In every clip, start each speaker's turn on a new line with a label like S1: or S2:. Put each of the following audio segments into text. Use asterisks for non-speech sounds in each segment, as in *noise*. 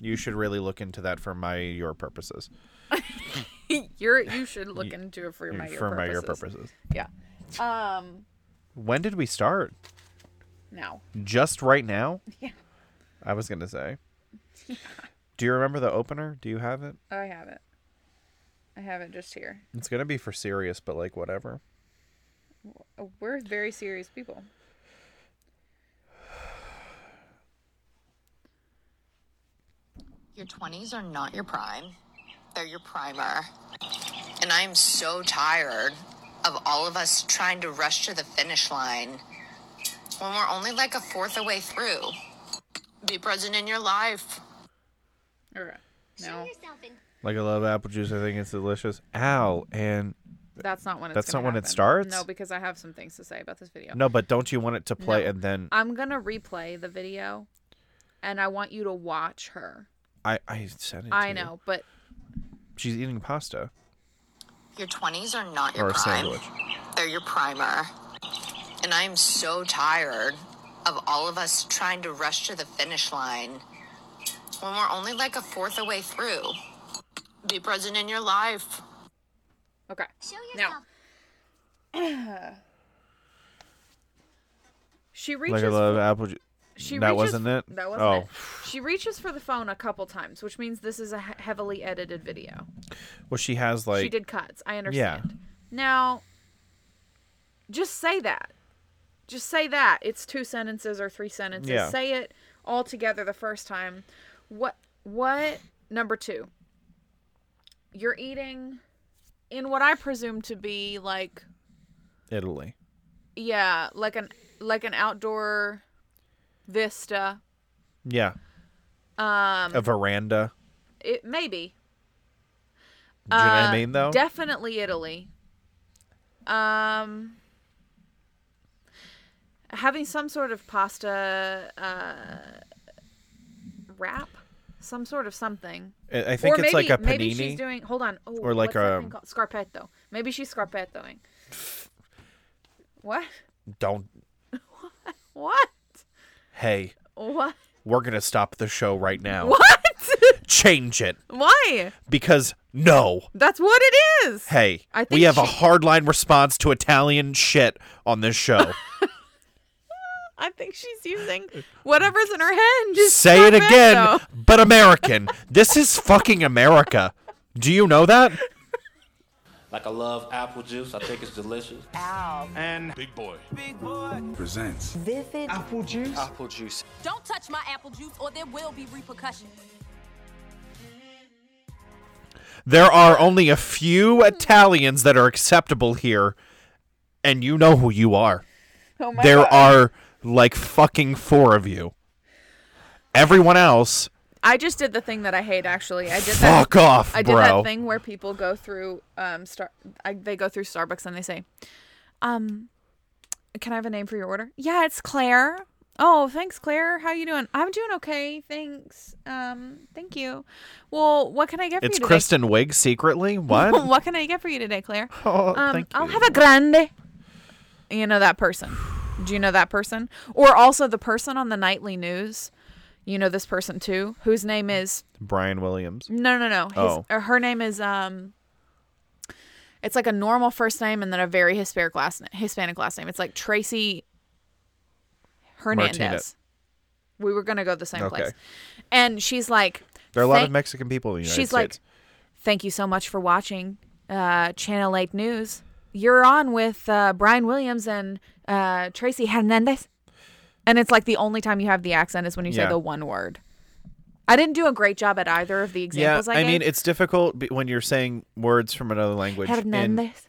S1: You should really look into that for my your purposes.
S2: *laughs* You're you should look into it for my your
S1: for
S2: purposes.
S1: my your purposes.
S2: Yeah. Um.
S1: When did we start?
S2: Now.
S1: Just right now?
S2: *laughs* Yeah.
S1: I was gonna
S2: *laughs*
S1: say. Do you remember the opener? Do you have it?
S2: oh, I have it. I have it just here.
S1: It's gonna be for serious, but like whatever.
S2: Oh, We're very serious people.
S3: Your 20s are not your prime, they're your primer. And I'm so tired of all of us trying to rush to the finish line when we're only like a fourth of the way through. Be present in your life.
S2: Or no,
S1: Like I love apple juice. I think it's delicious. Ow! And
S2: that's not when. It's
S1: That's
S2: gonna
S1: not when it
S2: happen.
S1: starts?
S2: No, because I have some things to say about this video.
S1: no, but don't you want it to play?
S2: No.
S1: And then
S2: I'm gonna replay the video, and I want you to watch her.
S1: I I sent it.
S2: I
S1: to you.
S2: know, but
S1: She's eating pasta
S3: Your 20s are not your
S1: or a
S2: *laughs*
S3: prime,
S1: sandwich.
S3: they're your primer. And I'm so tired of all of us trying to rush to the finish line when we're only like a fourth of the way through. Be present in your life.
S2: okay.
S4: Show
S2: Now.
S4: yourself.
S2: *clears throat* She
S1: Like
S2: reaches.
S1: I love apple juice.
S2: she
S1: that
S2: reaches,
S1: wasn't it.
S2: That wasn't
S1: oh.
S2: it. She reaches for the phone a couple times, which means this is a he- heavily edited video.
S1: Well, she has like
S2: she did cuts. I understand. Now, just say that. Just say that. It's two sentences or three sentences.
S1: Yeah.
S2: Say it all together the first time. What? What? Number two. You're eating in what I presume to be like,
S1: Italy.
S2: yeah, like an like an outdoor vista.
S1: Yeah.
S2: Um,
S1: A veranda.
S2: it maybe
S1: Do you know what
S2: Uh,
S1: I mean though?
S2: Definitely Italy. Um, having some sort of pasta uh, wrap, some sort of something.
S1: I I think
S2: or
S1: it's
S2: maybe,
S1: like a panini.
S2: Maybe she's doing. Hold on. Oh,
S1: Or like
S2: what's that
S1: a-
S2: thing called? scarpetto. Maybe she's
S1: *sighs*
S2: scarpettoing. what?
S1: Don't.
S2: What?
S1: Hey,
S2: What?
S1: we're gonna stop the show right now.
S2: What? *laughs*
S1: Change it
S2: Why?
S1: because no.
S2: That's what it is.
S1: Hey,
S2: I think
S1: we have a
S2: she-
S1: hardline response to Italian shit on this
S2: *laughs*
S1: show.
S2: I think she's using whatever's in her hand. Just
S1: Say it again,
S2: scarpetto.
S1: but American. this is fucking America. Do you know that?
S5: Like I love apple juice. I think it's delicious.
S6: presents
S7: Apple juice.
S8: Don't touch my apple juice or there will be repercussions.
S1: There are only a few Italians that are acceptable here, and you know who you are.
S2: Oh my
S1: there
S2: God.
S1: are like fucking four of you. Everyone else,
S2: I just did the thing that I hate. Actually, I did that.
S1: fuck off,
S2: I did
S1: bro.
S2: that thing where people go through um star. I, they go through Starbucks and they say, um, can I have a name for your order? Yeah, it's Claire. Oh, thanks, Claire. How you doing? I'm doing okay, thanks. Um, thank you. Well, what can I get for
S1: It's
S2: you today?
S1: Kristen Wiig secretly. What?
S2: *laughs* what can I get for you today, Claire?
S1: *laughs* Oh,
S2: um,
S1: thank
S2: I'll
S1: you.
S2: have a grande. You know that person. Do you know that person? Or also the person on the nightly news. You know this person too, whose name is
S1: Brian Williams.
S2: no, no, no. His,
S1: Oh.
S2: or her name is um. It's like a normal first name and then a very Hispanic last name. Hispanic last name. It's like Tracy Hernandez.
S1: Martinez.
S2: We were gonna go the same place,
S1: Okay.
S2: and she's like,
S1: There are a lot of
S2: "Thank-
S1: Mexican people in the United
S2: she's like,
S1: States.
S2: "Thank you so much for watching uh, Channel Eight News. You're on with uh, Brian Williams and uh, Tracy Hernandez." And it's like the only time you have the accent is when you
S1: Yeah.
S2: say the one word. I didn't do a great job at either of the
S1: yeah,
S2: examples. I,
S1: I, mean,
S2: gave.
S1: it's difficult be- when you're saying words from another language. and,
S2: Hernandez.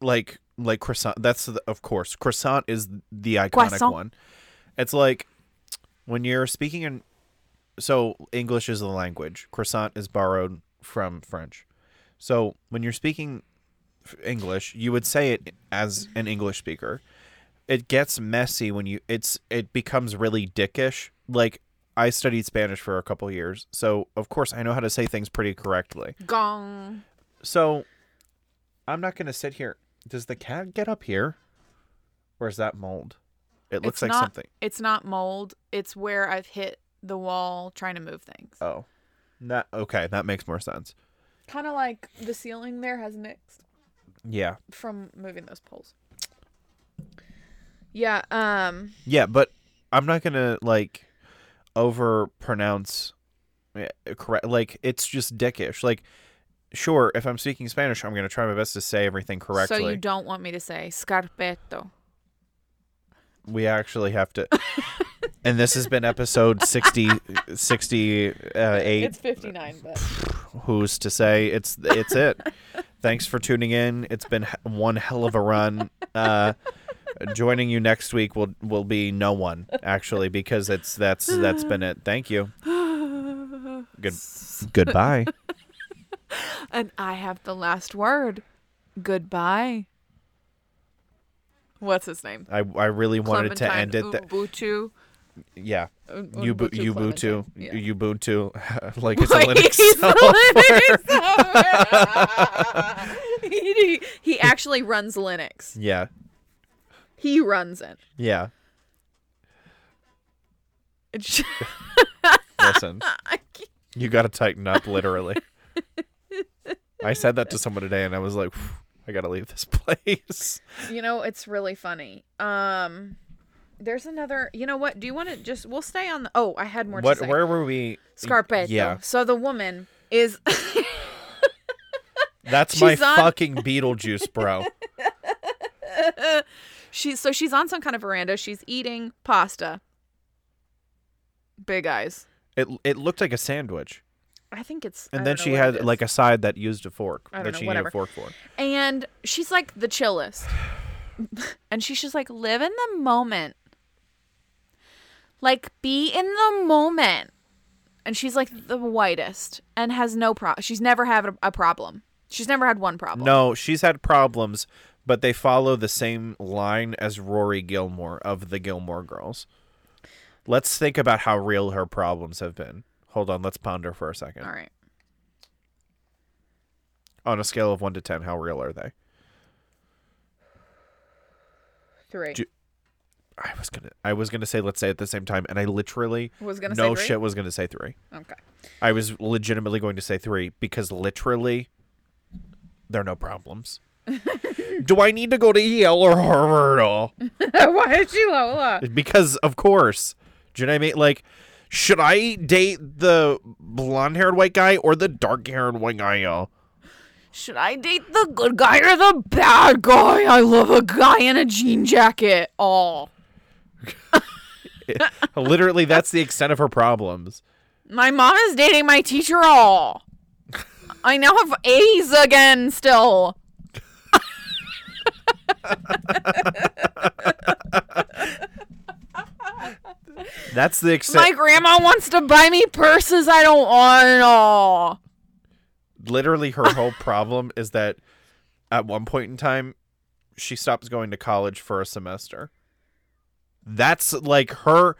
S1: like like croissant. That's the, of course croissant is the iconic
S2: Croissant.
S1: one. It's like when you're speaking in so English is the language. Croissant is borrowed from French. So when you're speaking f- English, you would say it as an English speaker. It gets messy when you it's it becomes really dickish. Like I studied Spanish for a couple years, so of course I know how to say things pretty correctly.
S2: Gong.
S1: So I'm not gonna sit here. Does the cat get up here? Or is that mold? It looks
S2: It's
S1: like
S2: not-
S1: something.
S2: It's not mold. It's where I've hit the wall trying to move things.
S1: Oh. That okay, that makes more sense.
S2: Kind of like the ceiling there has nicks
S1: Yeah.
S2: from moving those poles. Yeah. Um.
S1: Yeah, but I'm not gonna like over pronounce correct. Like it's just dickish. Like sure, if I'm speaking Spanish, I'm gonna try my best to say everything correctly.
S2: So you don't want me to say scarpetto?
S1: we actually have
S2: *laughs*
S1: to. and this has been episode uh, 60, 68.
S2: fifty nine, but
S1: who's to say it's it's
S2: *laughs*
S1: it thanks for tuning in it's been he- one hell of a run uh joining you next week will will be no one actually because it's that's that's been it thank
S2: *sighs*
S1: you good goodbye
S2: and I have the last word. Goodbye. What's his name? *laughs*
S1: i i really wanted to end it that
S2: Ubuntu.
S1: yeah
S2: Un-
S1: you
S2: Ubuntu
S1: ubuntu
S2: Oh, Clementine, yeah.
S1: ubuntu *laughs* like
S2: *laughs*
S1: it's a linux
S2: He's
S1: cell.
S2: Linux.
S1: *laughs*
S2: he, he actually runs Linux.
S1: *laughs* yeah
S2: He runs it.
S1: yeah
S2: It's *laughs* just-
S1: listen
S2: I can't-
S1: You got to tighten up, literally. I said that to someone today, and I was like, "Phew, I got to leave this *laughs* place.
S2: you know it's really funny um there's another you know what do you want to just we'll stay on the, oh i had more
S1: what?
S2: to say
S1: Where were we?
S2: scarpetto
S1: Yeah,
S2: so the woman is *laughs*
S1: that's
S2: She's
S1: my
S2: on- *laughs*
S1: fucking Beetlejuice, bro.
S2: she's so she's on some kind of veranda she's eating pasta big eyes
S1: It it looked like a sandwich,
S2: i think it's
S1: and then she had like a side that used a fork
S2: I don't
S1: that
S2: know,
S1: she needed
S2: whatever.
S1: a fork for.
S2: and she's like the chillest *sighs* and she's just like live in the moment like be in the moment and she's like the whitest and has no problem she's never had a, a problem she's never had one problem
S1: No, she's had problems, but they follow the same line as Rory Gilmore of the Gilmore Girls. Let's think about how real her problems have been. Hold on, let's ponder for a second.
S2: all right
S1: On a scale of one to ten, how real are they?
S2: three
S1: Ju- I was gonna I was gonna say let's say at the same time, and I literally
S2: Was gonna say
S1: no
S2: three?
S1: shit was gonna say three.
S2: okay *laughs*
S1: I was legitimately going to say three because literally there are no
S2: *laughs*
S1: problems. Do I need to go to Yale or Harvard? Oh,
S2: why is she lola
S1: Because of course. Do you know what I mean? Like, should I date the blonde haired white guy or the dark haired white guy? Oh?
S2: should i date the good guy or the bad guy i love a guy in a jean jacket oh
S1: Literally, that's the extent of her problems.
S2: My mom is dating my teacher all. I now have A's again still.
S1: That's
S2: *laughs*
S1: the extent.
S2: My grandma wants to buy me purses I don't want all.
S1: literally
S2: *laughs*
S1: her whole problem is that at one point in time she stops going to college for a semester that's like her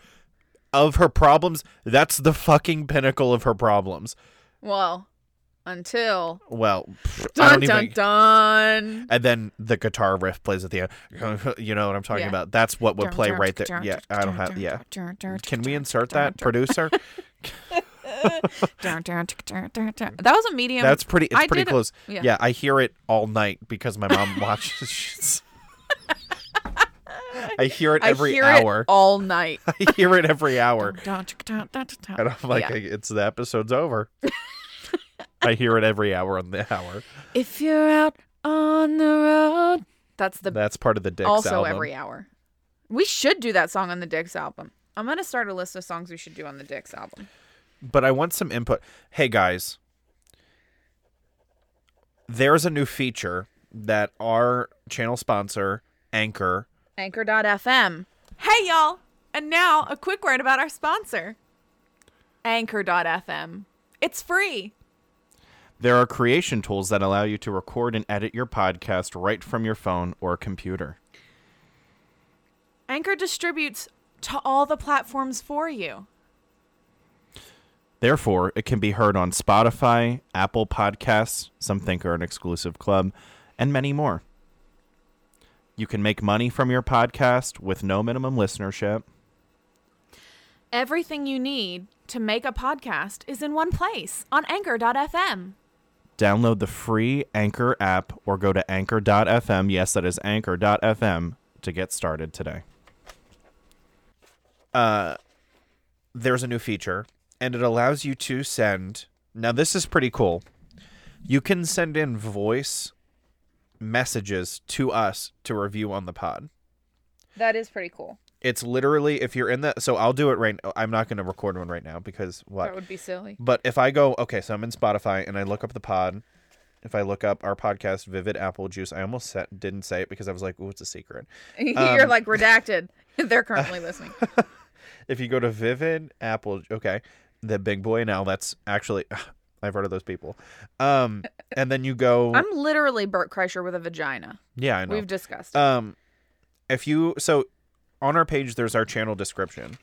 S1: of her problems that's the fucking pinnacle of her problems
S2: Well, until
S1: well pff, I
S2: dun
S1: don't
S2: dun
S1: even,
S2: dun.
S1: and then the guitar riff plays at the end *laughs* you know what i'm talking
S2: Yeah.
S1: about that's what would
S2: Dun,
S1: play
S2: dun,
S1: right
S2: dun,
S1: there
S2: dun,
S1: yeah
S2: dun,
S1: i don't
S2: dun,
S1: have
S2: dun,
S1: yeah
S2: dun, dun,
S1: can
S2: dun,
S1: we
S2: dun,
S1: insert
S2: dun,
S1: that
S2: *laughs*
S1: producer
S2: dun, dun, dun, dun, dun. That was a medium.
S1: that's pretty it's
S2: I
S1: pretty
S2: did it-
S1: close
S2: yeah.
S1: yeah i hear it all night because my mom watches *laughs* shits. i hear it
S2: I
S1: every
S2: hear
S1: hour
S2: it all night.
S1: *laughs* I hear it every hour.
S2: Dun, dun, dun, dun,
S1: And
S2: dun.
S1: I'm like,
S2: Yeah.
S1: it's the episode's over.
S2: *laughs*
S1: I hear it every hour on the hour.
S2: If you're out on the road, that's
S1: *laughs*
S2: the
S1: That's part of the Dicks
S2: also
S1: album.
S2: every hour. We should do that song on the Dicks album. I'm gonna start a list of songs we should do on the Dicks album.
S1: But I want some input. Hey guys, there's a new feature that our channel sponsor Anchor.
S2: Anchor.fm. Hey y'all! And now a quick word about our sponsor. Anchor.fm. It's free.
S1: There are creation tools that allow you to record and edit your podcast right from your phone or computer.
S2: Anchor distributes to all the platforms for you.
S1: Therefore, it can be heard on Spotify, Apple Podcasts, some think are an exclusive club, and many more. You can make money from your podcast with no minimum listenership.
S2: Everything you need to make a podcast is in one place on anchor.fm.
S1: Download the free Anchor app or go to anchor.fm. Yes, that is anchor.fm to get started today. Uh, there's a new feature, and it allows you to send. Now, this is pretty cool. You can send in voice messages to us to review on the pod.
S2: That is pretty cool.
S1: It's literally if you're in the. So I'll do it right. I'm not going to record one right now because what?
S2: That would be silly. *laughs*
S1: But if I go, okay, so I'm in Spotify and I look up the pod. If I look up our podcast, Vivid Apple Juice, I almost sa- didn't say it because I was like, ooh, it's a secret.
S2: You're like redacted. *laughs* They're
S1: *laughs*
S2: currently listening.
S1: If you go to Vivid Apple, okay, the big boy now, that's actually, *sighs* I've heard of those people. Um, and then you go,
S2: I'm literally Bert Kreischer with a vagina.
S1: yeah, I know.
S2: We've discussed.
S1: Um, if you so on our page, there's our channel description.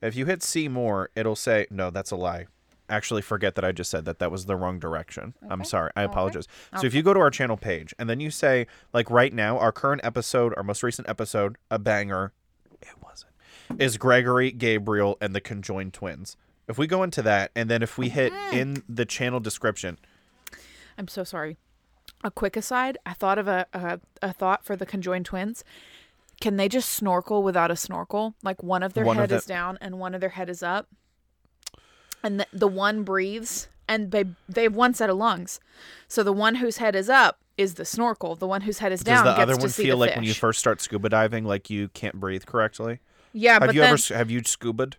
S1: If you hit see more, it'll say no. That's a lie. Actually, forget that I just said that. That was the wrong direction. I'm sorry. I apologize. So if you go to our channel page and then you say like right now, our current episode, our most recent episode, a banger. It wasn't. Is Gregory Gabriel and the conjoined twins. If we go into that, and then if we hit
S2: Mm-hmm.
S1: in the channel description,
S2: I'm so sorry. A quick aside, I thought of a, a a thought for the conjoined twins. Can they just snorkel without a snorkel? Like one of their
S1: One of
S2: head is
S1: the-
S2: down and one of their head is up, and the, the one breathes, and they they have one set of lungs. So the one whose head is up is the snorkel. The one whose head is
S1: does
S2: down
S1: the
S2: gets
S1: other
S2: to
S1: one
S2: see
S1: feel
S2: the
S1: like when you
S2: fish.
S1: first start scuba diving, like you can't breathe correctly?
S2: Yeah,
S1: have
S2: but
S1: you
S2: then
S1: ever s- have you scubaed?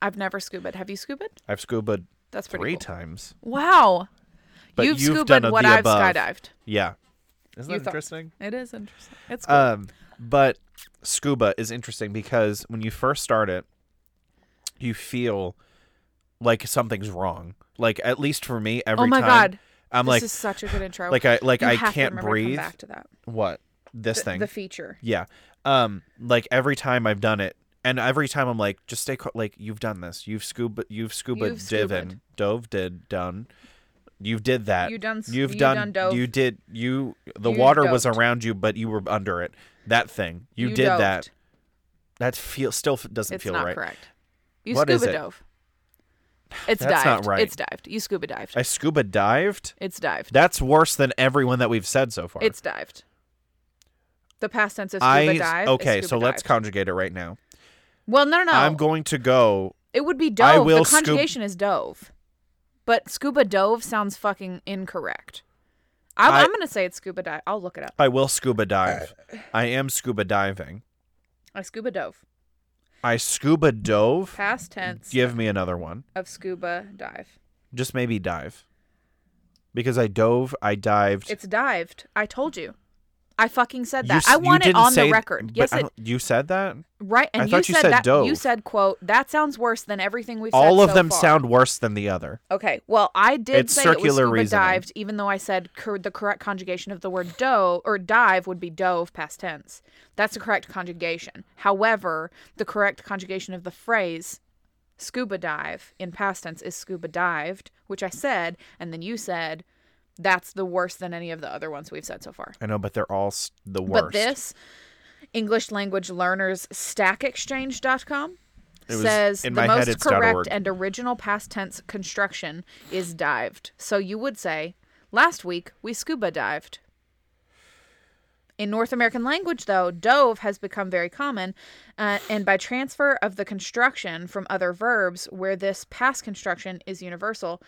S2: I've never scubaed. Have you scubaed?
S1: I've scubaed
S2: That's pretty
S1: three
S2: cool.
S1: times.
S2: Wow,
S1: But
S2: you've,
S1: you've
S2: scubaed
S1: done of
S2: what
S1: the
S2: I've
S1: above.
S2: skydived.
S1: Yeah. Isn't
S2: You
S1: that
S2: thought-
S1: interesting?
S2: It is interesting. It's cool.
S1: Um, but scuba is interesting because when you first start it, you feel like something's wrong. Like at least for me, every
S2: oh my
S1: time
S2: god,
S1: I'm
S2: this
S1: like,
S2: is such a good intro.
S1: like I like
S2: You
S1: I
S2: have to
S1: can't
S2: remember to come
S1: breathe.
S2: Back to that.
S1: What this
S2: The,
S1: thing?
S2: the feature.
S1: Yeah. Um, like every time I've done it, and every time I'm like, just stay co- like you've done this. You've scuba. You've scuba
S2: You've
S1: divin.
S2: scuba'd.
S1: Dove did done. You did that.
S2: You done s-
S1: You've
S2: you
S1: done.
S2: done dove.
S1: You did. You. The
S2: You
S1: water was
S2: doped.
S1: around you, but you were under it. That thing. You, did that.
S2: doped.
S1: That feel still f- doesn't
S2: It's
S1: feel
S2: not
S1: right.
S2: correct. You
S1: What is
S2: scuba
S1: it?
S2: dove. It's
S1: That's
S2: dived.
S1: not right.
S2: It's dived. You scuba dived.
S1: I scuba dived.
S2: it's dived.
S1: That's worse than everyone that we've said so far.
S2: It's dived. The past tense is scuba
S1: I
S2: dive. is
S1: okay.
S2: scuba
S1: So let's
S2: dived.
S1: conjugate it right now.
S2: Well, no, no, no.
S1: I'm going to go.
S2: It would be dove.
S1: I will
S2: the
S1: scoop-
S2: conjugation is dove, but scuba dove sounds fucking incorrect. I'm,
S1: I-
S2: I'm gonna say it's scuba dive. I'll look it up.
S1: I will scuba dive. I am scuba diving.
S2: I scuba dove.
S1: I scuba dove.
S2: Past tense
S1: Give me another one.
S2: of scuba dive.
S1: Just maybe dive. Because I dove, I dived.
S2: It's dived. I told you. I fucking said that.
S1: s-
S2: I want it
S1: didn't
S2: on
S1: say-
S2: the record.
S1: but
S2: Yes,
S1: I
S2: it,
S1: don't- you said that.
S2: right. And
S1: I
S2: you
S1: thought
S2: said,
S1: you said
S2: that. You
S1: dove.
S2: said, "quote That sounds worse than everything we've said."
S1: All of
S2: so
S1: them
S2: far."
S1: sound worse than the other.
S2: okay. Well, I did
S1: It's
S2: say it was
S1: circular
S2: scuba
S1: reasoning.
S2: dived, even though I said cor- the correct conjugation of the word dove or dive would be dove past tense. That's the correct conjugation. However, the correct conjugation of the phrase scuba dive in past tense is scuba dived, which I said, and then you said. That's the worst than any of the other ones we've said so far.
S1: I know, but they're all s- the worst.
S2: But this English language learners stackexchange.com
S1: It was-
S2: says
S1: in
S2: the
S1: my head,
S2: most
S1: it's dot
S2: correct
S1: org.
S2: and original past tense construction is dived. So you would say, last week we scuba dived. In North American language, though, dove has become very common, uh, and by transfer of the construction from other verbs where this past construction is universal,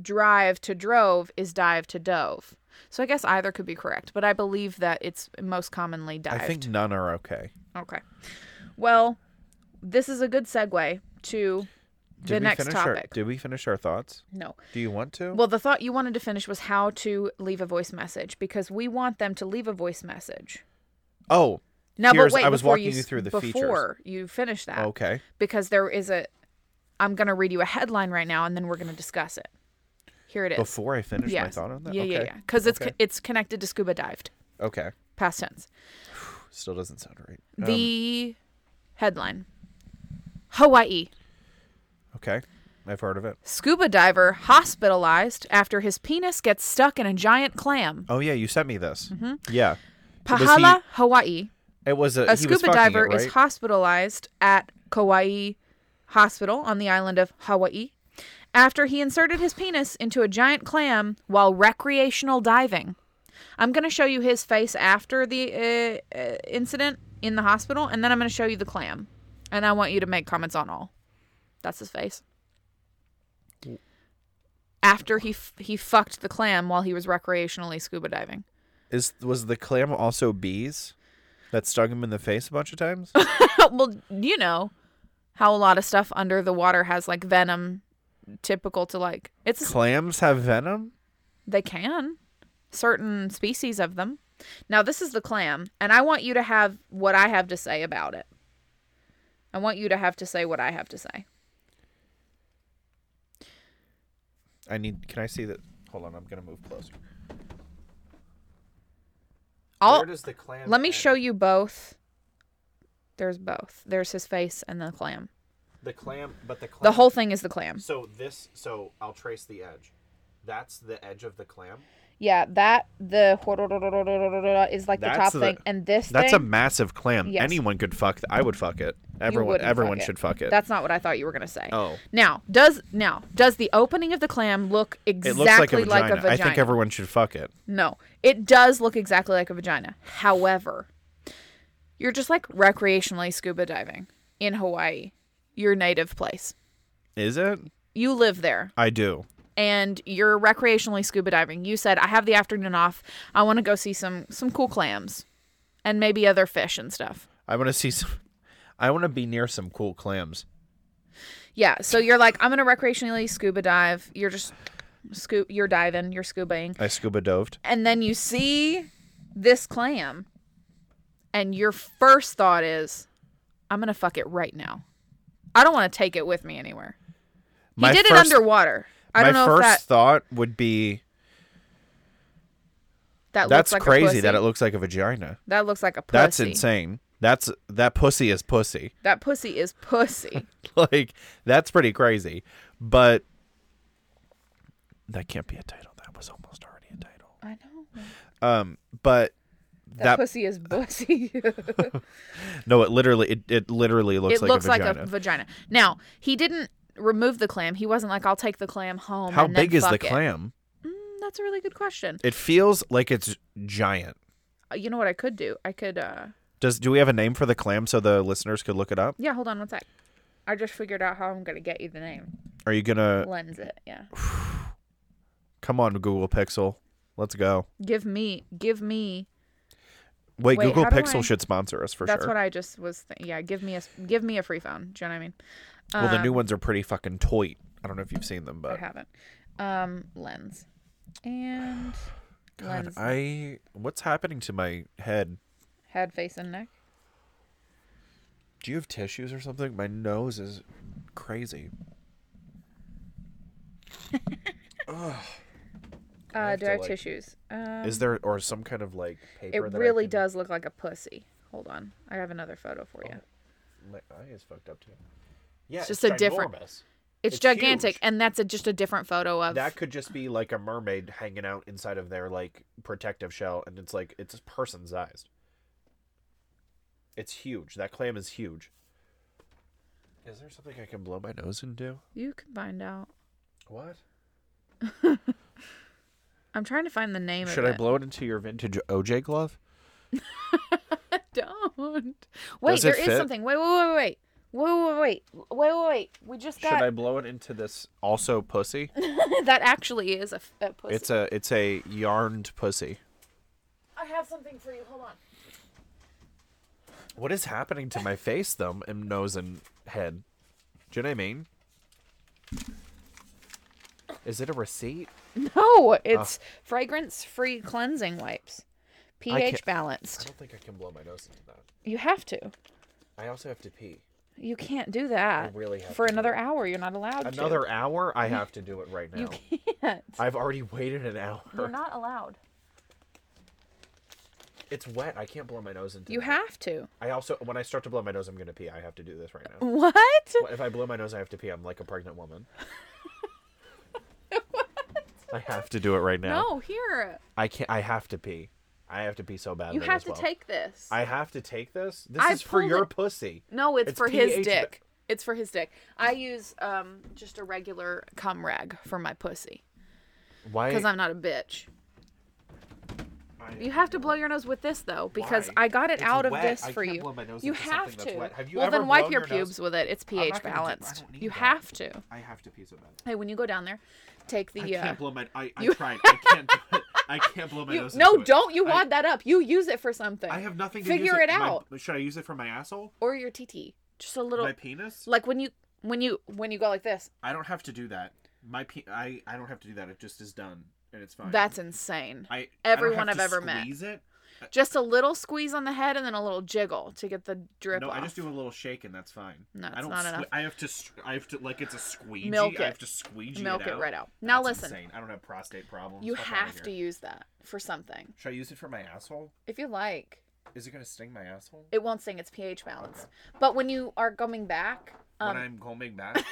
S2: drive to drove is dive to dove. So I guess either could be correct, but I believe that it's most commonly
S1: I
S2: dived.
S1: think none are okay.
S2: Okay. Well, this is a good segue to
S1: Did
S2: the
S1: we
S2: next
S1: finish Our,
S2: topic.
S1: did we finish our thoughts?
S2: no.
S1: Do you want to?
S2: Well, the thought you wanted to finish was how to leave a voice message because we want them to leave a voice message.
S1: oh,
S2: Now,
S1: Here's-
S2: but wait,
S1: I was
S2: before
S1: walking
S2: you,
S1: you
S2: s-
S1: through the features.
S2: before you finish that,
S1: okay.
S2: because there is a. I'm going to read you a headline right now, and then we're going to discuss it. Here it is.
S1: Before I finish my
S2: Yes.
S1: thought on that?
S2: Yeah,
S1: okay.
S2: yeah, yeah. Because it's
S1: Okay.
S2: co- it's connected to scuba dived.
S1: okay.
S2: Past tense.
S1: Still doesn't sound right. Um,
S2: The headline: Hawaii.
S1: okay. I've heard of it.
S2: Scuba diver hospitalized after his penis gets stuck in a giant clam.
S1: Oh, yeah. You sent me this.
S2: Mm-hmm.
S1: Yeah. Was he-
S2: Pahala, Hawaii.
S1: It was a,
S2: A
S1: he was
S2: scuba
S1: fucking it,
S2: diver
S1: right?
S2: is hospitalized at Kauai hospital on the island of Hawaii after he inserted his penis into a giant clam while recreational diving. I'm going to show you his face after the uh, uh, incident in the hospital, and then I'm going to show you the clam. And I want you to make comments on all. That's his face. After he f- he fucked the clam while he was recreationally scuba diving.
S1: Is was the clam also bees that stung him in the face a bunch of
S2: *laughs*
S1: times?
S2: well, you know how a lot of stuff under the water has like venom typical to like it's
S1: Clams have venom.
S2: They can. Certain species of them. Now, this is the clam, and I want you to have what I have to say about it. I want you to have to say what I have to say.
S1: I need. Can I see that? Hold on, I'm gonna move closer.
S2: I'll,
S1: the clam?
S2: let me show you both. There's both. There's his face and the clam.
S1: the clam, but the clam.
S2: The whole thing is the clam.
S1: So this. So I'll trace the edge. That's the edge of the clam.
S2: Yeah, that, the *laughs* is like the
S1: That's
S2: top
S1: the-
S2: thing, and this
S1: That's a
S2: thing,
S1: massive clam.
S2: Yes.
S1: Anyone could fuck. th- I would fuck it. Everyone.
S2: wouldn't fuck
S1: Everyone
S2: it.
S1: should fuck it.
S2: That's not what I thought you were gonna say.
S1: Oh.
S2: Now does now does the opening of the clam look
S1: it
S2: exactly
S1: looks like a, vagina.
S2: like a vagina?
S1: I think everyone should fuck it.
S2: no, it does look exactly like a vagina. However, you're just like recreationally scuba diving in Hawaii, your native place.
S1: Is it?
S2: You live there
S1: I do.
S2: and you're recreationally scuba diving. You said I have the afternoon off. I want to go see some some cool clams and maybe other fish and stuff.
S1: I want to see some. I want to be near some cool clams.
S2: Yeah, so you're like, I'm gonna recreationally scuba dive. You're just scoop, you're diving, you're scubaing,
S1: I scuba doved.
S2: and then you see this clam, and your first thought is, I'm gonna fuck it right now. I don't want to take it with me anywhere. He
S1: My
S2: did it
S1: first-
S2: underwater. I don't
S1: My
S2: know
S1: first
S2: if that
S1: thought would be
S2: that
S1: that's
S2: looks like a
S1: crazy
S2: pussy.
S1: that it looks like a vagina.
S2: that looks like a pussy.
S1: That's insane. That's that pussy is pussy. *laughs*
S2: That pussy is pussy.
S1: Like that's pretty crazy. But that can't be a title. That was almost already a title.
S2: *laughs* I know. That,
S1: Um, but that, *laughs*
S2: pussy is pussy. *laughs*
S1: no, it literally it, it literally looks
S2: it
S1: like
S2: looks
S1: a
S2: like
S1: vagina.
S2: a vagina. Now he didn't remove the clam. He wasn't like, "I'll take the clam home."
S1: How
S2: and then
S1: big is the
S2: fuck it."
S1: clam?
S2: Mm, that's a really good question.
S1: It feels like it's giant.
S2: Uh, You know what I could do? I could. uh
S1: Does do we have a name for the clam so the listeners could look it up?
S2: Yeah, hold on one sec. I just figured out how I'm gonna get you the name.
S1: Are you gonna
S2: Lens it. Yeah.
S1: come on Google Pixel? Let's go.
S2: Give me. Give me.
S1: Wait,
S2: Wait,
S1: Google
S2: how do
S1: Pixel
S2: I-
S1: should sponsor us for
S2: that's
S1: sure.
S2: what I just was. Th- yeah. Give me a. s- Give me a free phone. Do you know what I Um, mean?
S1: Well, the new ones are pretty fucking toy. I don't know if you've seen them,
S2: I
S1: but
S2: haven't. Um, lens. And
S1: God,
S2: lens.
S1: I what's happening to my head?
S2: Head, face, and neck.
S1: Do you have tissues or something? My nose is crazy.
S2: Uh,
S1: have
S2: do
S1: to,
S2: I have
S1: like-
S2: tissues? Um,
S1: Is there or some kind of like
S2: it
S1: paper? that I
S2: really
S1: can- Oh.
S2: does look like a pussy. Hold on. I have another photo for you.
S1: My eye is fucked up too. Yeah,
S2: It's just a different-
S1: ginormous.
S2: It's,
S1: It's
S2: gigantic,
S1: huge.
S2: and that's a, just a different photo of
S1: That could just be like a mermaid hanging out inside of their like protective shell, and it's like it's person sized. It's huge. That clam is huge. Is there something I can blow my nose into?
S2: You can find out.
S1: What?
S2: I'm trying to find the name
S1: Should
S2: of
S1: I
S2: it.
S1: blow it into your vintage OJ glove?
S2: *laughs* Don't. Wait,
S1: Does it
S2: there is
S1: fit?
S2: something. Wait, wait, wait, wait. Wait, wait, wait. Wait, wait, wait. We just
S1: Should I
S2: got
S1: blow it into this also
S2: *laughs*
S1: pussy?
S2: that actually is a, f- a pussy.
S1: It's a it's a yarned pussy.
S2: I have something for you. Hold on.
S1: What is happening to my face, thumb, and nose and head? Do you know what I mean? Is it a receipt? Ah.
S2: No, it's fragrance-free cleansing wipes. pH
S1: can't- I
S2: balanced.
S1: don't think I can blow my nose into that.
S2: You have to.
S1: I also have to pee.
S2: You can't do that.
S1: really have
S2: for
S1: to do
S2: another hour. You're not allowed
S1: *laughs*
S2: to.
S1: Another hour? I have to do it right now.
S2: You can't.
S1: I've already waited an
S2: You're
S1: hour.
S2: not allowed.
S1: It's wet. I can't blow my nose into
S2: You
S1: that.
S2: have to. *laughs*
S1: I also when I start to blow my nose, I'm gonna pee. I have to do this right now.
S4: *laughs*
S2: What?
S1: If I blow my nose, I have to pee. I'm like a pregnant
S2: *laughs*
S1: woman. I have to do it right now.
S2: No, here.
S1: I can't. I have to pee. I have to pee so bad.
S2: You have to take this.
S1: I have to take this. This
S2: I
S1: is for
S2: pulled
S1: your
S2: it-
S1: pussy.
S2: No, it's,
S1: It's
S2: for
S1: pH
S2: his
S1: ba-
S2: dick. It's for his dick. I use um just a regular cum rag for my pussy
S4: Why?
S2: because I'm not a bitch. You have to blow your nose with this though because
S4: Why?
S2: I got it
S4: It's
S2: out of
S4: wet.
S2: this
S4: I
S2: for
S4: can't
S2: you.
S4: blow my nose
S2: you
S4: into something
S2: have
S4: that's
S2: to.
S4: wet. Have you
S2: well,
S4: ever
S2: then wipe
S4: blown
S2: your
S4: your nose?
S2: pubes with it. It's pH
S4: not gonna do- I
S2: balanced.
S4: don't need
S2: You
S4: that.
S2: have to.
S4: I have to pee so
S2: *laughs*
S4: bad.
S2: Hey, when you go down there, take the.
S4: I can't
S2: uh,
S4: blow my. I, I
S2: you- *laughs*
S4: tried. I can't. do it. I can't blow my
S2: you-
S4: nose.
S2: no,
S4: into it.
S2: don't you
S4: I-
S2: wad that up. You use it for something.
S4: I have nothing to
S2: Figure
S4: use
S2: it out.
S4: My, should I use it for my asshole?
S2: Or your TT. Just a little
S4: My penis?
S2: like when you when you when you go like this.
S4: I don't have to do that. My pe- I I don't have to do that. It just is done and it's fine.
S2: That's insane.
S4: I
S2: everyone
S4: I don't have
S2: I've
S4: to
S2: ever met.
S4: squeeze It.
S2: Just a little squeeze on the head and then a little jiggle to get the drip
S4: No,
S2: off.
S4: I just do a little shake and that's fine.
S2: No,
S4: I
S2: it's
S4: don't
S2: not
S4: sque-
S2: enough.
S4: I have to. str- I have to like it's a squeegee.
S2: Milk
S4: I
S2: it.
S4: have to squeegee
S2: Milk
S4: it,
S2: it
S4: out.
S2: right out. Now
S4: That's
S2: listen.
S4: insane. I don't have prostate problems.
S2: you
S4: Fuck outta
S2: have
S4: here.
S2: to use that for something.
S4: Should I use it for my asshole?
S2: If you like.
S4: Is it gonna sting my asshole?
S2: It won't sing, it's pH balanced. But when you are coming back, *laughs*
S4: when
S2: um
S4: I'm combing
S2: *laughs*
S4: back.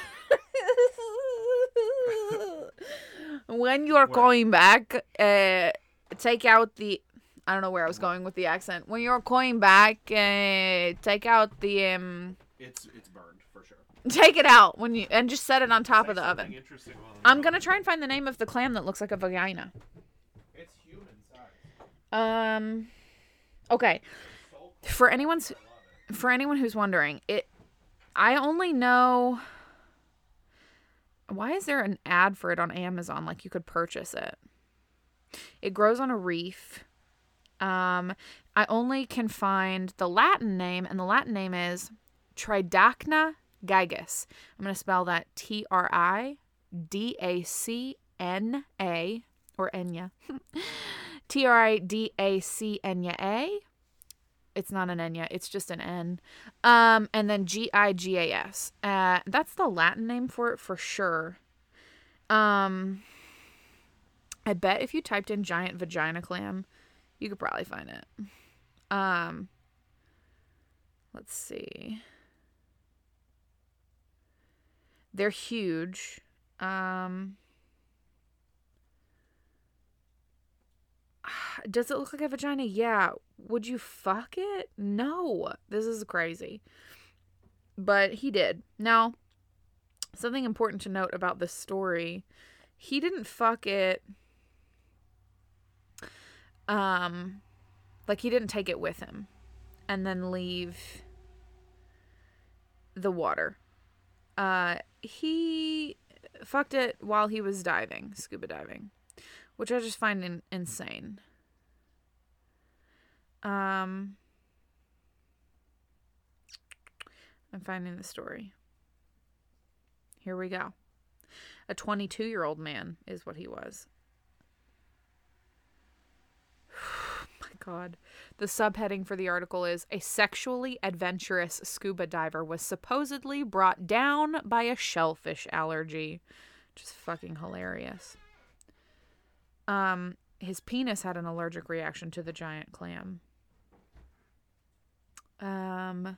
S2: when you are
S4: Where?
S2: going back, uh, take out the. I don't know where I was going with the accent. When you're going back, uh, take out the. Um,
S4: it's it's burned for sure.
S2: take it out when you and just set it on top of the
S4: Say something
S2: oven.
S4: Interesting. while
S2: I'm gonna try and find the name of the clam that looks like a vagina.
S4: It's human size.
S2: Um, okay. For anyone's, for anyone who's wondering, it, I only know. Why is there an ad for it on Amazon? Like you could purchase it. It grows on a reef. Um, I only can find the Latin name, and the Latin name is Tridacna gigas. I'm gonna spell that T R I D A C N A or Enya. *laughs* T R I D A C N Y A. It's not an Enya, it's just an N. Um, and then G I G A S. Uh, that's the Latin name for it for sure. Um, I bet if you typed in giant vagina clam, you could probably find it. Um, let's see. They're huge. Um, *sighs* Does it look like a vagina? Yeah. Would you fuck it? No. This is crazy. But he did. Now, something important to note about this story he didn't fuck it. Um, like he didn't take it with him and then leave the water. Uh, he fucked it while he was diving, scuba diving, which I just find in- insane. Um, I'm finding the story. Here we go. A 22 year old man is what he was. my God. The subheading for the article is A sexually adventurous scuba diver was supposedly brought down by a shellfish allergy. Just fucking hilarious. Um, his penis had an allergic reaction to the giant clam. Um,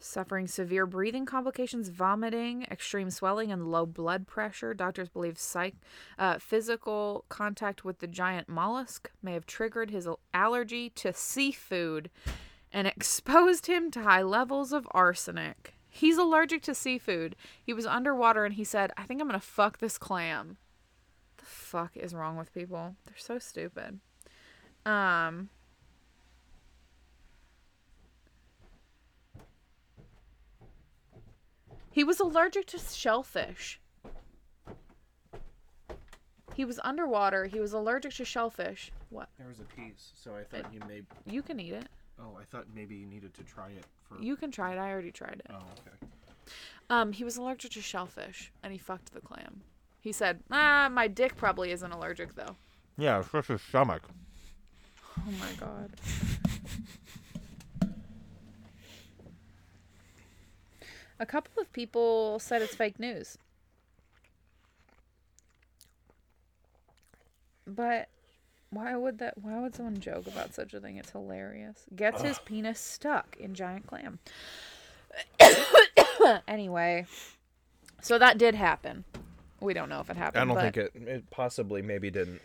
S2: suffering severe breathing complications, vomiting, extreme swelling, and low blood pressure. Doctors believe psych- uh, physical contact with the giant mollusk may have triggered his al- allergy to seafood and exposed him to high levels of arsenic. He's allergic to seafood. He was underwater and he said, I think I'm going to fuck this clam the fuck is wrong with people? They're so stupid. Um. He was allergic to shellfish. He was underwater. He was allergic to shellfish. What?
S4: There was a piece, so I thought you may.
S2: You can eat it.
S4: Oh, I thought maybe you needed to try it for.
S2: You can try it. I already tried it.
S4: Oh, okay.
S2: Um, he was allergic to shellfish, and he fucked the clam. He said, "Ah, my dick probably isn't allergic though."
S1: Yeah, it's just his stomach.
S2: Oh my god. A couple of people said it's fake news. But why would that why would someone joke about such a thing? It's hilarious. Gets his penis stuck in giant clam. *coughs* anyway, so that did happen. We don't know if it happened.
S1: I don't
S2: but
S1: think it. It possibly maybe didn't.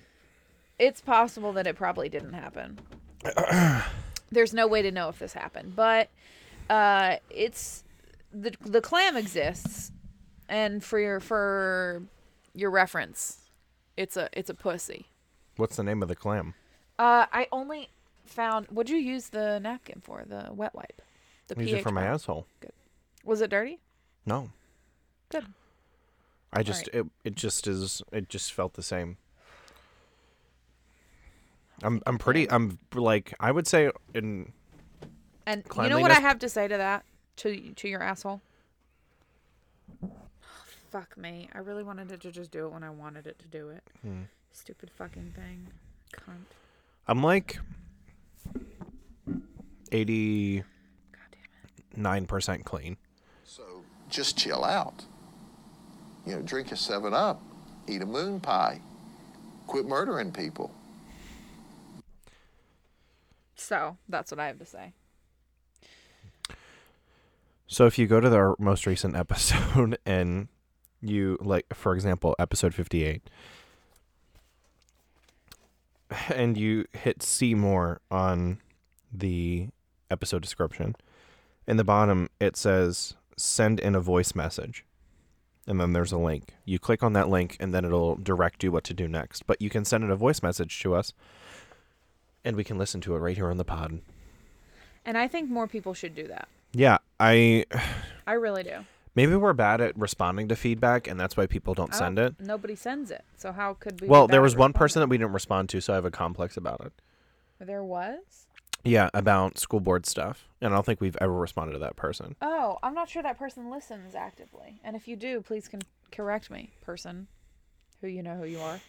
S2: it's possible that it probably didn't
S6: *clears throat*
S2: happen. There's no way to know if this happened, but uh, it's the the clam exists, and for your for your reference, it's a it's a pussy.
S6: What's the name of the clam?
S2: Uh, I only found. What'd you use the napkin for? The wet wipe. The
S6: Use it for
S2: pH
S6: my
S2: bar.
S6: asshole.
S2: Was it dirty?
S6: No,
S2: Good.
S6: I just it, it just is it just felt the same. I'm I'm pretty I'm like I would say in
S2: And you know what I
S6: Cleanliness-
S2: have to say to that to to your asshole. Fuck me! I really wanted it to just do it when I wanted it to do it.
S6: Hmm.
S2: Stupid fucking thing, cunt.
S6: I'm like 89% clean.
S9: So just chill out. You know, drink a 7 Up, eat a moon pie, quit murdering people.
S2: So that's what I have to say.
S6: So if you go to our most recent episode *laughs* and you like for example episode 58 and you hit see more on the episode description in the bottom it says send in a voice message and then there's a link you click on that link and then it'll direct you what to do next but you can send in a voice message to us and we can listen to it right here on the pod
S2: And I think more people should do that.
S6: yeah i
S2: I really do.
S6: Maybe we're bad at responding to feedback, and that's why people don't
S2: I
S6: send
S2: don't-
S6: it.
S2: Nobody sends it. So how could we? be
S6: Well, there
S2: bad
S6: was
S2: at
S6: one person
S2: responding?
S6: that we didn't respond to, so I have a complex about it.
S2: There was.
S6: Yeah, about school board stuff, and I don't think we've ever responded to that person.
S2: Oh, I'm not sure that person listens actively. And if you do, please can correct me, person, who you know who you are.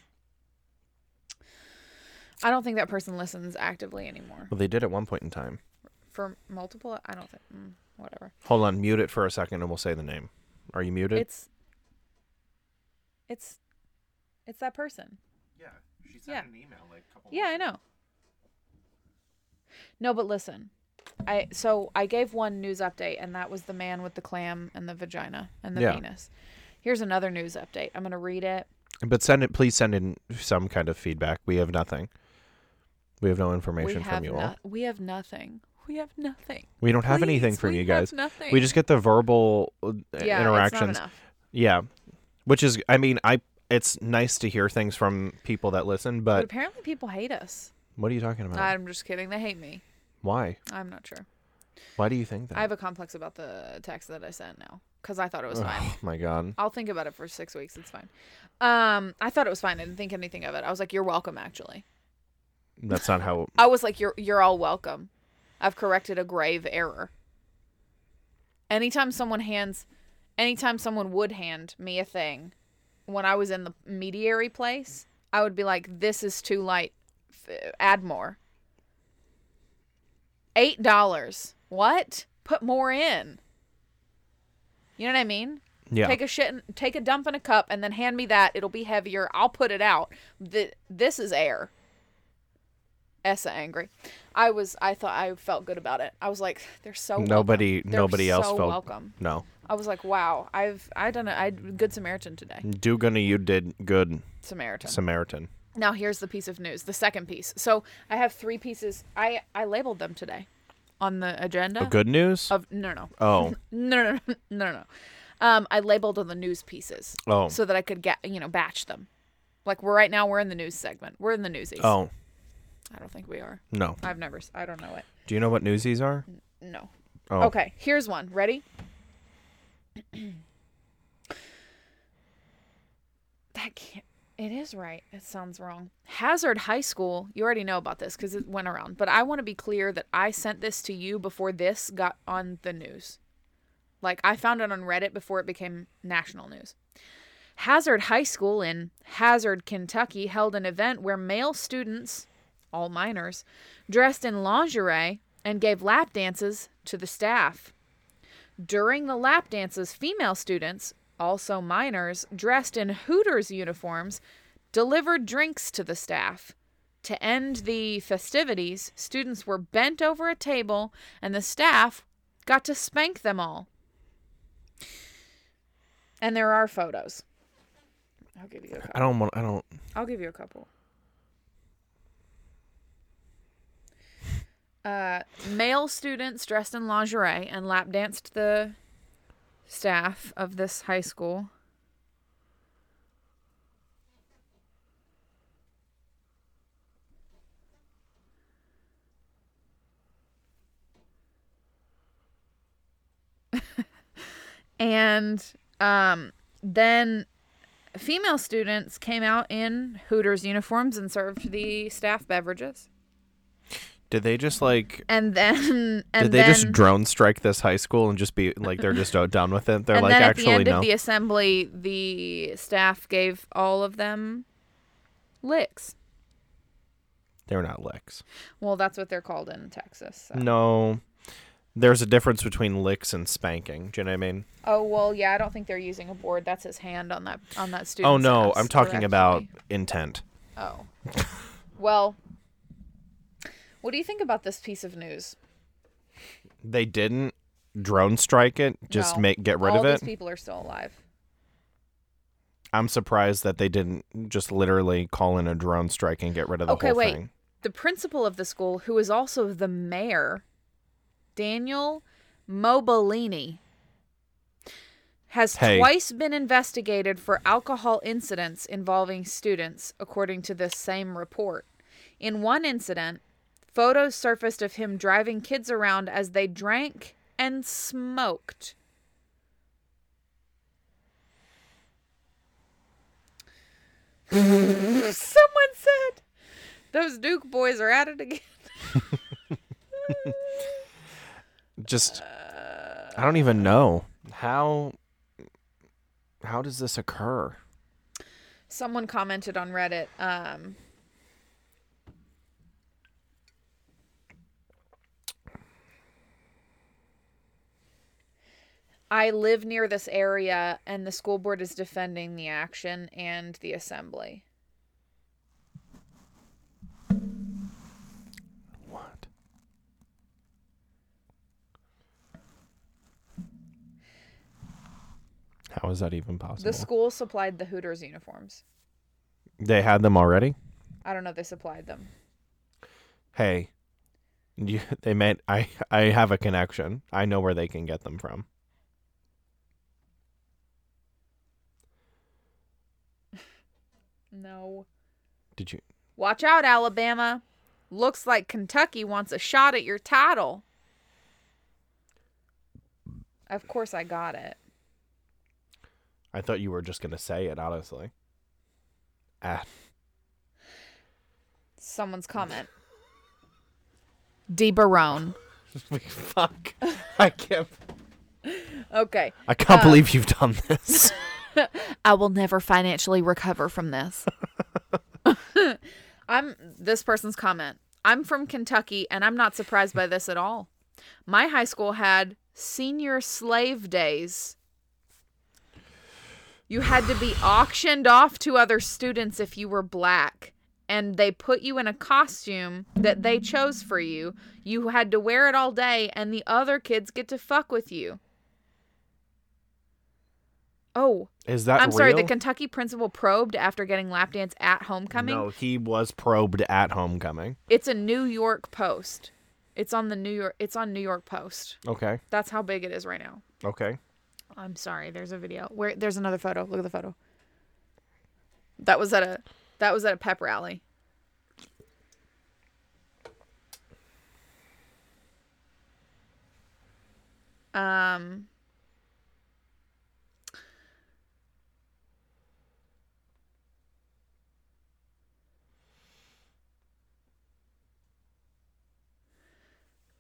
S2: I don't think that person listens actively anymore.
S6: Well, they did at one point in time.
S2: For multiple, I don't think. Mm, whatever.
S6: Hold on, mute it for a second, and we'll say the name. Are you muted?
S2: It's. It's. It's that person.
S4: Yeah, she sent
S2: Yeah.
S4: an email like a couple.
S2: Yeah, I know. No, but listen. I so I gave one news update and that was the man with the clam and the vagina and the
S6: Yeah.
S2: penis. Here's another news update. I'm going to read it.
S6: but send it. Please send in some kind of feedback. We have nothing. We have no
S2: We
S6: information
S2: have,
S6: from you all.
S2: no- we have nothing. We have nothing.
S6: We don't have anything
S2: Please,
S6: from
S2: we
S6: you
S2: have
S6: guys. We
S2: nothing.
S6: just get the verbal uh,
S2: Yeah,
S6: interactions.
S2: It's not enough.
S6: Yeah. Which is I mean, I it's nice to hear things from people that listen,
S2: But,
S6: but
S2: apparently people hate us.
S6: what are you talking about?
S2: I'm just kidding. They hate me.
S6: Why?
S2: I'm not sure.
S6: Why do you think that?
S2: I have a complex about the text that I sent now cuz I thought it was fine.
S6: oh my god.
S2: I'll think about it for 6 weeks. It's fine. Um I thought it was fine. I didn't think anything of it. I was like you're welcome actually.
S6: That's not how
S2: I was like, "You're you're all welcome. I've corrected a grave error." Anytime someone hands, anytime someone would hand me a thing, when I was in the mediary place, I would be like, "This is too light. F- add more." Eight dollars. What? Put more in. You know what I mean?
S6: Yeah.
S2: Take a shit, and, take a dump in a cup, and then hand me that. It'll be heavier. I'll put it out. Th- this is air. Essa angry. I was. I thought I felt good about it. I was like, they're so welcome.
S6: nobody
S2: They're
S6: nobody else
S2: so
S6: felt
S2: welcome.
S6: No.
S2: I was like, wow. I've I done a I good Samaritan today.
S6: Do gonna you did good
S2: Samaritan.
S6: Samaritan.
S2: now here's the piece of news. The second piece. So I have three pieces. I I labeled them today, on the agenda.
S6: Oh, good news?
S2: Of no no *laughs*
S6: oh.
S2: no no no no no. Um, I labeled on the news pieces.
S6: Oh.
S2: So that I could get you know batch them. Like we're right now we're in the news segment. We're in the newsies.
S6: Oh.
S2: I don't think we are.
S6: No.
S2: I've never. s- I don't know it.
S6: Do you know what newsies are?
S2: No.
S6: Oh.
S2: Okay, here's one. Ready? *clears throat* that can't. It is right. It sounds wrong. Hazard High School. You already know about this because it went around. But I want to be clear that I sent this to you before this got on the news. Like I found it on Reddit before it became national news. Hazard High School in Hazard, Kentucky held an event where male students, all minors, dressed in lingerie and gave lap dances to the staff. During the lap dances, female students, also minors, dressed in Hooters uniforms, delivered drinks to the staff. To end the festivities, students were bent over a table and the staff got to spank them all. And there are photos. I'll give you a
S6: I don't want I don't
S2: I'll give you a couple. Uh, male students dressed in lingerie and lap danced the staff of this high school. *laughs* and um, then female students came out in Hooters uniforms and served the staff beverages.
S6: Did they just like?
S2: And then, *laughs* and
S6: did they
S2: then,
S6: just drone strike this high school and just be like they're just uh, done with it? They're
S2: and
S6: like
S2: then at the
S6: actually
S2: end
S6: no.
S2: of the assembly, the staff gave all of them licks.
S6: They're not licks.
S2: Well, that's what they're called in Texas. so.
S6: No, there's a difference between licks and spanking. Do you know what I mean?
S2: Oh well, yeah. I don't think they're using a board. That's his hand on that on that student.
S6: oh no, I'm talking about intent.
S2: Oh. Well, what do you think about this piece of news?
S6: They didn't drone strike it. Just
S2: No.
S6: make get rid
S2: all
S6: of it.
S2: These people are still alive.
S6: I'm surprised that they didn't just literally call in a drone strike and get rid of the
S2: okay,
S6: whole
S2: wait.
S6: thing.
S2: The principal of the school, who is also the mayor, Daniel Mobilini, has
S6: Hey.
S2: twice been investigated for alcohol incidents involving students, according to this same report. In one incident, photos surfaced of him driving kids around as they drank and smoked. Someone said, Those Duke boys are at it again.
S6: Just I don't even know how how does this occur?
S2: someone commented on Reddit. Um, I live near this area, and the school board is defending the action and the assembly.
S6: What? How is that even possible?
S2: The school supplied the Hooters uniforms.
S6: they had them already.
S2: I don't know if they supplied them.
S6: Hey, you, *laughs* they meant I. I have a connection. I know where they can get them from.
S2: No.
S6: Did you?
S2: Watch out, Alabama. Looks like Kentucky wants a shot at your title. Of course, I got it.
S6: I thought you were just gonna say it. Honestly. Ah,
S2: someone's comment. DeBarone.
S6: *laughs* fuck! I can't.
S2: Okay.
S6: I can't
S2: Uh,
S6: believe you've done
S2: *laughs*
S6: this.
S2: I will never financially recover from this. I'm this person's comment. I'm from Kentucky and I'm not surprised by this at all. My high school had senior slave days. You had to be auctioned off to other students if you were black. And they put you in a costume that they chose for you. You had to wear it all day, and the other kids get to fuck with you. Oh,
S6: Is that?
S2: I'm sorry, the
S6: real?
S2: Kentucky principal probed after getting lap dance at homecoming.
S6: No, he was probed at homecoming.
S2: It's a New York Post. It's on the New York it's on New York Post.
S6: Okay.
S2: That's how big it is right now.
S6: Okay.
S2: I'm sorry, there's a video. Where there's another photo. Look at the photo. That was at a that was at a pep rally. Um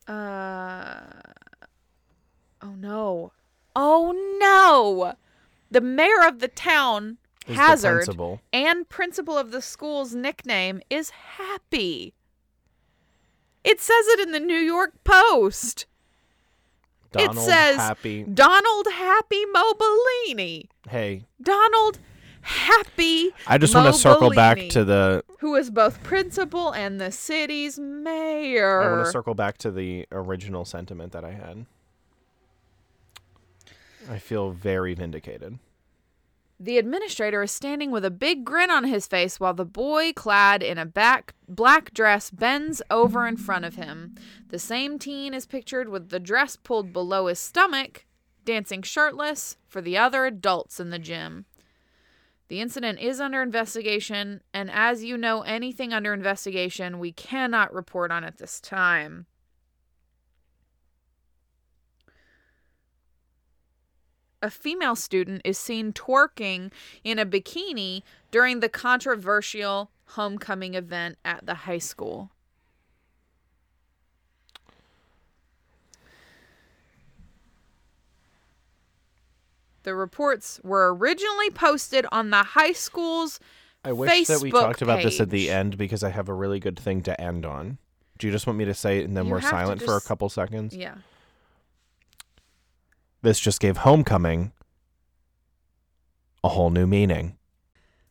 S2: Uh oh no. Oh no. The mayor of the town
S6: Is the
S2: Hazard
S6: principal.
S2: and principal of the school's nickname is Happy. It says it in the New York Post.
S6: Donald
S2: it says
S6: Happy.
S2: Donald Happy Mobilini.
S6: Hey,
S2: Donald Happy
S6: I just want to circle back to the.
S2: who is both principal and the city's mayor.
S6: I want to circle back to the original sentiment that I had. I feel very vindicated.
S2: The administrator is standing with a big grin on his face while the boy clad in a back black dress bends over in front of him. The same teen is pictured with the dress pulled below his stomach, dancing shirtless for the other adults in the gym. The incident is under investigation, and as you know, anything under investigation, we cannot report on at this time. A female student is seen twerking in a bikini during the controversial homecoming event at the high school. The reports were originally posted on the high school's
S6: I wish that we
S2: Facebook
S6: talked about this at the
S2: page.
S6: end because I have a really good thing to end on. Do you just want me to say it and then
S2: You
S6: we're
S2: have to
S6: silent for a
S2: just-
S6: couple seconds?
S2: yeah.
S6: This just gave homecoming a whole new meaning.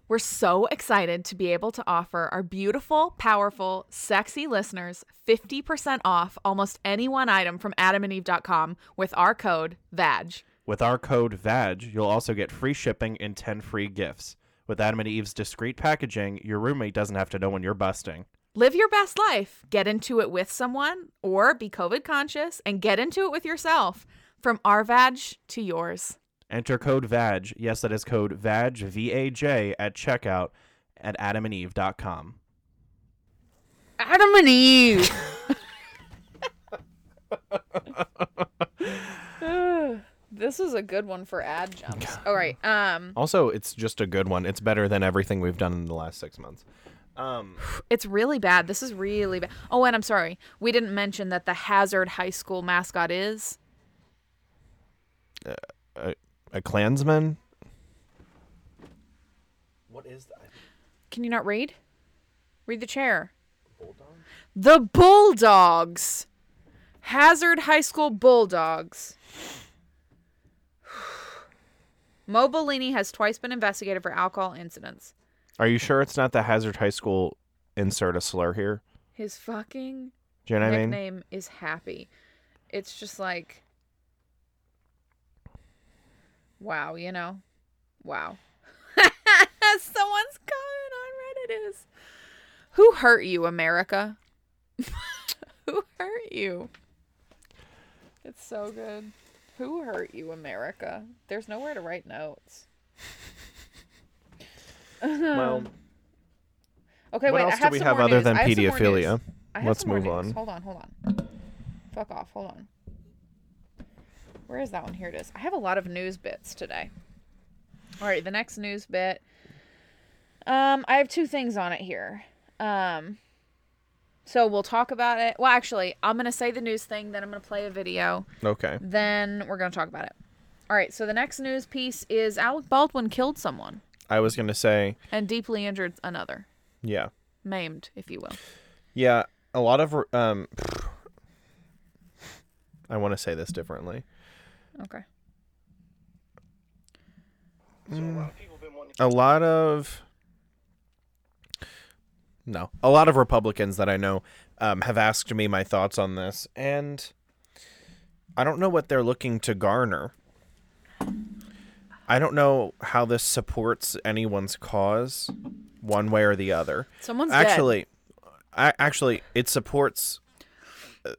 S2: We're so excited to be able to offer our beautiful, powerful, sexy listeners 50% off almost any one item from adamandeve.com with our code VAG.
S6: With our code VAG, you'll also get free shipping and 10 free gifts. With Adam and Eve's discreet packaging, your roommate doesn't have to know when you're busting.
S2: Live your best life, get into it with someone, or be COVID conscious and get into it with yourself. From our VAG to yours.
S6: Enter code VAG. Yes, that is code VAG, V A J, at checkout at adamandeve.com.
S2: Adam and *laughs* Eve! *sighs* this is a good one for ad jumps. All right. Um,
S6: Also, it's just a good one. It's better than everything we've done in the last six months. Um,
S2: It's really bad. This is really bad. Oh, and I'm sorry. We didn't mention that the Hazard High School mascot is.
S6: a Klansman? What is that?
S2: Can you not read? Read the chair. The Bulldogs. Hazard High School Bulldogs. *sighs* Mo Bellini has twice been investigated for alcohol incidents.
S6: Are you sure it's not the Hazard High School insert a slur here?
S2: His fucking
S6: Do you know what I mean?
S2: nickname is Happy. It's just like, wow, you know, wow. *laughs* Someone's comment on Reddit is, who hurt you, America? *laughs* who hurt you? It's so good. Who hurt you, America? There's nowhere to write notes.
S6: Well,
S2: Okay,
S6: What
S2: wait.
S6: else
S2: I
S6: do
S2: have
S6: we
S2: some
S6: have
S2: more
S6: other
S2: news.
S6: than
S2: I have some more
S6: pedophilia?
S2: news. I have
S6: Let's
S2: some more
S6: move
S2: news.
S6: on.
S2: Hold on, hold on. Fuck off. Hold on. Where is that one? Here it is. I have a lot of news bits today. All right, the next news bit. Um, I have two things on it here. Um, so we'll talk about it. Well, actually, I'm gonna say the news thing, then I'm gonna play a video,
S6: okay.
S2: then we're gonna talk about it. All right. So the next news piece is Alec Baldwin killed someone
S6: I was going to say,
S2: and deeply injured another,
S6: yeah.
S2: maimed, if you will.
S6: Yeah, a lot of um *sighs* I want to say this differently.
S2: Okay.
S6: A lot of No, a lot of Republicans that I know um have asked me my thoughts on this and I don't know what they're looking to garner. I don't know how this supports anyone's cause one way or the other.
S2: Someone's
S6: actually I, actually it supports uh,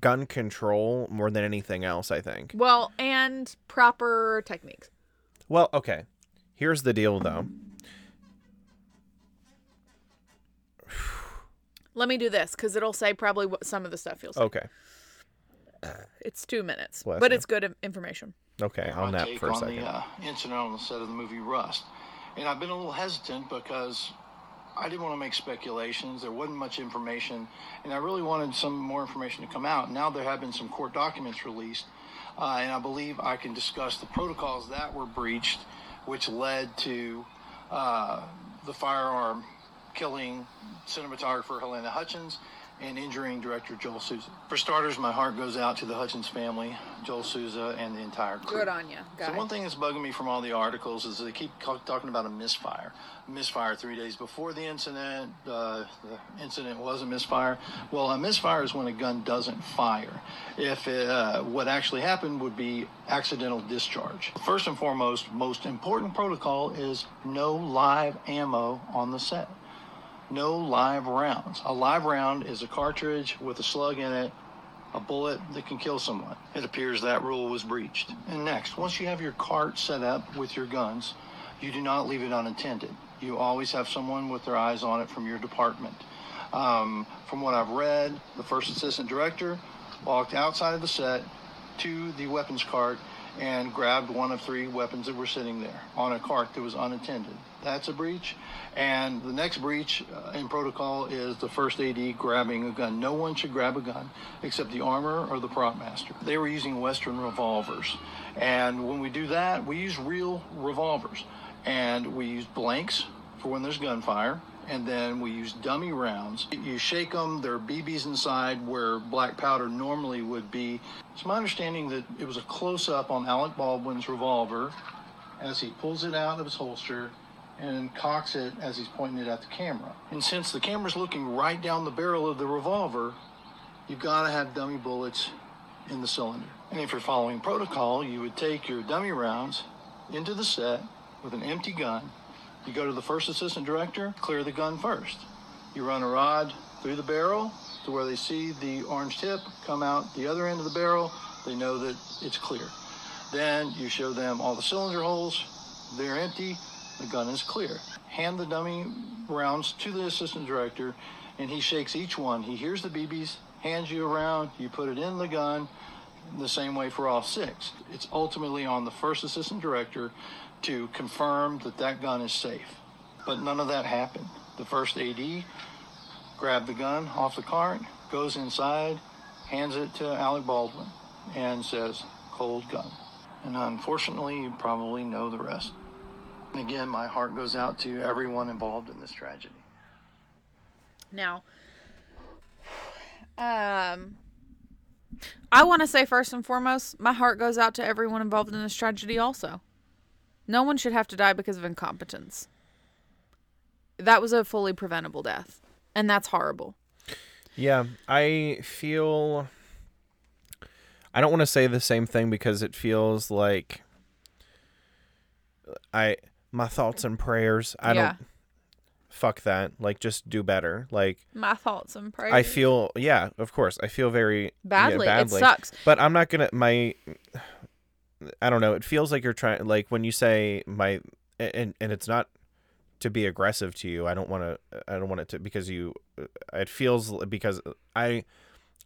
S6: gun control more than anything else i think
S2: Well, and proper techniques.
S6: well okay here's the deal though
S2: Let me do this because it'll say probably what some of the stuff you'll say.
S6: okay
S2: It's two minutes,
S6: Oh. Bless
S2: but
S6: you.
S2: it's good in- information.
S6: okay i'll
S10: my
S6: nap
S10: take
S6: for a
S10: on
S6: second
S10: the uh, incident on the set of the movie Rust. And I've been a little hesitant because I didn't want to make speculations. There wasn't much information, and I really wanted some more information to come out. Now there have been some court documents released, uh, and I believe I can discuss the protocols that were breached, which led to uh, the firearm killing cinematographer Helena Hutchins and injuring director Joel Souza. For starters, my heart goes out to the Hutchins family, Joel Souza, and the entire crew.
S2: Good on you,
S10: So
S2: guys.
S10: one thing that's bugging me from all the articles is they keep ca- talking about a misfire. Misfire three days before the incident. Uh, the incident was a misfire. Well, a misfire is when a gun doesn't fire. If it, uh, what actually happened would be accidental discharge. First and foremost, most important protocol is no live ammo on the set no live rounds. A live round is a cartridge with a slug in it a bullet that can kill someone. It appears that rule was breached. And next, once you have your cart set up with your guns, you do not leave it unattended. You always have someone with their eyes on it from your department. Um, from what I've read, the first assistant director walked outside of the set to the weapons cart and grabbed one of three weapons that were sitting there on a cart that was unattended. That's a breach. And the next breach uh, in protocol is the first AD grabbing a gun. No one should grab a gun except the armorer or the prop master. They were using Western revolvers. And when we do that, we use real revolvers. And we use blanks for when there's gunfire. And then we use dummy rounds. You shake them, there are BBs inside where black powder normally would be. It's my understanding that it was a close up on Alec Baldwin's revolver as he pulls it out of his holster and cocks it as he's pointing it at the camera. And since the camera's looking right down the barrel of the revolver, you've got to have dummy bullets in the cylinder. And if you're following protocol, you would take your dummy rounds into the set with an empty gun. You go to the first assistant director, clear the gun first. You run a rod through the barrel to where they see the orange tip come out the other end of the barrel. They know that it's clear. Then you show them all the cylinder holes. They're empty. The gun is clear. Hand the dummy rounds to the assistant director, and he shakes each one. He hears the BBs, hands you around. You put it in the gun. The same way for all six. It's ultimately on the first assistant director to confirm that that gun is safe. But none of that happened. The first AD grabbed the gun off the cart, goes inside, hands it to Alec Baldwin, and says, cold gun. And unfortunately, you probably know the rest. And again, my heart goes out to everyone involved in this tragedy.
S2: Now, um, I want to say first and foremost, my heart goes out to everyone involved in this tragedy. Also, no one should have to die because of incompetence. That was a fully preventable death, and that's horrible.
S6: Yeah, I feel. I don't want to say the same thing because it feels like I my thoughts and prayers. I
S2: Yeah.
S6: don't fuck that. Like just do better. Like
S2: My thoughts and prayers.
S6: I feel yeah, of course. I feel very yeah,
S2: Badly. It sucks.
S6: But I'm not gonna my I don't know, it feels like you're trying like when you say my and and it's not to be aggressive to you. I don't want to I don't want it to because you uh, it feels because I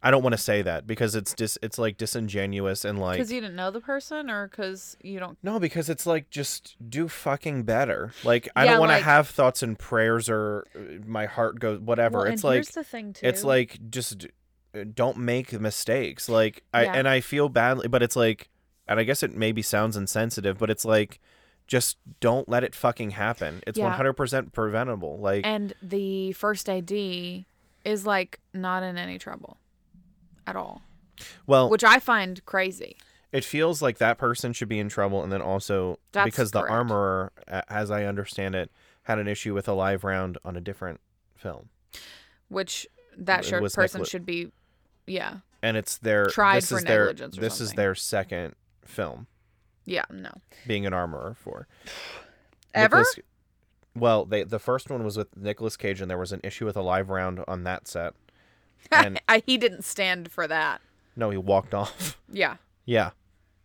S6: I don't want to say that because it's dis it's like disingenuous and like
S2: because you didn't know the person, or because you don't.
S6: no, because it's like just do fucking better. Like I
S2: Yeah,
S6: don't want
S2: like-
S6: to have thoughts and prayers or uh, my heart goes whatever.
S2: Well, and
S6: it's like
S2: here's the thing,
S6: It's
S2: too.
S6: like just d- uh, don't make mistakes. Like I
S2: Yeah.
S6: and I feel badly, but it's like, and I guess it maybe sounds insensitive, but it's like just don't let it fucking happen. It's
S2: Yeah.
S6: one hundred percent preventable. Like
S2: and the first AD is like not in any trouble at all,
S6: well,
S2: which I find crazy.
S6: it feels like that person should be in trouble and then also
S2: That's
S6: because the
S2: correct.
S6: armorer a- as i understand it had an issue with a live round on a different film
S2: Which that
S6: It
S2: shirt
S6: was
S2: person
S6: negli-
S2: should be, yeah,
S6: and it's their
S2: Tried
S6: this
S2: for
S6: is their
S2: negligence or
S6: this is
S2: something.
S6: their second film
S2: yeah, no,
S6: being an armorer for
S2: ever.
S6: Nicolas- well they the first one was with Nicolas Cage and there was an issue with a live round on that set and
S2: I, *laughs* he didn't stand for that.
S6: no he walked *laughs* off
S2: Yeah,
S6: yeah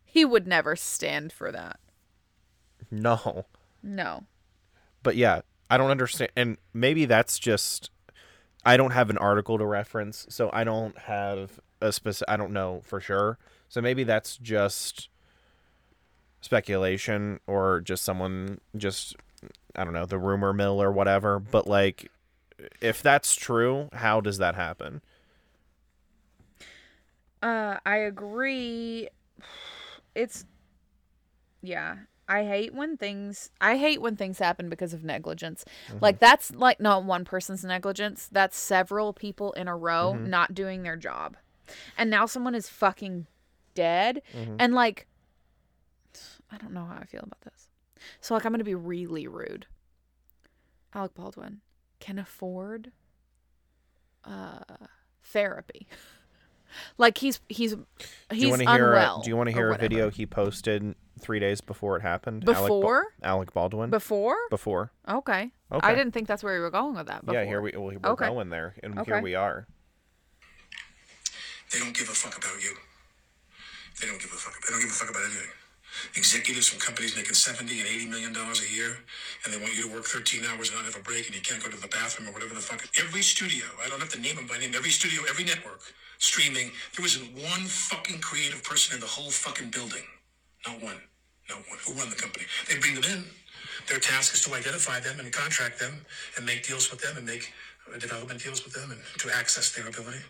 S2: he would never stand for that.
S6: no
S2: No,
S6: but yeah i don't understand and maybe that's just i don't have an article to reference so i don't have a specific i don't know for sure so maybe that's just speculation or just someone just i don't know the rumor mill or whatever but like if that's true how does that happen
S2: Uh, I agree. It's yeah. I hate when things I hate when things happen because of negligence.
S6: Mm-hmm.
S2: Like that's like not one person's negligence. That's several people in a row
S6: Mm-hmm.
S2: not doing their job. And now someone is fucking dead
S6: Mm-hmm.
S2: and like I don't know how I feel about this. So like I'm going to be really rude. Alec Baldwin can afford uh therapy. *laughs* Like he's he's
S6: do you
S2: he's
S6: want to hear
S2: unwell.
S6: a, do you want
S2: or
S6: to hear a
S2: whatever.
S6: video he posted 3 days before it happened Alec Ba-
S2: Before?
S6: Alec, Baldwin
S2: before?
S6: before
S2: Okay. I
S6: Okay.
S2: didn't think that's where we were going with that. Before.
S6: yeah here we we're
S2: Okay.
S6: going there and
S2: Okay.
S6: here we are
S11: They don't give a fuck about you. They don't give a fuck. They don't give a fuck about anything. Executives from companies making 70 and 80 million dollars a year, and they want you to work 13 hours and not have a break, and you can't go to the bathroom or whatever the fuck. Every studio, I don't have to name them by name, every studio, every network, streaming, there isn't one fucking creative person in the whole fucking building. Not one. Not one. Who run the company? They bring them in. Their task is to identify them and contract them and make deals with them and make uh, development deals with them and to access their ability,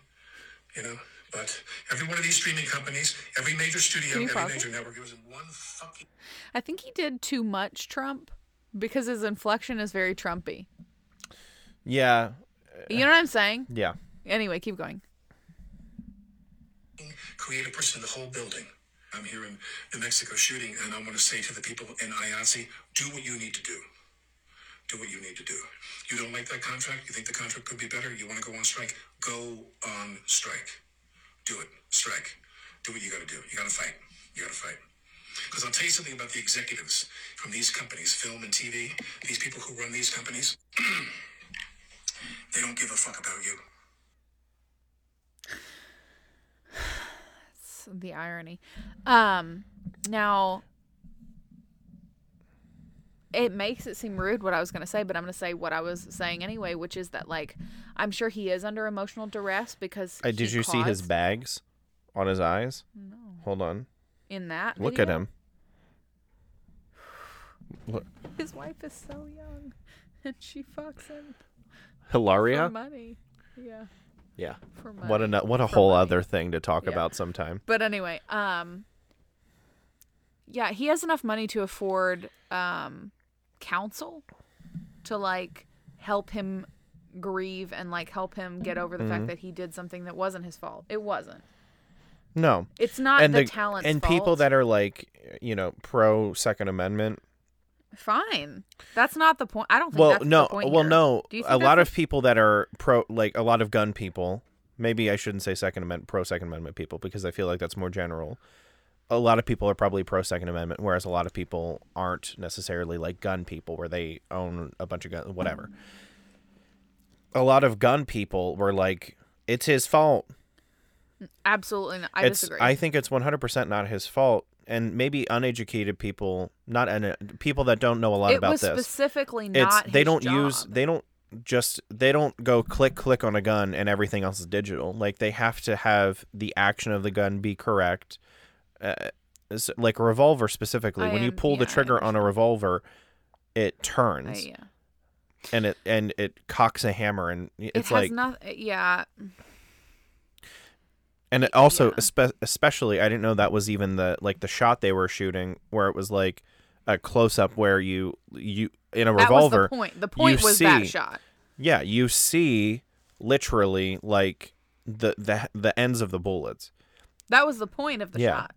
S11: you know? But every one of these streaming companies, every major studio,
S2: Can you
S11: every
S2: pause
S11: major
S2: it?
S11: network, it was in one fucking.
S2: I think he did too much Trump because his inflection is very Trumpy.
S6: Yeah.
S2: You know what I'm saying?
S6: Yeah.
S2: Anyway, keep going.
S11: creative person in the whole building. I'm here in New Mexico shooting, and I want to say to the people in IATSE, do what you need to do. Do what you need to do. You don't like that contract? You think the contract could be better? You want to go on strike? Go on strike. Do it. Strike. Do what you got to do. You got to fight. You got to fight. Because I'll tell you something about the executives from these companies, film and TV, these people who run these companies, *clears throat* they don't give a fuck about you.
S2: It's the irony. Um, now it makes it seem rude what I was going to say, but I'm going to say what I was saying anyway, which is that like I'm sure he is under emotional duress because
S6: I, Uh, did
S2: he
S6: you see his
S2: caused-
S6: bags on his eyes?
S2: No.
S6: Hold on.
S2: in that
S6: Look at
S2: video?
S6: him. Look.
S2: His wife is so young, *laughs* and she fucks him for
S6: Hilaria?
S2: money. Yeah.
S6: Yeah.
S2: For
S6: What
S2: money.
S6: a what a
S2: For
S6: whole
S2: money.
S6: other thing to talk
S2: Yeah.
S6: about sometime.
S2: But anyway, um yeah, he has enough money to afford um counsel to like help him grieve and like help him get over the
S6: Mhm.
S2: fact that he did something that wasn't his fault. It wasn't.
S6: No,
S2: It's not the talent's
S6: and people
S2: fault.
S6: that are like you know pro Second Amendment.
S2: Fine. That's not the point. I don't think
S6: Well,
S2: that's
S6: no,
S2: the point.
S6: well,
S2: here.
S6: no.
S2: Do you
S6: A
S2: think
S6: lot
S2: that's
S6: of people that are pro, like a lot of gun people. Maybe I shouldn't say Second Amendment pro Second Amendment people because I feel like that's more general. A lot of people are probably pro Second Amendment, whereas a lot of people aren't necessarily like gun people, where they own a bunch of guns, whatever. A lot of gun people were like, "It's his fault.
S2: absolutely not. I
S6: it's,
S2: disagree.
S6: I think it's 100% not his fault. And maybe uneducated people, not un- people that don't know a lot
S2: It
S6: about
S2: was
S6: this.
S2: specifically
S6: it's,
S2: not
S6: they
S2: his
S6: don't use they don't just they don't go click click on a gun and everything else is digital. Like they have to have the action of the gun be correct. Uh, it's like a revolver specifically,
S2: I
S6: when you
S2: am-
S6: pull the
S2: yeah, I
S6: trigger on a revolver, it
S2: I-
S6: turns
S2: Uh, yeah.
S6: and it and it cocks a hammer and
S2: It
S6: it's
S2: has
S6: like
S2: nothing yeah.
S6: and it also espe- especially i didn't know that was even the like the shot they were shooting where it was like a close up where you you in
S2: That
S6: a
S2: was the
S6: revolver
S2: point. The
S6: you
S2: point was that
S6: see-
S2: shot.
S6: yeah you see literally like the the the ends of the bullets
S2: That was the point of the
S6: Yeah.
S2: shot.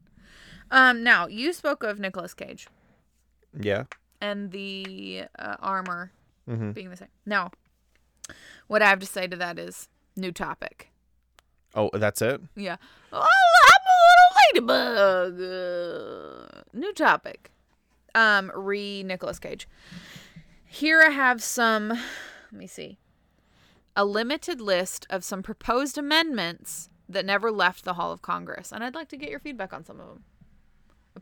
S2: Um, now you spoke of Nicolas Cage
S6: yeah
S2: and the uh, armor
S6: Mhm.
S2: being the same. Now, what I have to say to that is new topic.
S6: oh that's it
S2: Yeah. Oh, I'm a little ladybug. Uh, new topic. Um, re Nicolas Cage. Here I have some. Let me see. A limited list of some proposed amendments that never left the Hall of Congress, and I'd like to get your feedback on some of them.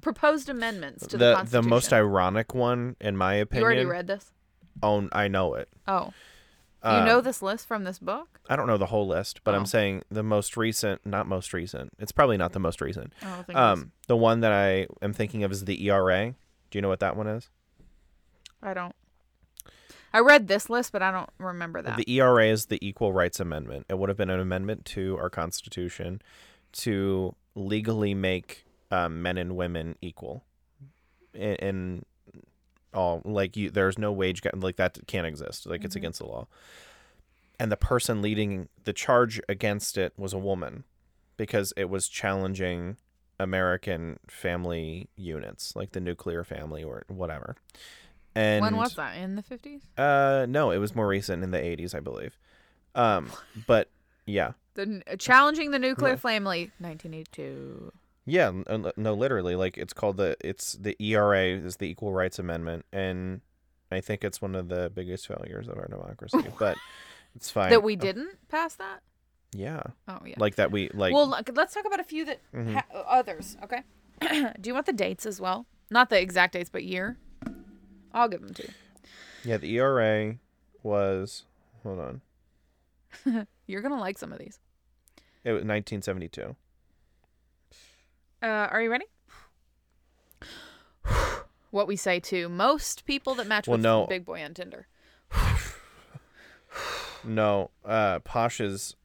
S2: Proposed amendments to the,
S6: the the
S2: Constitution.
S6: most ironic one in my
S2: You
S6: opinion
S2: already read this.
S6: oh i know it
S2: Oh, you know
S6: Um,
S2: this list from this book.
S6: I don't know the whole list, but
S2: Oh.
S6: I'm saying the most recent, not most recent. It's probably not the most recent.
S2: I don't think it is.
S6: um, the one that I am thinking of is the ERA. Do you know what that one is?
S2: I don't. I read this list, but I don't remember that.
S6: The ERA is the Equal Rights Amendment. It would have been an amendment to our Constitution to legally make um, men and women equal. In, in all, like you, there's no wage gap. Like that can't exist. Like it's
S12: Mhm.
S6: against the law. And the person leading the charge against it was a woman, because it was challenging American family units, like the nuclear family or whatever. And
S2: when was that? In the fifties?
S6: uh, no, it was more recent in the '80s, I believe.
S2: *laughs*
S6: Um, but yeah,
S2: The n- uh, challenging the nuclear
S6: Yeah.
S2: family, 1982.
S6: yeah, n- n- no, literally, like it's called the it's the ERA is the Equal Rights Amendment, and I
S2: *laughs*
S6: think it's one of the biggest failures of our democracy. but it's fine
S2: That we didn't pass that.
S6: Yeah.
S2: Oh yeah.
S1: Like that we like.
S2: well, look, let's talk about a few that
S6: Mm-hmm.
S1: Mhm.
S2: ha- uh, others. Okay. *clears throat* Do you want the dates as well? Not the exact dates, but year. I'll give them to
S6: Yeah, the ERA was hold on.
S2: you. You're gonna like some of these.
S6: It was 1972.
S2: Uh, are you ready? *sighs* what we say to most people that match
S6: Well,
S2: with
S6: no.
S2: Big Boy on Tinder.
S6: No, uh Posh is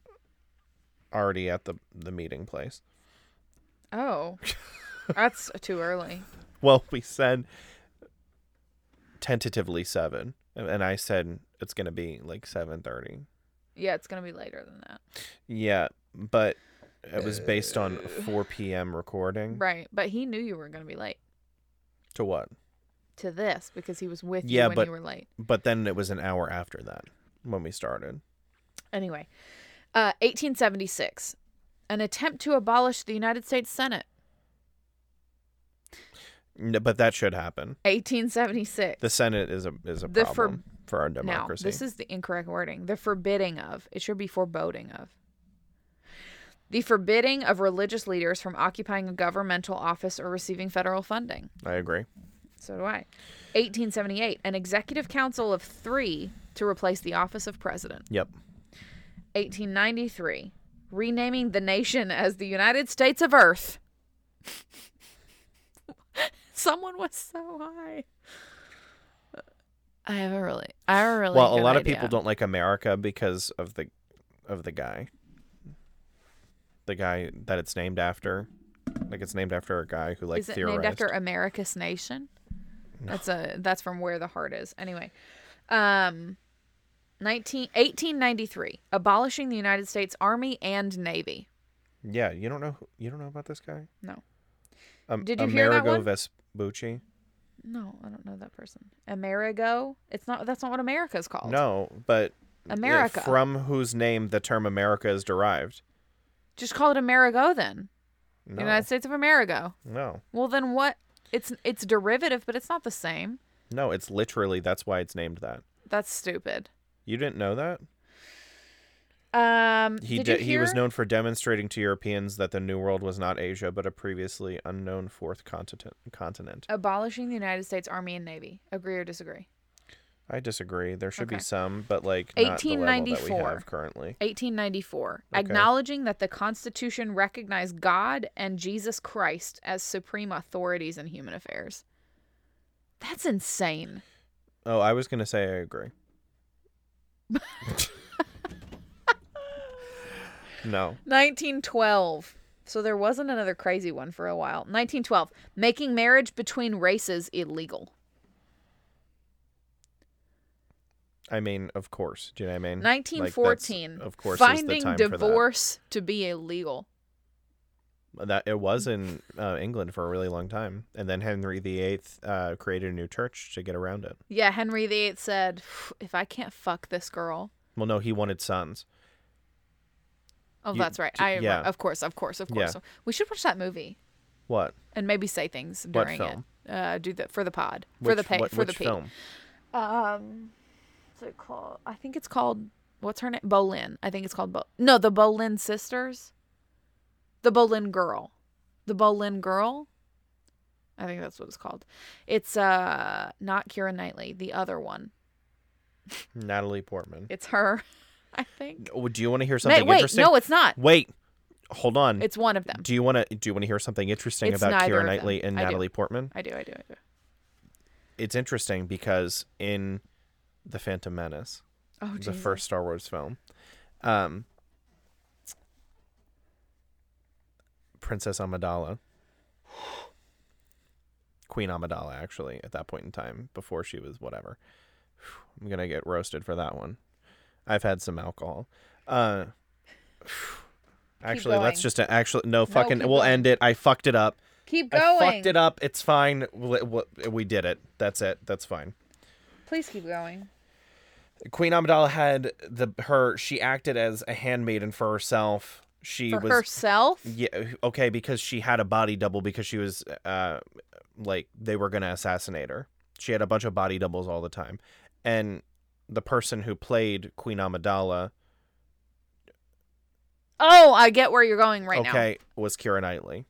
S6: already at the the meeting place.
S2: Oh, *laughs* that's too early.
S6: *laughs* Well, we said tentatively 7 and- and I said it's going to be like 7:30.
S2: Yeah, it's gonna be later than that.
S6: Yeah, but it was based on 4 p.m. recording.
S2: Uh, Right, but he knew you were gonna be late
S6: To what?
S2: to this because he was with
S6: yeah,
S2: you when
S6: but
S2: you were late.
S6: but then it was an hour after that when we started.
S2: Anyway, uh, 1876, an attempt to abolish the United States Senate.
S6: No, but that should happen.
S2: 1876.
S6: The Senate is a is a
S2: The for-
S6: problem for, our
S2: now,
S6: democracy.
S2: this is the incorrect wording. The forbidding of. It should be foreboding of. The forbidding of religious leaders from occupying a governmental office or receiving federal funding.
S6: I agree.
S2: So do I. 1878, an executive council of three to replace the office of president.
S6: Yep.
S2: 1893, renaming the nation as the United States of Earth. *laughs* Someone was so high. I have a really, I have a really.
S6: well, a
S2: good
S6: lot of
S2: idea.
S6: people don't like America because of the of the guy. The guy that it's named after. Like it's named after a guy who like
S2: Is it
S6: theorized.
S2: named after America's nation? That's a that's from where the heart is. Anyway, um, 19, 1893, abolishing the United States Army and Navy.
S6: yeah, you don't know who, you don't know about this guy?
S2: No.
S6: Um,
S2: Did you
S6: Amerigo
S2: hear that one?
S6: Vespucci?
S2: No, I don't know that person. Amerigo. It's not. That's not what America's called.
S6: No, but yeah,
S2: America.
S6: from whose name the term America is derived.
S2: Just call it Amerigo then.
S6: No.
S2: United States of Amerigo.
S6: No.
S2: Well, then what? It's it's derivative, but it's not the same.
S6: No, it's literally that's why it's named that.
S2: That's stupid.
S6: You didn't know that?
S2: Um,
S6: He
S2: did,
S6: de-
S2: you
S6: he was
S2: hear-
S6: known for demonstrating to Europeans that the New World was not Asia, but a previously unknown fourth continent. Continent.
S2: abolishing the United States Army and Navy. Agree or disagree?
S6: I disagree. There should
S2: Okay.
S6: be some, but like not the level that we
S2: 1894.
S6: have currently.
S2: 1894,
S6: Okay.
S2: acknowledging that the Constitution recognized God and Jesus Christ as supreme authorities in human affairs. That's insane.
S6: Oh, I was gonna say I
S2: *laughs*
S6: agree. no.
S2: 1912. So there wasn't another crazy one for a while. 1912, making marriage between races illegal.
S6: I mean, of course. Do you know what I mean? Like, that's-
S2: 1914,
S6: of course, is the
S2: finding
S6: time for that.
S2: divorce to be illegal.
S6: that it was in uh, England for a really long time, and then Henry VIII uh, created a new church to get around it.
S2: Yeah, Henry VIII said, "If I can't fuck this girl,
S6: Well, no, he wanted sons.
S2: oh,
S6: You-
S2: that's right.
S6: t-
S2: I
S6: yeah.
S2: of course, of course, of
S6: Yeah.
S2: course. We should watch that movie
S6: What?
S2: and maybe say things
S6: What
S2: during
S6: film?
S2: it. Uh, do that for the pod, for
S6: Which-
S2: the pay,
S6: what-
S2: for the
S6: which
S2: pee.
S6: film?
S2: Um, what's it called? I think it's called what's her name? Bolin. I think it's called Bo. No, the Bolin sisters. The Bolin girl. The Bolin girl. I think that's what it's called. It's uh not Kira Knightley, the other one.
S6: Natalie Portman.
S2: It's her, *laughs* I think.
S6: Oh, do you want to hear something
S2: wait,
S6: interesting?
S2: no, it's not.
S6: Wait, hold on.
S2: It's one of them.
S6: Do you want to? Do you want to hear something interesting
S2: It's
S6: about
S2: neither of them.
S6: Keira Knightley and
S2: I do.
S6: Natalie Portman?
S2: I do, I do, I do.
S6: It's interesting because in the Phantom Menace,
S2: Oh,
S6: the
S2: Jesus.
S6: first Star Wars film, um, Princess Amidala, Queen Amidala, actually, at that point in time, before she was whatever. I'm gonna get roasted for that one. I've had some alcohol. Uh, actually, let's
S1: going.
S6: just actually no fucking.
S1: keep
S6: we'll
S1: going.
S6: end it. I fucked it up.
S2: Keep
S6: I
S2: going.
S6: fucked it up. It's fine. We, we- we did it. That's it. That's fine.
S2: Please keep going.
S6: Queen Amidala had the her. She acted as a handmaiden for herself. She
S2: For
S6: was
S2: herself?
S6: Yeah. Okay, because she had a body double because she was uh, like they were gonna assassinate her. She had a bunch of body doubles all the time, and the person who played Queen Amidala
S2: Oh, I get where you're going right now.
S6: okay, was Kira Knightley.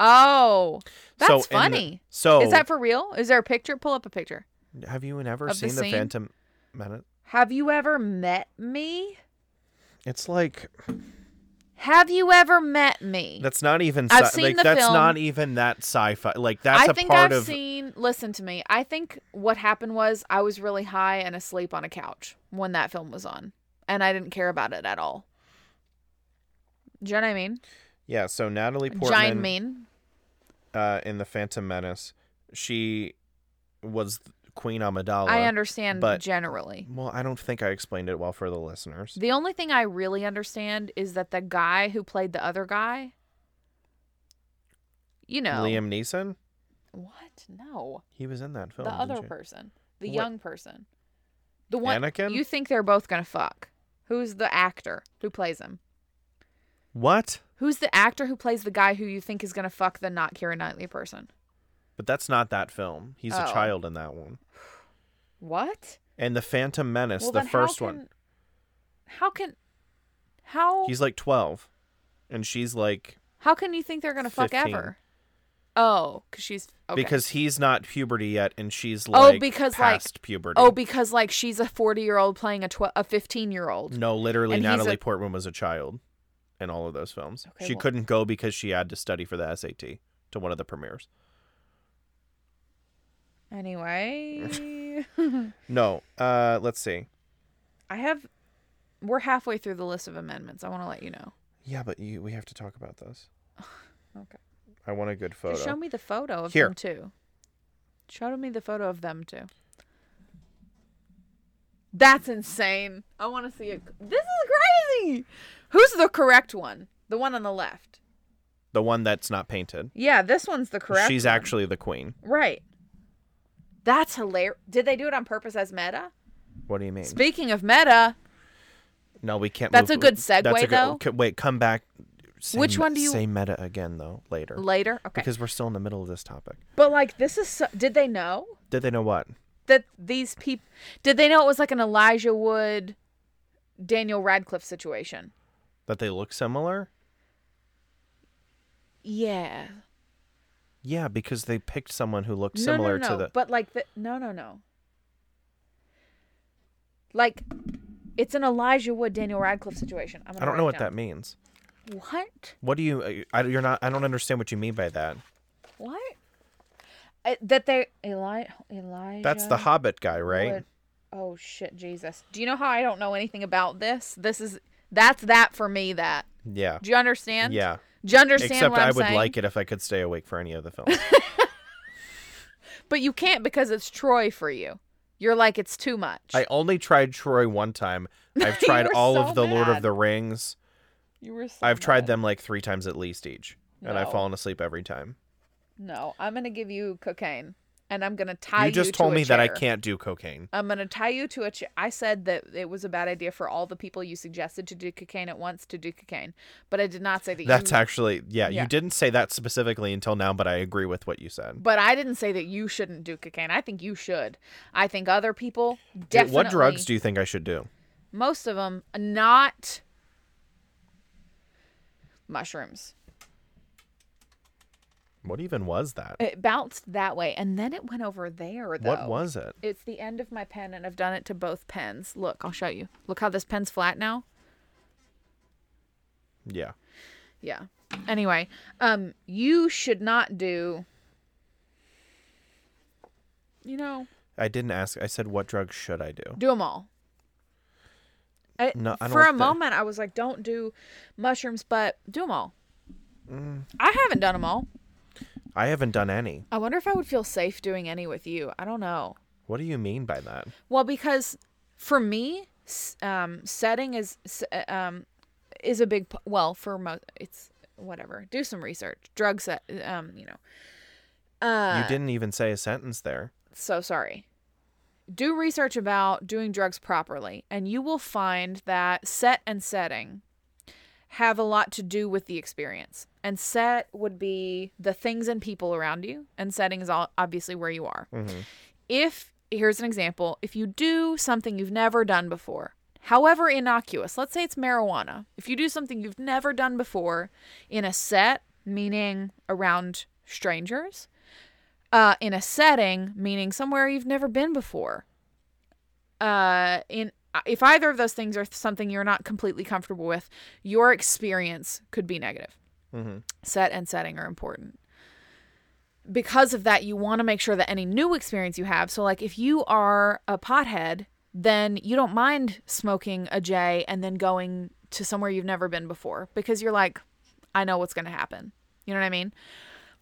S2: Oh, that's
S6: So, in the-
S2: funny.
S6: so-
S2: is that for real? Is there a picture? Pull up a picture.
S6: Have you ever
S2: Of the
S6: seen the,
S2: scene?
S6: Phantom Menace?
S2: Have you ever met me?
S6: It's like
S2: Have you ever met me?
S6: that's not even.
S2: I've
S6: sci-
S2: seen
S6: like
S2: the
S6: that's
S2: film.
S6: not even that sci-fi. Like that's
S2: I
S6: a
S2: think
S6: part
S2: I've
S6: of.
S2: seen. Listen to me. I think what happened was I was really high and asleep on a couch when that film was on, and I didn't care about it at all. Do you know what I mean?
S6: Yeah, so Natalie Portman.
S2: Giant mean.
S6: uh, in the Phantom Menace, she was th- Queen Amidala.
S2: I understand
S6: but
S2: generally.
S6: well, I don't think I explained it well for the listeners.
S2: The only thing I really understand is that the guy who played the other guy, you know,
S6: Liam Neeson,
S2: what? No,
S6: he was in that film.
S2: the
S6: didn't
S2: other
S6: you?
S2: person, the
S6: What?
S2: young person, the one
S6: Anakin?
S2: you think they're both gonna fuck. Who's the actor who plays him?
S6: What?
S2: Who's the actor who plays the guy who you think is gonna fuck the not Kira Knightley person?
S6: But that's not that film. He's a
S2: Oh.
S6: child in that one.
S2: What?
S6: And the Phantom Menace,
S2: Well,
S6: the
S2: then how
S6: first one,
S2: can- How can, how
S6: he's like twelve, and she's like
S2: how can you think they're gonna fuck
S6: 15.
S2: ever? Oh, because she's okay.
S6: because he's not puberty yet, and she's like
S2: oh because
S6: past
S2: like
S6: puberty.
S2: oh because like she's a 40 year old playing a tw- a 15 year old
S6: No, literally,
S2: And he's
S6: Natalie
S2: a-
S6: Portman was a child in all of those films.
S2: Okay,
S6: she
S2: well-
S6: couldn't go because she had to study for the SAT to one of the premieres. *laughs*
S2: anyway *laughs*
S6: No, uh, let's see.
S2: i have we're halfway through the list of amendments i want to let you know
S6: Yeah, but you, we have to talk about this.
S2: *laughs* okay
S6: I want a good photo.
S2: just show me the photo of
S6: Here.
S2: them too show me the photo of them too that's insane i want to see it this is crazy who's the correct one the one on the left
S6: the one that's not painted.
S2: yeah this one's the correct
S6: She's
S2: one.
S6: actually the queen.
S2: right that's hilarious did they do it on purpose as meta
S6: What do you mean?
S2: Speaking of meta,
S6: no, we can't.
S2: That's
S6: move-
S2: a good
S6: that's
S2: segue,
S6: a good-
S2: though.
S6: c- Wait, come back. Say
S2: Which
S6: me-
S2: one do you-
S6: say meta again though later?
S2: Later? Okay.
S6: Because we're still in the middle of this topic.
S2: but like this is so, did they know
S6: Did they know what?
S2: that these people did they know it was like an Elijah Wood, Daniel Radcliffe situation?
S6: That they look similar?
S2: Yeah.
S6: Yeah, because they picked someone who looked
S2: No,
S6: similar
S2: no, no,
S6: to the.
S2: But like the no no no. Like, it's an Elijah Wood Daniel Radcliffe situation. I'm gonna
S6: I don't know what
S2: write
S6: that
S2: it
S6: means.
S2: down. What?
S6: What do you? uh, I, you're not. I don't understand what you mean by that.
S2: What? Uh, that they Eli Elijah.
S6: That's the Hobbit guy, right?
S2: Wood- Oh shit, Jesus! Do you know how I don't know anything about this? This is that's that for me. That
S6: Yeah.
S2: do you understand?
S6: Yeah.
S2: Do you understand
S6: Except
S2: what I'm
S6: I would
S2: saying?
S6: like it if I could stay awake for
S2: *laughs*
S6: any of the films.
S2: But you can't because it's Troy for you. You're like it's too much.
S6: I only tried Troy
S2: *laughs*
S6: one time. I've
S2: You
S6: tried
S2: were
S6: all
S2: so
S6: of the Lord
S2: bad.
S6: of the Rings.
S2: You were. So
S6: I've tried them like three times at least each, and I've
S2: No.
S6: fallen asleep every time.
S2: No, I'm gonna give you cocaine, and I'm gonna tie you.
S6: you just
S2: to
S6: told
S2: a
S6: me that I
S2: chair.
S6: can't do cocaine.
S2: I'm gonna tie you to a chair. I said that it was a bad idea for all the people you suggested to do cocaine at once to do cocaine, but I did not say that.
S6: That's
S2: you,
S6: actually yeah,
S2: Yeah.
S6: You didn't say that specifically until now, but I agree with what you said.
S2: But I didn't say that you shouldn't do cocaine. I think you should. I think other people
S6: Dude,
S2: definitely.
S6: what drugs do you think I should do?
S2: Most of them not mushrooms.
S6: What even was that?
S2: It bounced that way, and then it went over there. Though.
S6: What was it?
S2: It's the end of my pen, and I've done it to both pens. Look, I'll show you. Look how this pen's flat now.
S6: Yeah.
S2: Yeah. Anyway, um, you should not do. You know,
S6: I didn't ask. I said, what drugs should I do?
S2: do them all. I,
S6: No, I don't
S2: for a
S6: thi-
S2: moment, I was like, "Don't do mushrooms," but do them all.
S6: Mm,
S2: I haven't done them all.
S6: I haven't done any.
S2: I wonder if I would feel safe doing any with you. I don't know.
S6: What do you mean by that?
S2: Well, because for me, s- um, setting is s- uh, um, is a big p- well for most. It's whatever. Do some research. Drug set. Um, you know. Uh,
S6: you didn't even say a sentence there.
S2: So sorry. Do research about doing drugs properly, and you will find that set and setting have a lot to do with the experience. And set would be the things and people around you, and setting is all obviously where you are.
S13: Mhm.
S2: If here's an example, if you do something you've never done before, however innocuous, let's say it's marijuana. If you do something you've never done before in a set, meaning around strangers, uh, in a setting, meaning somewhere you've never been before, uh, in if either of those things are something you're not completely comfortable with, your experience could be negative.
S6: Mm-hmm.
S2: Set and setting are important. Because of that, you want to make sure that any new experience you have. So, like if you are a pothead, then you don't mind smoking a J and then going to somewhere you've never been before because you're like, I know what's going to happen. You know what I mean?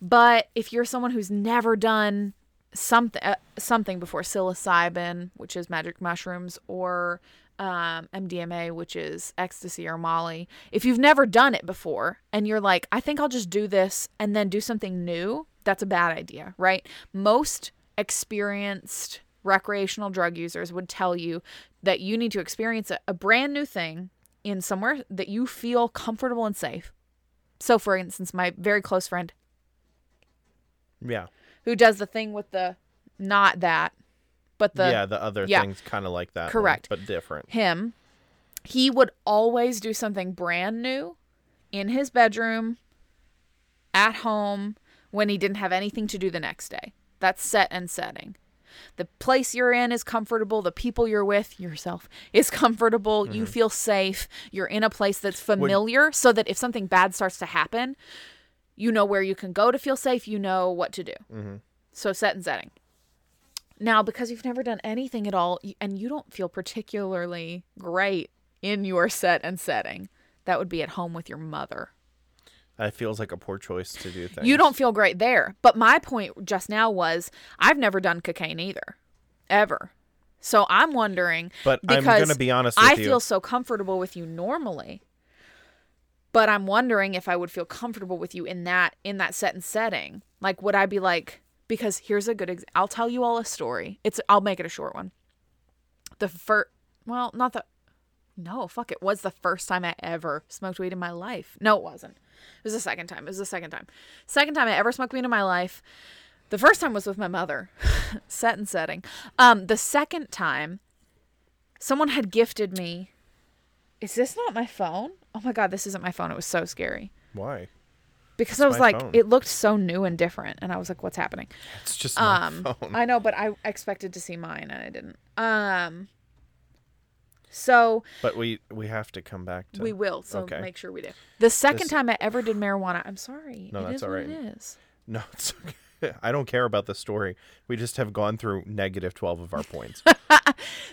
S2: But if you're someone who's never done something uh, something before psilocybin, which is magic mushrooms, or um, MDMA, which is ecstasy or Molly. If you've never done it before and you're like, I think I'll just do this and then do something new, that's a bad idea, right? Most experienced recreational drug users would tell you that you need to experience a, a brand new thing in somewhere that you feel comfortable and safe. So, for instance, my very close friend
S6: Yeah.
S2: who does the thing with the not that, but the
S6: yeah, the other
S2: yeah.
S6: thing's kind of like that. one,
S2: Correct.
S6: but different.
S2: him, he would always do something brand new in his bedroom, at home, when he didn't have anything to do the next day. That's set and setting. The place you're in is comfortable. The people you're with, yourself, is comfortable. You
S14: Mhm.
S6: Mm-hmm.
S2: feel safe. You're in a place that's familiar so that if something bad starts to happen, you know where you can go to feel safe. You know what to do.
S6: Mm-hmm.
S2: So set and setting. Now, because you've never done anything at all y- and you don't feel particularly great in your set and setting, that would be at home with your mother.
S6: That feels like a poor choice to do things.
S2: You don't feel great there. But my point just now was I've never done cocaine either, ever. So I'm wondering.
S6: But I'm
S2: because
S6: gonna be honest
S2: I
S6: with you.
S2: feel so comfortable with you normally, but I'm wondering if I would feel comfortable with you in that in that set and setting. Like, would I be like? Because here's a good. Ex- I'll tell you all a story. It's. I'll make it a short one. The first. Well, not the. No, fuck. It was the first time I ever smoked weed in my life. No, it wasn't. It was the second time. It was the second time. Second time I ever smoked weed in my life. The first time was with my mother, set and setting. Um, the second time, someone had gifted me. Is this not my phone? Oh my god, this isn't my phone. It was so scary
S6: Why?
S2: because
S6: It's
S2: I was
S6: my
S2: like,
S6: phone.
S2: it looked so new and different, and I was like, what's happening?
S6: It's just my
S2: Um,
S6: *laughs* phone.
S2: I know, but I expected to see mine, and I didn't. Um, so
S6: But we we have to come back to.
S2: we will. So
S6: okay.
S2: make sure we do. The second
S6: This-
S2: time I ever did marijuana, I'm sorry.
S6: No,
S2: It
S6: that's
S2: is
S6: all
S2: what
S6: right.
S2: It is.
S6: *laughs* No, it's okay. I don't care about the story. We just have gone through negative twelve of our
S2: *laughs*
S6: points,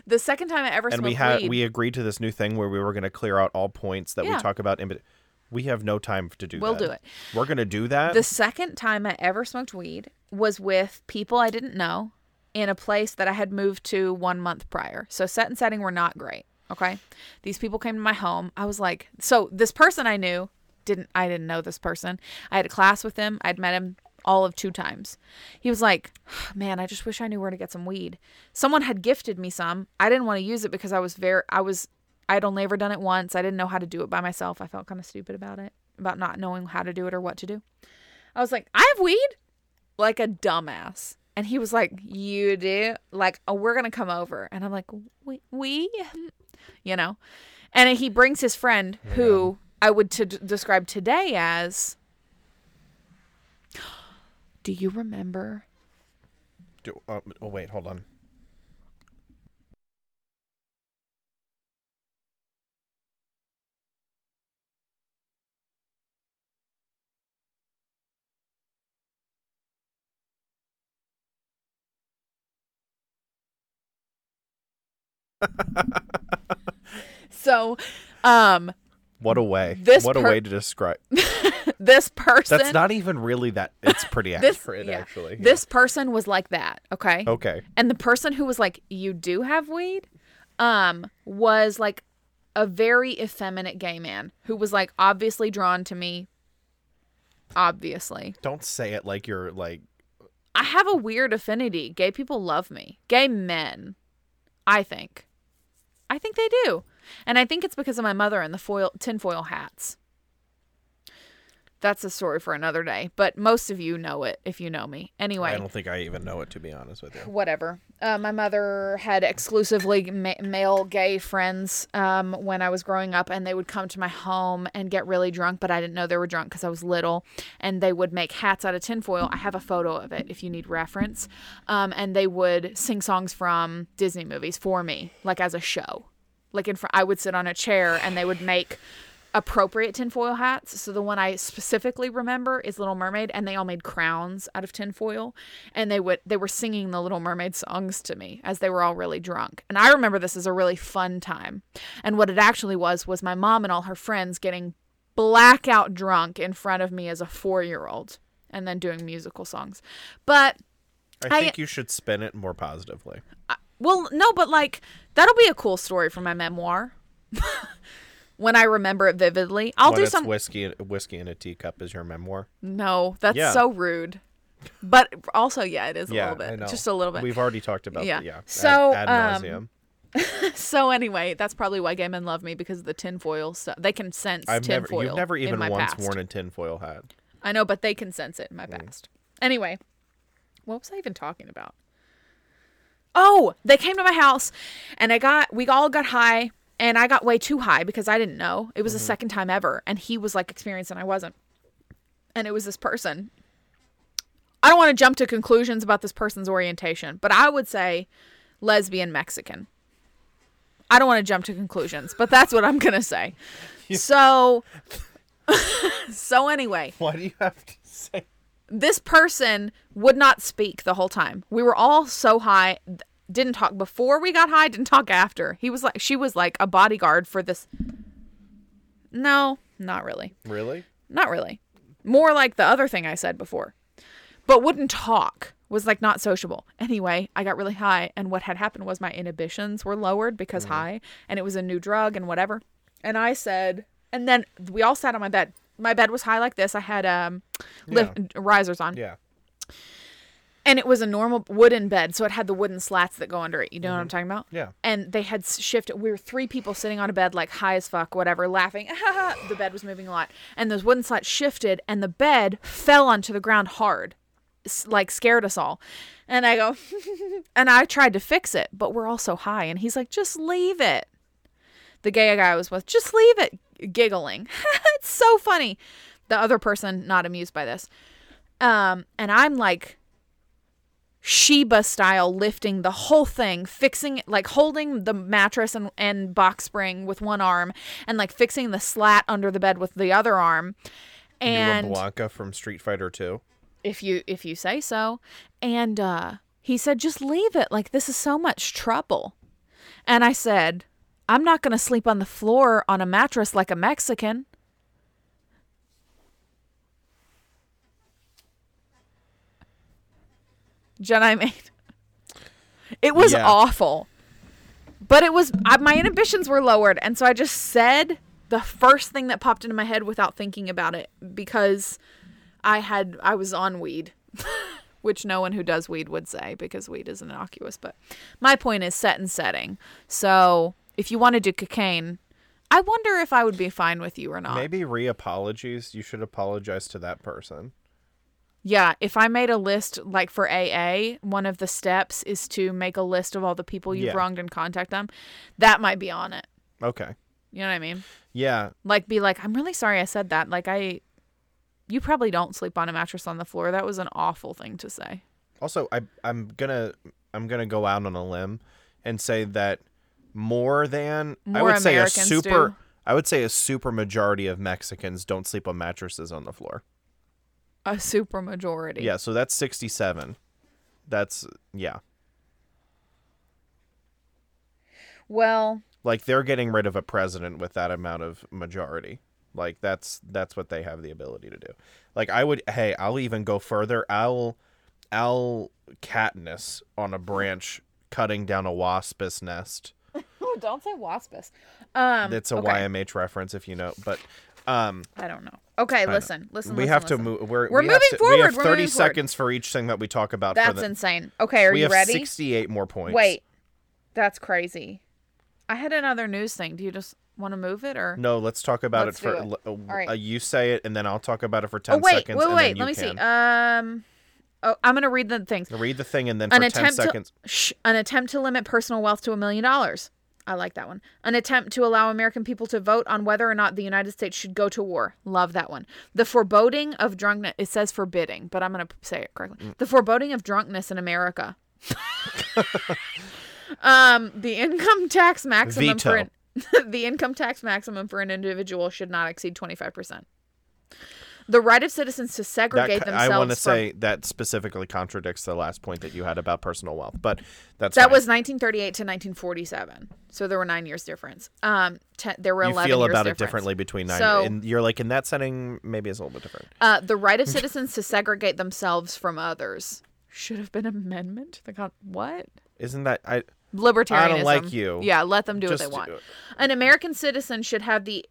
S2: The second time I ever
S6: and
S2: smoked
S6: we had
S2: weed,
S6: we agreed to this new thing where we were going to clear out all points that
S2: Yeah.
S6: we talk about. In, bet- we have no time to do.
S2: We'll
S6: that.
S2: do it.
S6: We're going to do that.
S2: The second time I ever smoked weed was with people I didn't know in a place that I had moved to one month prior. So set and setting were not great. Okay. These people came to my home. I was like, so this person I knew didn't I didn't know this person. I had a class with him. I'd met him all of two times. He was like, *sighs* "Man, I just wish I knew where to get some weed." Someone had gifted me some. I didn't want to use it because I was very I was I'd only ever done it once. I didn't know how to do it by myself. I felt kind of stupid about it, about not knowing how to do it or what to do. I was like, I have weed? Like a dumbass. And he was like, You do? Like, oh, we're going to come over. And I'm like, We? we? you know? And he brings his friend who I would to describe today as. *gasps* Do you remember?
S6: Do, uh, oh wait, hold on.
S2: So, um,
S6: What a way!
S2: This
S6: what a
S2: per-
S6: way to describe.
S2: *laughs* this person.
S6: That's not even really that. It's pretty
S2: *laughs* This-
S6: accurate,
S2: yeah.
S6: actually.
S2: This person was like that, okay?
S6: Okay.
S2: And the person who was like, "You do have weed," um, was like a very effeminate gay man who was like obviously drawn to me. Obviously,
S6: Don't say it like you're like.
S2: I have a weird affinity. Gay people love me. Gay men, I think. I think they do, and I think it's because of my mother and the foil tinfoil hats. That's a story for another day, but most of you know it if you know me. Anyway,
S6: I don't think I even know it to be honest with you.
S2: whatever. Uh, my mother had exclusively ma- male gay friends um, when I was growing up, and they would come to my home and get really drunk, but I didn't know they were drunk because I was little. And they would make hats out of tinfoil. I have a photo of it if you need reference. Um, and they would sing songs from Disney movies for me, like as a show. Like in front, I would sit on a chair, and they would make appropriate tinfoil hats. So the one I specifically remember is Little Mermaid, and they all made crowns out of tinfoil, and they would they were singing the Little Mermaid songs to me as they were all really drunk. And I remember this as a really fun time. And what it actually was was my mom and all her friends getting blackout drunk in front of me as a four year old, and then doing musical songs. But
S6: I think you should spin it more positively.
S2: well, no, but like that'll be a cool story for my memoir. *laughs* when I remember it vividly, I'll
S6: What
S2: do
S6: if
S2: some
S6: whiskey whiskey in a teacup is your memoir.
S2: No, that's
S6: Yeah.
S2: so rude. But also, yeah, it is a
S6: yeah,
S2: little
S6: I
S2: bit,
S6: know.
S2: just a little bit.
S6: We've already talked about
S2: yeah.
S6: that. Yeah. ad-
S2: So,
S6: ad
S2: um,
S6: nauseam.
S2: so anyway, that's probably why gay men love me because of the tinfoil stuff. They can sense
S6: I've never
S2: tinfoil.
S6: you've never
S2: in
S6: even
S2: my
S6: once
S2: past.
S6: worn a tinfoil hat. *laughs*
S2: I know, but they can sense it in my past. Anyway, what was I even talking about? Oh, they came to my house and I got we all got high and I got way too high because I didn't know. It was the
S14: Mhm.
S2: second time ever and he was like experienced and I wasn't. And it was this person. I don't want to jump to conclusions about this person's orientation, but I would say lesbian Mexican. I don't want to jump to conclusions, but that's what I'm going to say. So *laughs* so anyway,
S6: why do you have to say *laughs*
S2: this person would not speak the whole time. We were all so high, th- didn't talk before we got high, didn't talk after. He was like, she was like a bodyguard for this. No, not really.
S6: Really?
S2: Not really. More like the other thing I said before, but wouldn't talk. Was like not sociable. Anyway, I got really high, and what had happened was my inhibitions were lowered because high, and it was a new drug and whatever. And I said, and then we all sat on my bed. My bed was high like this. I had um, lift, risers on.
S6: Yeah.
S2: And it was a normal wooden bed, so it had the wooden slats that go under it. You know what I'm talking about?
S6: Yeah.
S2: And they had s- shifted. We were three people sitting on a bed, like high as fuck, whatever, laughing. *laughs* the bed was moving a lot, and those wooden slats shifted, and the bed fell onto the ground hard, s- like scared us all. And I go, *laughs* and I tried to fix it, but we're all so high, and he's like, "Just leave it." the gay guy I was with, just leave it, giggling. it's so funny. The other person not amused by this. Um, and I'm like Sheba style lifting the whole thing, fixing it, like holding the mattress and, and box spring with one arm and like fixing the slat under the bed with the other arm.
S6: you
S2: And
S6: were Blanca from Street Fighter 2.
S2: if you if you say so and uh he said just leave it like this is so much trouble and i said i'm not going to sleep on the floor on a mattress like a mexican Jen, I made. It was
S14: Yeah.
S2: awful, but it was I, my inhibitions were lowered, and so I just said the first thing that popped into my head without thinking about it because I had I was on weed, *laughs* which no one who does weed would say because weed is innocuous. But my point is set and setting. So if you want to do cocaine, I wonder if I would be fine with you or not.
S6: Maybe re-apologies. You should apologize to that person.
S2: Yeah, if I made a list like for AA, one of the steps is to make a list of all the people you've
S6: Yeah.
S2: wronged and contact them. That might be on it.
S6: Okay.
S2: You know what I mean?
S6: Yeah.
S2: Like be like, "I'm really sorry I said that." Like I you probably don't sleep on a mattress on the floor. That was an awful thing to say.
S6: Also, I I'm gonna I'm gonna go out on a limb and say that more than I
S2: More
S6: would say a
S2: Americans
S6: super
S2: do.
S6: I would say a super majority of Mexicans don't sleep on mattresses on the floor.
S2: A supermajority.
S6: Yeah, so that's 67. That's yeah.
S2: Well,
S6: Like they're getting rid of a president with that amount of majority. Like that's that's what they have the ability to do. Like I would hey, I'll even go further. I'll I'll Katniss on a branch cutting down a wasp's nest.
S2: *laughs* don't say waspus. Um
S6: That's a
S2: okay.
S6: YMH reference if you know, but um
S2: I don't know. Okay,
S6: I know.
S2: listen. Listen.
S6: We
S2: listen,
S6: have to
S2: listen.
S6: move. We're,
S2: We're
S6: we
S2: moving
S6: have to-
S2: forward.
S6: We have
S2: We're
S6: 30
S2: moving forward.
S6: seconds for each thing that we talk about. for
S2: That's
S6: the-
S2: insane. Okay, are
S6: we
S2: you
S6: have
S2: ready?
S6: 68 more points.
S2: Wait, that's crazy. I had another news thing. Do you just want to move it or
S6: No, let's talk about
S2: Let's
S6: it for.
S2: do it.
S6: l- uh,
S2: All right.
S6: uh, you say it, and then I'll talk about it for ten
S2: Oh wait,
S6: seconds.
S2: wait,
S6: and
S2: wait.
S6: then
S2: Let me
S6: you
S2: see. Um, oh, I'm gonna read the thing.
S6: can. Read the thing, and then
S2: an
S6: for ten
S2: attempt
S6: seconds.
S2: to shh, an attempt to limit personal wealth to a million dollars. I like that one. An attempt to allow American people to vote on whether or not the United States should go to war. Love that one. The foreboding of drunkenness. It says forbidding, but I'm gonna say it correctly. The foreboding of drunkenness in America. *laughs* um, the income tax maximum for an, *laughs* the income tax maximum for an individual should not exceed twenty five percent. The right of citizens to
S6: That
S2: segregate
S6: co-
S2: themselves.
S6: I want to
S2: from-
S6: say that specifically contradicts the last point that you had about personal wealth, but that's
S2: that
S6: fine.
S2: was 1938 to 1947, so there were nine years difference. Um, te- there were
S6: you
S2: 11
S6: feel
S2: years
S6: about
S2: difference.
S6: it differently between nine.
S2: So-
S6: and you're like in that setting, maybe it's a little bit different.
S2: Uh, the right
S6: *laughs*
S2: of citizens to segregate themselves from others should have been amendment. to The con- what?
S6: Isn't that I?
S2: Libertarianism.
S6: I don't like you.
S2: Yeah, let them do
S6: Just-
S2: what they want. An American citizen should have the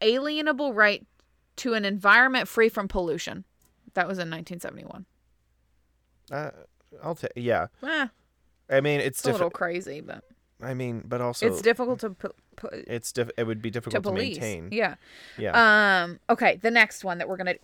S2: alienable right to an environment free from pollution. That was in 1971.
S6: Uh, I'll take. Yeah.
S2: Eh,
S6: I mean, it's,
S2: it's a little
S6: difficult.
S2: crazy, but
S6: I mean, but also
S2: it's difficult to put. put
S6: It's diff- it would be difficult to,
S2: police.
S6: maintain.
S2: Yeah.
S6: Yeah.
S2: Um. Okay. The next one that we're gonna.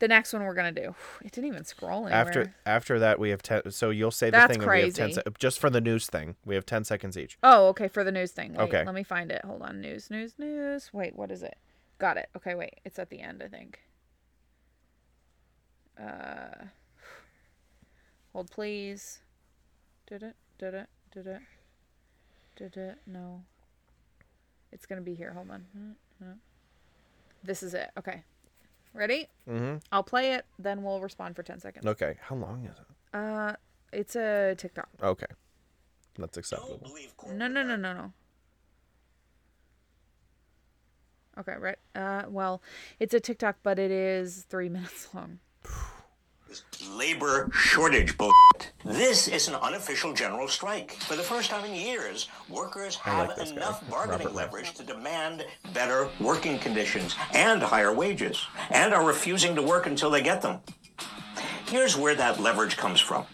S2: The next one we're gonna do. *sighs* It didn't even scroll anywhere.
S6: after after that, we have ten. So you'll say the
S2: That's
S6: thing, and we have ten.
S2: crazy.
S6: Se- just for the news thing, we have ten seconds each.
S2: Oh, okay. For the news thing. Wait,
S6: Okay.
S2: Let me find it. Hold on. News. News. News. Wait. What is it? Got it. Okay. Wait. It's at the end. I think. Uh. *sighs* Hold please. Did it? Did it? Did it? Did it? No. It's gonna be here. Hold on. Hmm, This is it. Okay. Ready?
S6: Mm-hmm.
S2: I'll play it, then we'll respond for 10 seconds.
S6: Okay. How long is it?
S2: Uh, it's a TikTok.
S6: Okay. That's acceptable.
S2: No, no, no, no, no. Okay, right. Uh, well, it's a TikTok, but it is three *laughs* minutes long.
S10: labor shortage bull. This is an unofficial general strike. For the first time in years, workers
S15: I like
S10: have
S15: this guy,
S10: enough bargaining
S15: Robert Ray.
S10: leverage to demand better working conditions and higher wages, and are refusing to work until they get them. Here's where that leverage comes from.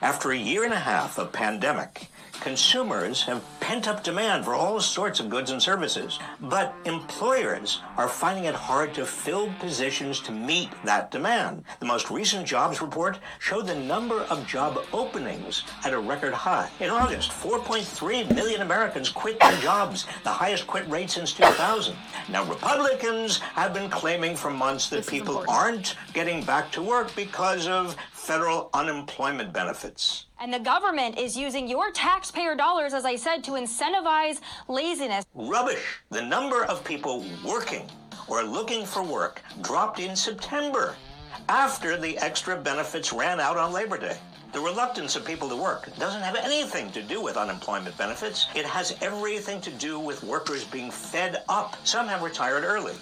S10: After a year and a half of pandemic, consumers have pent up demand for all sorts of goods and services, but employers are finding it hard to fill positions to meet that demand. The most recent jobs report showed the number of job openings at a record high. In August, 4.3 million Americans quit their jobs, the highest quit rate since 2000. Now, Republicans have been claiming for months that people aren't getting back to work because of federal unemployment benefits.
S11: And the government is using your taxpayer dollars, as I said, to incentivize laziness.
S10: Rubbish. The number of people working or looking for work dropped in September after the extra benefits ran out on Labor Day. The reluctance of people to work doesn't have anything to do with unemployment benefits. It has everything to do with workers being fed up. Some have retired early.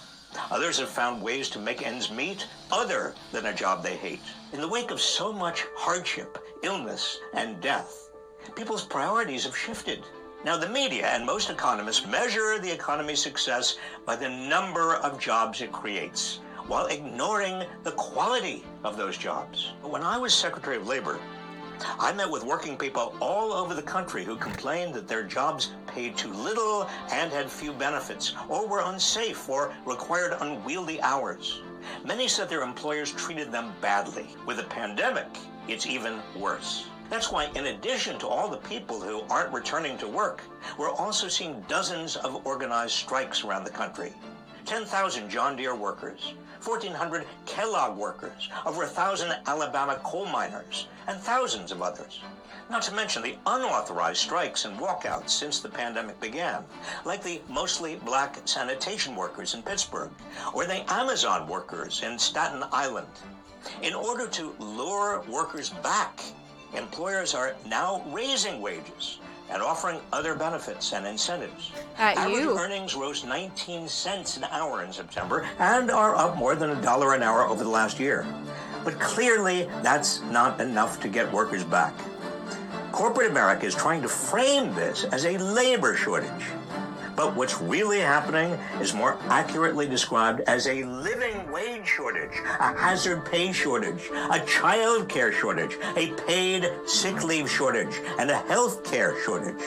S10: Others have found ways to make ends meet other than a job they hate. In the wake of so much hardship, illness, and death, people's priorities have shifted. Now, the media and most economists measure the economy's success by the number of jobs it creates, while ignoring the quality of those jobs. When I was Secretary of Labor, I met with working people all over the country who complained that their jobs paid too little and had few benefits, or were unsafe or required unwieldy hours. Many said their employers treated them badly. With the pandemic, it's even worse. That's why, in addition to all the people who aren't returning to work, we're also seeing dozens of organized strikes around the country. 10,000 John Deere workers, 1,400 Kellogg workers, over 1,000 Alabama coal miners, and thousands of others. Not to mention the unauthorized strikes and walkouts since the pandemic began, like the mostly black sanitation workers in Pittsburgh or the Amazon workers in Staten Island. In order to lure workers back, employers are now raising wages and offering other benefits and incentives.
S2: At
S10: Average
S2: you.
S10: earnings rose 19 cents an hour in September and are up more than a dollar an hour over the last year. But clearly, that's not enough to get workers back. Corporate America is trying to frame this as a labor shortage. But what's really happening is more accurately described as a living wage shortage, a hazard pay shortage, a child care shortage, a paid sick leave shortage, and a health care shortage.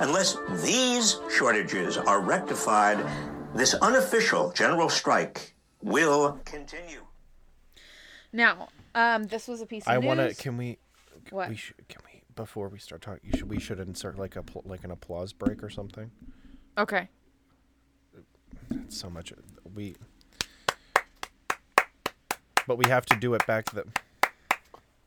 S10: Unless these shortages are rectified, this unofficial general strike will continue.
S2: Now, um, this was a piece of
S6: I
S2: news.
S6: want to. Can we?
S2: What?
S6: We should, can we? Before we start talking, you should, we should insert like a pl- like an applause break or something.
S2: Okay.
S6: It's so much. We. But we have to do it back to the.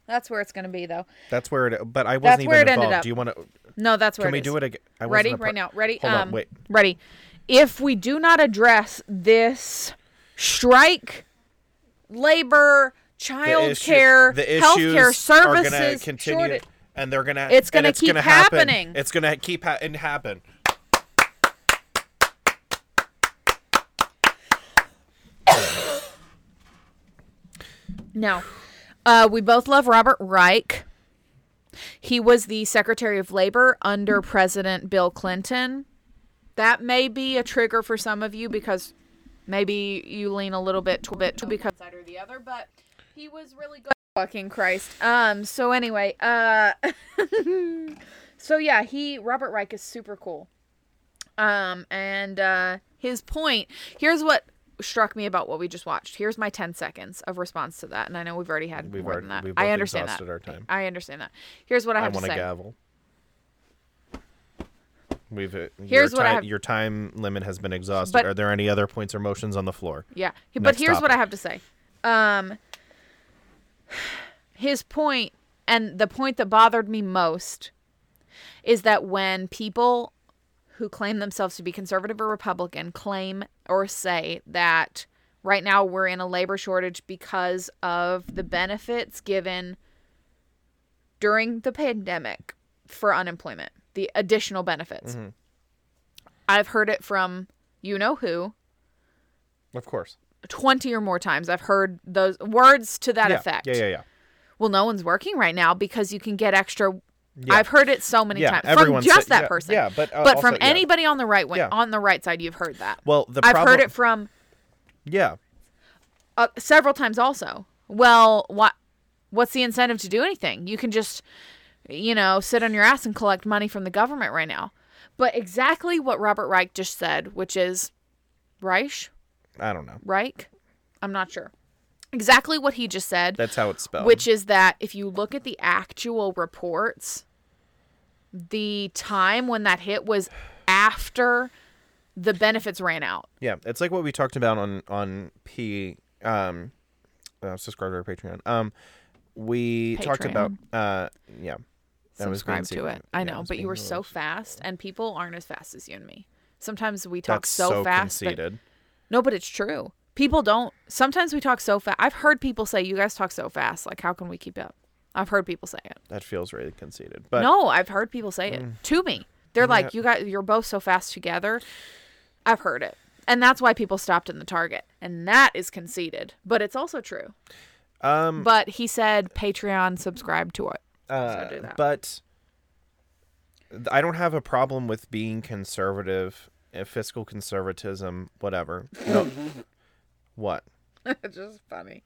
S2: That's where it's going to be, though.
S6: That's where it. But I
S2: That's
S6: wasn't
S2: where it
S6: even
S2: ended
S6: involved.
S2: up.
S6: Do you want to?
S2: No, that's where
S6: Can we
S2: it is.
S6: do it again? I wasn't
S2: Ready
S6: a par-
S2: right now. Ready.
S6: Hold
S2: um,
S6: on. Wait.
S2: Ready. If we do not address this strike, labor,
S6: The
S2: child
S6: issue-
S2: care,
S6: the
S2: healthcare
S6: issues are gonna
S2: services,
S6: continue,
S2: shortage-
S6: and they're gonna.
S2: It's
S6: and
S2: gonna keep
S6: gonna happen.
S2: happening.
S6: It's gonna keep ha- and happen.
S2: No. Uh, we both love Robert Reich. He was the Secretary of Labor under President Bill Clinton. That may be a trigger for some of you because maybe you lean a little bit to bit to because or the other, but he was really good. Fucking Christ. Um. So anyway, uh, *laughs* so yeah, he Robert Reich is super cool. Um, and uh, his point here's what struck me about what we just watched. Here's my 10 seconds of response to that, and I know we've already had
S6: We've
S2: more
S6: already-
S2: than that.
S6: we've
S2: I
S6: both
S2: understand that.
S6: exhausted our time.
S2: I understand that. Here's what I
S6: I
S2: have to
S6: want to
S2: say.
S6: gavel. We've uh,
S2: Here's
S6: your
S2: what I
S6: ti-
S2: have-
S6: your time limit has been exhausted.
S2: But-
S6: Are there any other points or motions on the floor?
S2: Yeah. But
S6: Next
S2: here's what I
S6: topic.
S2: have to say. Um his point and the point that bothered me most is that when people who claim themselves to be conservative or Republican claim or say that right now we're in a labor shortage because of the benefits given during the pandemic for unemployment, the additional benefits.
S6: Mhm.
S2: I've heard it from you know who,
S6: Of course.
S2: 20 or more times I've heard those words to that
S6: yeah.
S2: effect.
S6: Yeah, yeah, yeah.
S2: Well, no one's working right now because you can get extra.
S6: Yeah.
S2: I've heard it so many
S6: Yeah,
S2: times from
S6: everyone said-
S2: just that
S6: yeah,
S2: person.
S6: yeah, but, uh,
S2: but from
S6: also- yeah.
S2: anybody on the right wing,
S6: Yeah.
S2: on the right side, you've heard that.
S6: Well, the
S2: I've
S6: problem-
S2: heard it from
S6: Yeah.
S2: uh, several times also. Well, what what's the incentive to do anything? You can just you know, sit on your ass and collect money from the government right now. But exactly what Robert Reich just said, which is Reich,
S6: I don't know.
S2: Reich? I'm not sure. Exactly what he just said.
S6: That's how it's spelled.
S2: Which is that if you look at the actual reports, the time when that hit was after the benefits ran out.
S6: Yeah, it's like what we talked about on on P um uh, subscribe to our Patreon. Um we talked about uh yeah. I was
S2: Subscribe
S6: being
S2: to
S6: secretive.
S2: it. I
S6: Yeah,
S2: know,
S6: was
S2: but you
S6: being
S2: were
S6: really-
S2: so fast, and people aren't as fast as you and me. Sometimes we talk
S6: That's
S2: so,
S6: so
S2: fast. but-
S6: conceited.
S2: no, but it's true. People don't. Sometimes we talk so fast. I've heard people say, "You guys talk so fast. Like, how can we keep up?" I've heard people say it.
S6: That feels really conceited. But
S2: no, I've heard people say it
S6: Mm.
S2: to me. They're
S6: Yeah.
S2: like, "You got, you're both so fast together." I've heard it, and that's why people stopped in the Target, and that is conceited, but it's also true.
S6: um
S2: But he said, "Patreon, subscribe to it."
S6: uh,
S2: do that.
S6: but th- I don't have a problem with being conservative, uh, fiscal conservatism, whatever.
S2: *laughs*
S6: No. what?
S2: it's *laughs* just funny.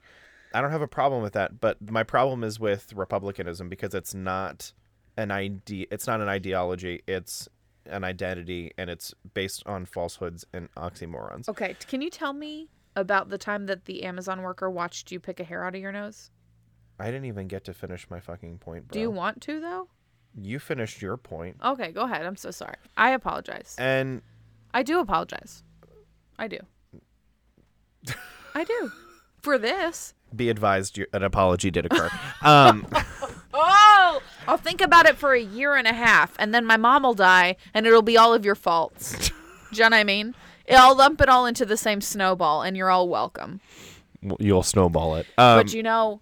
S6: I don't have a problem with that, but my problem is with republicanism because it's not an idea it's not an ideology, it's an identity and it's based on falsehoods and oxymorons.
S2: Okay, t- can you tell me about the time that the Amazon worker watched you pick a hair out of your nose?
S6: I didn't even get to finish my fucking point, bro.
S2: Do you want to though?
S6: You finished your point.
S2: Okay, go ahead. I'm so sorry. I apologize.
S6: And
S2: I do apologize. I
S6: *laughs*
S2: do. I do. For this.
S6: be advised you, an apology
S2: *laughs*
S6: did occur. um
S2: Oh, I'll think about it for a year and a half, and then my mom will die, and it'll be all of your
S6: *laughs*
S2: faults. do you know what I mean? I'll lump it all into the same snowball, and you're all welcome.
S6: you'll snowball it. Um,
S2: but you know,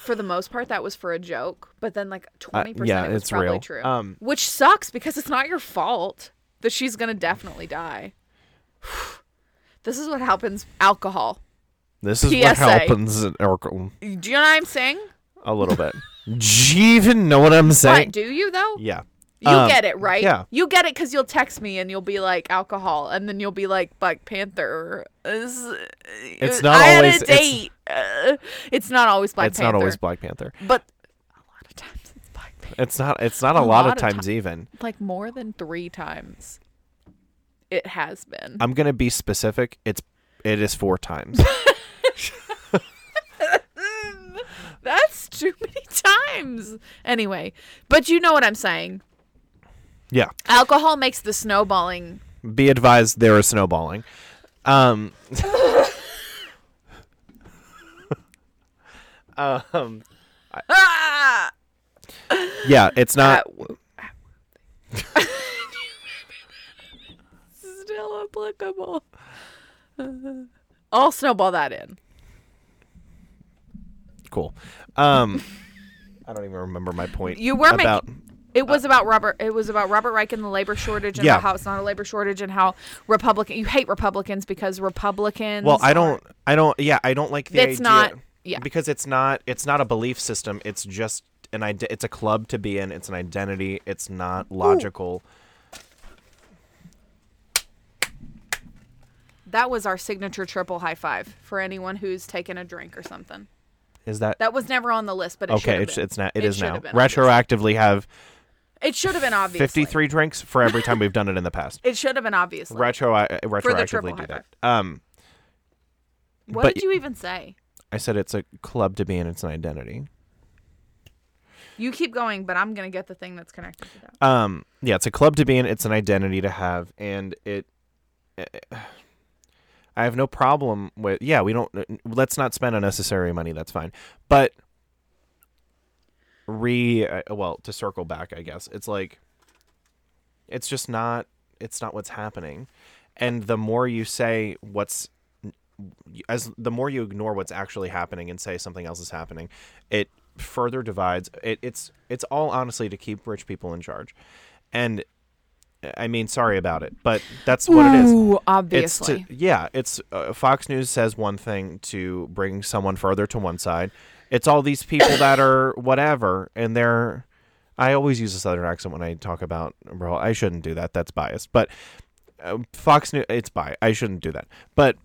S2: for the most part, that was for a joke. But then, like twenty percent,
S6: Uh, yeah,
S2: it was
S6: it's
S2: probably
S6: real.
S2: true,
S6: Um,
S2: which sucks because it's not your fault that she's gonna definitely die. *sighs* this is what happens. Alcohol.
S16: This is
S2: PSA.
S16: what happens in Oracle
S2: Do you know what I'm saying?
S6: *laughs*
S16: a little bit. Do you even know what I'm saying?
S2: What, do you though?
S16: Yeah.
S2: You
S1: Um,
S2: get it, right?
S1: yeah.
S2: You get it because you'll text me and you'll be like alcohol, and then you'll be like Black Panther. It's,
S1: It's not
S2: I
S1: always-
S2: had a
S1: it's-
S2: date. Uh, it's not always Black
S1: it's
S2: Panther.
S1: not always Black Panther.
S2: But
S1: It's not. It's not a, lot, of times
S2: ti-
S1: even.
S2: Like more than three times. It has been.
S1: Uh,
S6: I'm gonna be specific. It's it is four *laughs* times.
S2: That's too many times. Anyway, but you know what I'm saying.
S6: yeah.
S2: Alcohol makes the snowballing.
S6: Be advised, there is snowballing. Um. *laughs* um.
S2: Ah!
S6: *laughs* Yeah, it's not.
S2: Still applicable. I'll snowball that in.
S6: cool. Um, *laughs* I don't even remember my point.
S2: You were
S6: about uh,
S2: making. It was about Robert. It was about Robert Reich and the labor shortage, and
S6: Yeah.
S2: about how it's not a labor shortage, and how Republican. You hate Republicans because Republicans.
S6: well, I
S2: are-
S6: don't, I don't, yeah, I don't like the
S2: It's
S6: idea-
S2: not- yeah.
S6: because it's not, it's not a belief system. It's just an ide- It's a club to be in. It's an identity. It's not logical.
S2: That was our signature triple high five for anyone who's taken a drink or something.
S6: Is that,
S2: That was never on the list, but it should
S6: okay?
S2: have
S6: It's
S2: been.
S6: it's not. it
S2: It
S6: is
S2: should
S6: now
S2: have been,
S6: retroactively have
S2: It should have been obvious.
S6: fifty three drinks for every time we've done it in
S2: *laughs*
S6: the past.
S2: It should have been obvious.
S6: Retro uh,
S2: triple
S6: retroactively
S2: high
S6: do that. Um,
S2: What
S6: but
S2: did you even say?
S6: I said it's a club to be in. It's an identity.
S2: You keep going, but I'm gonna get the thing that's connected to that.
S6: um yeah it's a club to be in it's an identity to have and it eh, i have no problem with yeah we don't let's not spend unnecessary money that's fine but re uh, well to circle back i guess it's like it's just not it's not what's happening and the more you say what's as the more you ignore what's actually happening and say something else is happening it further divides it, it's it's all honestly to keep rich people in charge and i mean sorry about it but that's what it is
S2: Ooh,
S6: It's to-
S2: obviously.
S6: yeah it's uh, fox news says one thing to bring someone further to one side it's all these people that are whatever and they're i always use a southern accent when i talk about bro i shouldn't do that that's biased but uh, fox news it's bi i shouldn't do that but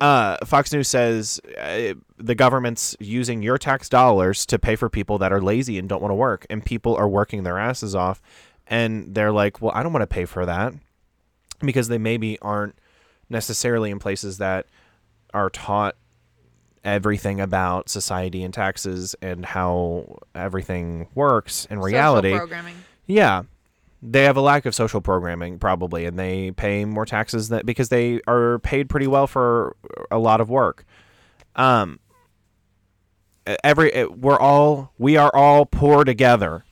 S6: uh, fox news says uh, the government's using your tax dollars to pay for people that are lazy and don't want to work and people are working their asses off and they're like well i don't want to pay for that because they maybe aren't necessarily in places that are taught everything about society and taxes and how everything works in reality.
S2: programming.
S6: Yeah. They have a lack of social programming probably and they pay more taxes that because they are paid pretty well for a lot of work. Um every eh, we're all we are all poor together.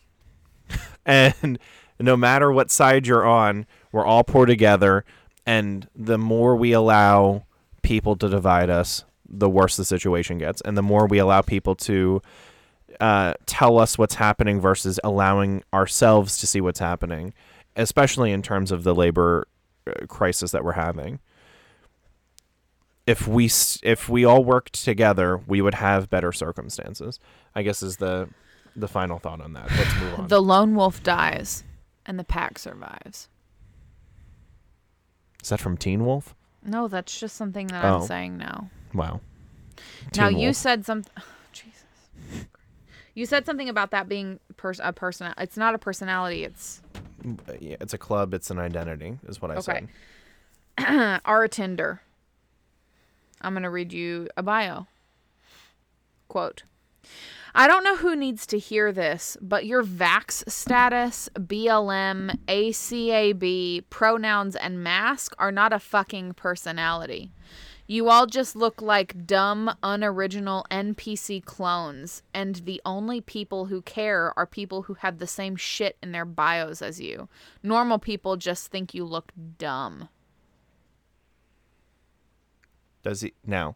S6: *laughs* and no matter what side you're on, we're all poor together. And the more we allow people to divide us, the worse the situation gets. And the more we allow people to uh, tell us what's happening versus allowing ourselves to see what's happening, especially in terms of the labor uh, crisis that we're having. If we s- if we all worked together, we would have better circumstances. I guess is the the final thought on that. Let's move on.
S2: The lone wolf dies, and the pack survives.
S6: Is that from Teen Wolf?
S2: No, that's just something that
S6: Oh.
S2: I'm saying now.
S6: Wow.
S2: now
S6: Teen
S2: you
S6: Wolf.
S2: said something. *sighs* Jesus, you said something about that being pers- a person. It's not a personality. It's
S6: Uh, Yeah, it's a club. It's an identity, is what I
S2: okay.
S6: said.
S2: *clears throat* Our Tinder. I'm gonna read you a bio. Quote. I don't know who needs to hear this, but your vax status, BLM, ACAB, pronouns, and mask are not a fucking personality. You all just look like dumb, unoriginal NPC clones, and the only people who care are people who have the same shit in their bios as you. Normal people just think you look dumb.
S6: Does he now?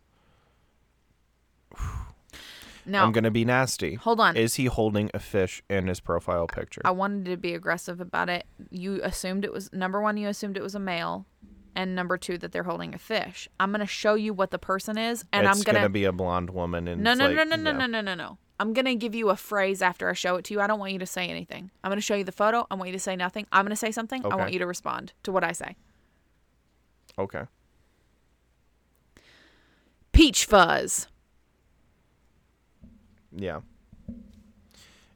S2: Now,
S6: I'm gonna be nasty.
S2: Hold on. Oh,
S6: Is he holding a fish in his profile picture?
S2: I wanted to be aggressive about it. You assumed it was number one. You assumed it was a male, and number two that they're holding a fish. I'm gonna show you what the person is, and
S6: it's
S2: I'm gonna,
S6: be a blonde woman. And
S2: no
S6: it's
S2: no
S6: like,
S2: no no no
S6: yeah.
S2: no no no no. I'm going to give you a phrase after I show it to you. I don't want you to say anything. I'm going to show you the photo. I want you to say nothing. I'm going to say something. I want
S6: Okay.
S2: you to respond to what I say.
S6: Okay.
S2: Peach fuzz.
S6: Yeah.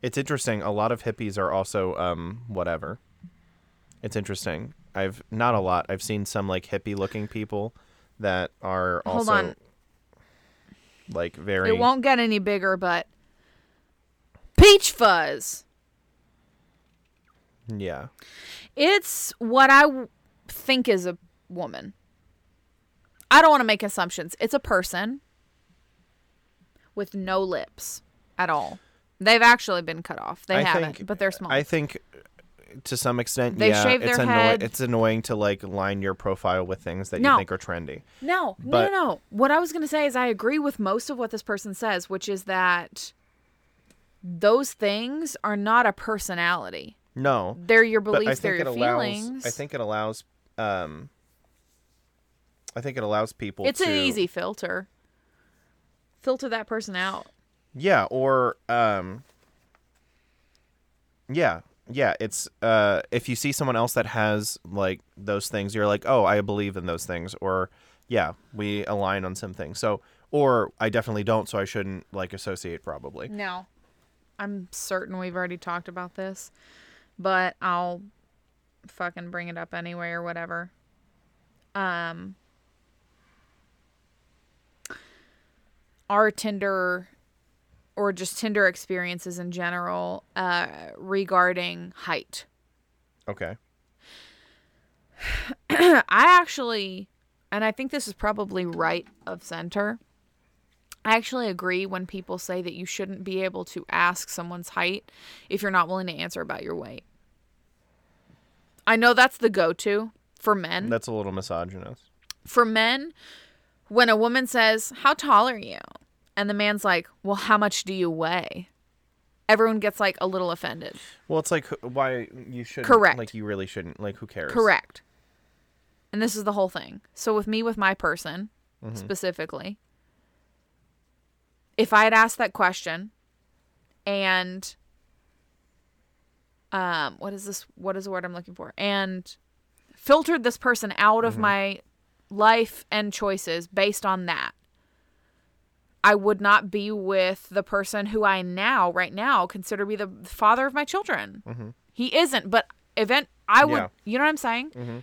S6: It's interesting. A lot of hippies are also um whatever. It's interesting. I've not a lot. I've seen some like hippie looking people that are
S2: Hold
S6: also
S2: on.
S6: like very
S2: It won't get any bigger, but peach fuzz.
S6: yeah.
S2: It's what I w- think is a woman. I don't want to make assumptions. It's a person with no lips at all. They've actually been cut off. They
S6: I
S2: haven't,
S6: think-
S2: but they're small.
S6: I think to some extent
S2: They
S6: yeah,
S2: shave
S6: it's
S2: their
S6: annoy-
S2: head.
S6: it's annoying to like line your profile with things that
S2: No.
S6: you think are trendy.
S2: No, no,
S6: But-
S2: no, no. What I was going to say is I agree with most of what this person says, which is that those things are not a personality.
S6: No.
S2: They're your
S6: But I
S2: beliefs, they're
S6: think
S2: your
S6: it allows- I
S2: feelings.
S6: think it allows um I think it allows people
S2: It's an
S6: to-
S2: easy filter. Filter that person out.
S6: Yeah, or um Yeah. Yeah, it's uh if you see someone else that has like those things, you're like, "Oh, I believe in those things." Or yeah, we align on some things. So or I definitely don't, so I shouldn't like associate probably.
S2: No. I'm certain we've already talked about this, but I'll fucking bring it up anyway or whatever. Um our Tinder or just Tinder experiences in general uh regarding height.
S6: Okay.
S2: I actually, and I think this is probably right of center. I actually agree when people say that you shouldn't be able to ask someone's height if you're not willing to answer about your weight. I know that's the go to for men.
S6: That's a little misogynist.
S2: for men, when a woman says, How tall are you? And the man's like, Well, how much do you weigh? Everyone gets like a little offended.
S6: Well, it's like wh- why you shouldn't
S2: Correct.
S6: like you really shouldn't like who cares?
S2: Correct. And this is the whole thing. So with me, with my person
S6: Mhm.
S2: specifically, if I had asked that question, and um, what is this? What is the word I'm looking for? And filtered this person out of my life and choices based on that. I would not be with the person who I now, right now, consider to be the father of my children.
S6: Mhm.
S2: He isn't, but event I would.
S6: Yeah.
S2: You know what I'm saying?
S6: Mhm.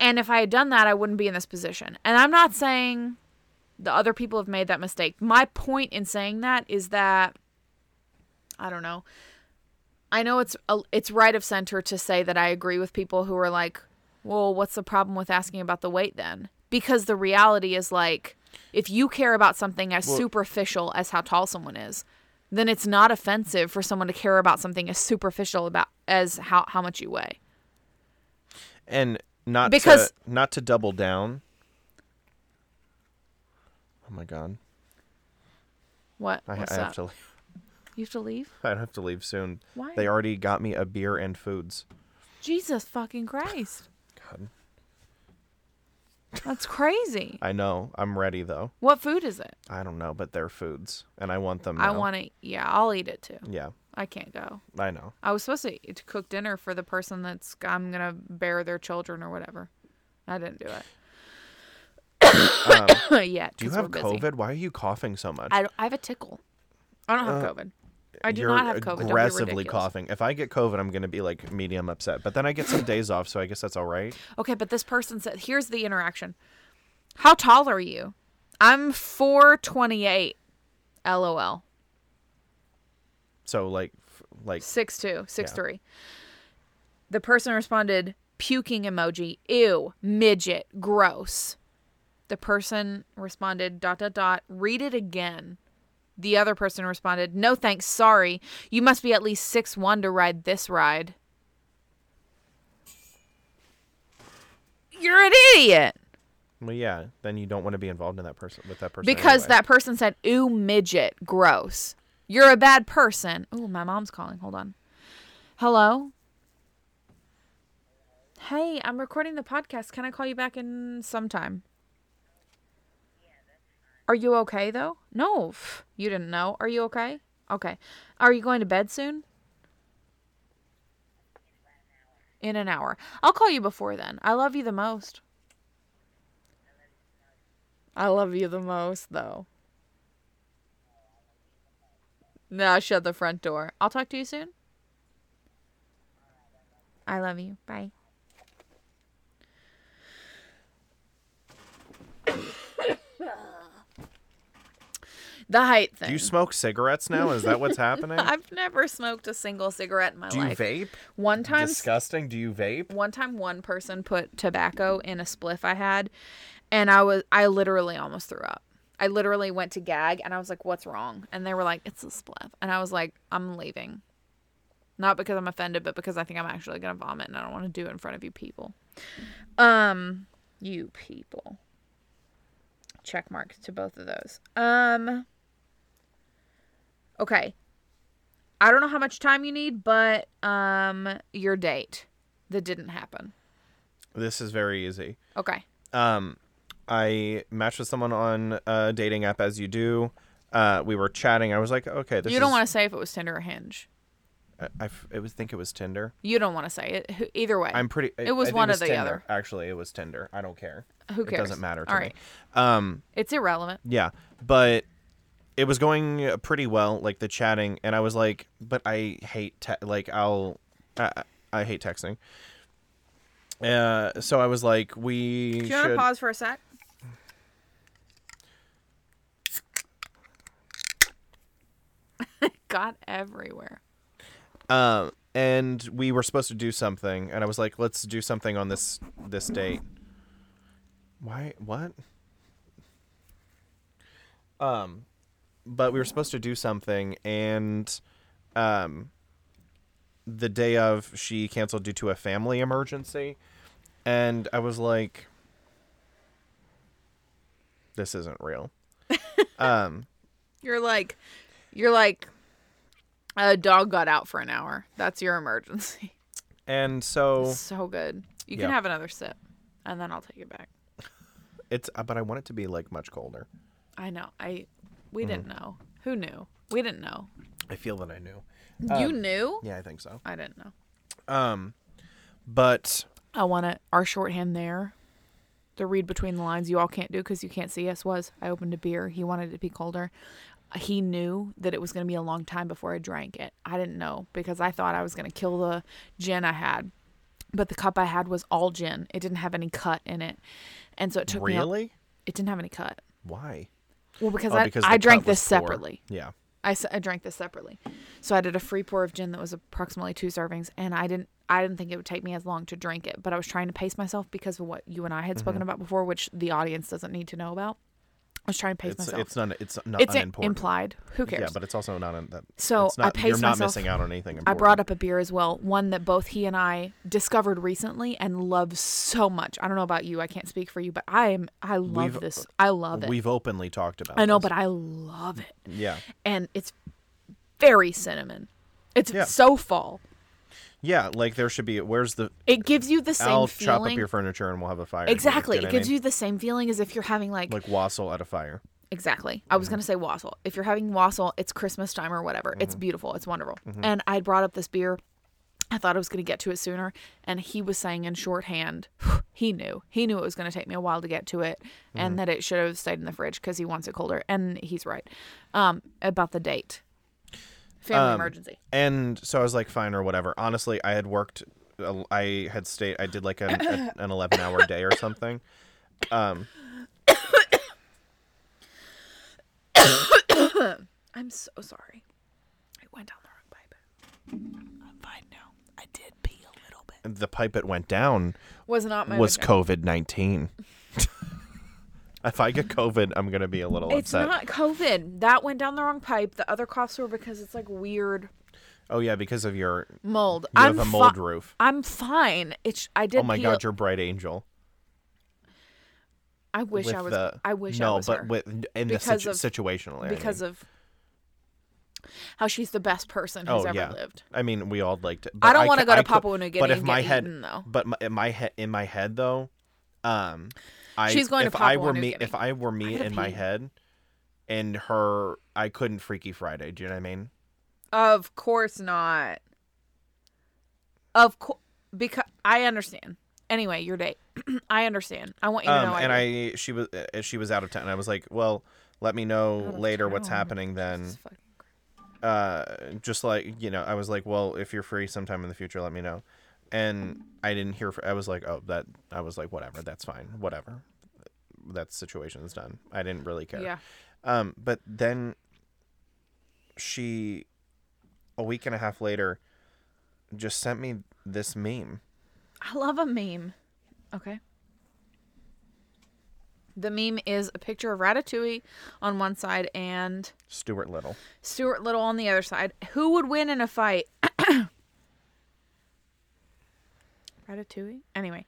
S2: And if I had done that, I wouldn't be in this position. And I'm not saying the other people have made that mistake. My point in saying that is that I don't know. I know it's a, it's right of center to say that I agree with people who are like, "Well, what's the problem with asking about the weight then?" Because the reality is like if you care about something as
S17: Well-
S2: superficial as how tall someone is, then it's not offensive for someone to care about something as superficial about as how how much you weigh.
S6: And not
S2: Because-
S6: to, not to double down. Oh my god.
S2: What?
S6: I,
S2: What's
S6: I
S2: up?
S6: have to leave.
S2: You have to leave?
S6: I have to leave soon.
S2: Why?
S6: They already got me a beer and foods.
S2: Jesus fucking Christ.
S6: God.
S2: That's crazy.
S6: I know. I'm ready though.
S2: What food is it?
S6: I don't know, but they're foods and I want them.
S2: I
S6: now.
S2: want to yeah, I'll eat it too.
S6: Yeah.
S2: I can't go.
S6: I know.
S2: I was supposed to, to cook dinner for the person that's I'm going to bear their children or whatever. I didn't do
S6: Um,
S2: *coughs* it. Yet.
S6: do you
S2: 'cause
S6: have
S2: we're busy.
S6: COVID? Why are you coughing so much?
S2: I, don't- I have a tickle. I don't have
S6: Uh,
S2: COVID. I do
S6: You're
S2: not have COVID. Don't be
S6: Aggressively
S2: ridiculous.
S6: coughing. If I get COVID, I'm going to be like medium upset. But then I get some days off, so I guess that's all right.
S2: Okay, but this person said, here's the interaction. How tall are you? I'm 428. LOL.
S6: So like, f- like
S2: Six two, six
S6: Yeah.
S2: three. The person responded, puking emoji, ew, midget, gross. The person responded, dot dot dot, read it again. The other person responded, no thanks, sorry. You must be at least six one to ride this ride. You're an idiot.
S6: Well, yeah. Then you don't want to be involved in that person with that person
S2: Because
S6: anyway.
S2: that person said, ooh, midget, gross. You're a bad person. Ooh, my mom's calling. Hold on. Hello? Hey, I'm recording the podcast. Can I call you back in sometime? Are you okay though? No, pff, you didn't know. Are you okay? Okay. Are you going to bed soon? In an hour. I'll call you before then. I love you the most. I love you the most though. Now shut the front door. I'll talk to you soon. I love you. Bye. the height thing.
S1: Do you smoke cigarettes now? Is that
S2: *laughs*
S1: what's happening?
S2: I've never smoked a single cigarette in my
S1: Do you
S2: life.
S1: vape?
S2: One time
S1: Disgusting. Do you vape?
S2: one time one person put tobacco in a spliff I had and I was I literally almost threw up. I literally went to gag and I was like, What's wrong? And they were like, It's a spliff and I was like, I'm leaving. Not because I'm offended, but because I think I'm actually gonna vomit and I don't wanna do it in front of you people. Um you people. Check mark to both of those. Um Okay. I don't know how much time you need, but um your date that didn't happen.
S6: This is very easy.
S2: Okay.
S6: Um, I matched with someone on a dating app as you do. Uh, we were chatting. I was like, okay, this
S2: you don't
S6: is-
S2: want to say if it was Tinder or Hinge.
S6: I, I f- it was think it was Tinder.
S2: You don't want to say it. Who- Either way.
S6: I'm pretty.
S2: It,
S6: I- I
S2: was
S6: think
S2: one or the
S6: Tinder.
S2: other.
S6: Actually, it was Tinder. I don't care.
S2: Who
S6: It
S2: cares?
S6: doesn't matter to
S2: All
S6: me.
S2: right.
S6: Um,
S2: It's irrelevant.
S6: yeah, but it was going uh, pretty well, like the chatting, and I was like, but I hate te- like I'll I, I- I hate texting. Uh, so I was like, we
S2: Do you want to
S6: should.
S2: pause for a sec? *laughs* Got everywhere.
S6: Um, and we were supposed to do something, and I was like, let's do something on this this date. Why? What? Um, but we were supposed to do something, and um, the day of, she canceled due to a family emergency, and I was like, this isn't real. um,
S2: You're like, you're like, a dog got out for an hour. That's your emergency.
S6: and so
S2: *laughs* So good. You
S6: Yeah.
S2: can have another sip, and then I'll take it back.
S6: it's, uh, but I want it to be like much colder.
S2: I know. I, we
S6: Mhm.
S2: didn't know. Who knew? We didn't know.
S6: I feel that I knew.
S2: You
S6: Um,
S2: knew?
S6: Yeah, I think so.
S2: I didn't know.
S6: Um, but
S2: I want to our shorthand there. The read between the lines you all can't do because you can't see us was I opened a beer. He wanted it to be colder. He knew that it was going to be a long time before I drank it. I didn't know because I thought I was going to kill the gin I had. But the cup I had was all gin. It didn't have any cut in it. And so it took me a-
S6: Really?
S2: it didn't have any cut.
S6: why?
S2: Well, because
S6: Oh,
S2: I
S6: the
S2: I
S6: cut
S2: drank this
S6: was poor.
S2: separately.
S6: Yeah.
S2: I, s- I drank this separately. So I did a free pour of gin that was approximately two servings, and I didn't I didn't think it would take me as long to drink it, but I was trying to pace myself because of what you and I had spoken
S6: Mhm.
S2: about before, which the audience doesn't need to know about. I was trying to pace
S6: It's
S2: myself.
S6: it's not it's not
S2: It's i-
S6: unimportant.
S2: implied. Who
S6: Yeah,
S2: cares?
S6: but it's also not un, that.
S2: So
S6: it's not,
S2: I paced
S6: You're not
S2: myself.
S6: missing out on anything.
S2: I
S6: Important.
S2: brought up a beer as well, one that both he and I discovered recently and love so much. I don't know about you. I can't speak for you, but I am I love
S6: We've-
S2: this. I love it.
S6: We've openly talked about.
S2: I know,
S6: this.
S2: but I love it.
S6: Yeah.
S2: And it's very cinnamon. It's
S6: Yeah.
S2: so fall.
S6: Yeah, like there should be. Where's the?
S2: It gives you the same
S6: I'll
S2: feeling.
S6: chop up your furniture and we'll have a fire. here,
S2: Exactly.
S6: you
S2: It
S6: know what I
S2: gives
S6: mean?
S2: you the same feeling as if you're having like,
S6: like wassail at a fire.
S2: exactly. I was going to say wassail. If you're having wassail, it's Christmas time or whatever.
S6: Mm-hmm.
S2: It's beautiful. It's wonderful.
S6: Mhm.
S2: And I brought up this beer. I thought I was going to get to it sooner and he was saying in shorthand, *sighs* he knew. He knew it was going to take me a while to get to it
S6: Mhm.
S2: and that it should have stayed in the fridge cuz he wants it colder and he's right. Um about the date. Family
S6: Um,
S2: emergency.
S6: And so I was like, fine or whatever. Honestly, I had worked. a- I had stayed. I did like an, a-
S2: *coughs*
S6: an eleven hour day or something. Um,
S2: I'm so sorry. I went down the road.
S6: the pipe it went down
S2: Was not my
S6: was
S2: vagina.
S6: COVID nineteen. *laughs* if I get COVID, I'm gonna be a little
S2: It's
S6: upset.
S2: not COVID. That went down the wrong pipe. The other coughs were because it's like weird
S6: Oh yeah, because of your
S2: mold.
S6: You
S2: I'm
S6: have a
S2: fi-
S6: mold roof.
S2: I'm fine. It's I did.
S6: oh my
S2: peel-
S6: god, you're bright angel.
S2: I wish
S6: with
S2: I was.
S6: the-
S2: I wish
S6: no,
S2: I was
S6: but
S2: her.
S6: with in the
S2: Because
S6: situ- situational area.
S2: Because of how she's the best person who's
S6: oh
S2: ever
S6: yeah,
S2: lived.
S6: I mean we all liked it.
S2: I don't wanna go
S6: ca-
S2: to
S6: cou-
S2: Papua New Guinea
S6: But if
S2: and
S6: my
S2: get
S6: head,
S2: eaten, though.
S6: but my, in my head, in my head though, um, I
S2: She's going to
S6: if I
S2: Papua
S6: were
S2: New
S6: me,
S2: Guinea.
S6: if I were me
S2: gotta
S6: in my
S2: pee.
S6: head,
S1: in her I couldn't Freaky Friday. Do you know what I mean?
S2: Of course not. Of course, because I understand. Anyway, your date. *clears throat* I understand. I want you to know.
S1: Um,
S2: I
S1: and
S2: do.
S1: I she was uh, she was out of town. I was like, well, let me know later what's happening then. Uh, just like you know, I was like, well, if you're free sometime in the future, let me know. And I didn't hear. fr- I was like, oh, that. I was like, whatever, that's fine, whatever. That situation's done. I didn't really care.
S2: Yeah.
S1: Um, but then she, a week and a half later, just sent me this meme.
S2: I love a meme. Okay. The meme is a picture of Ratatouille on one side and
S1: Stuart Little.
S2: Stuart Little on the other side. Who would win in a fight? *coughs* Ratatouille? Anyway.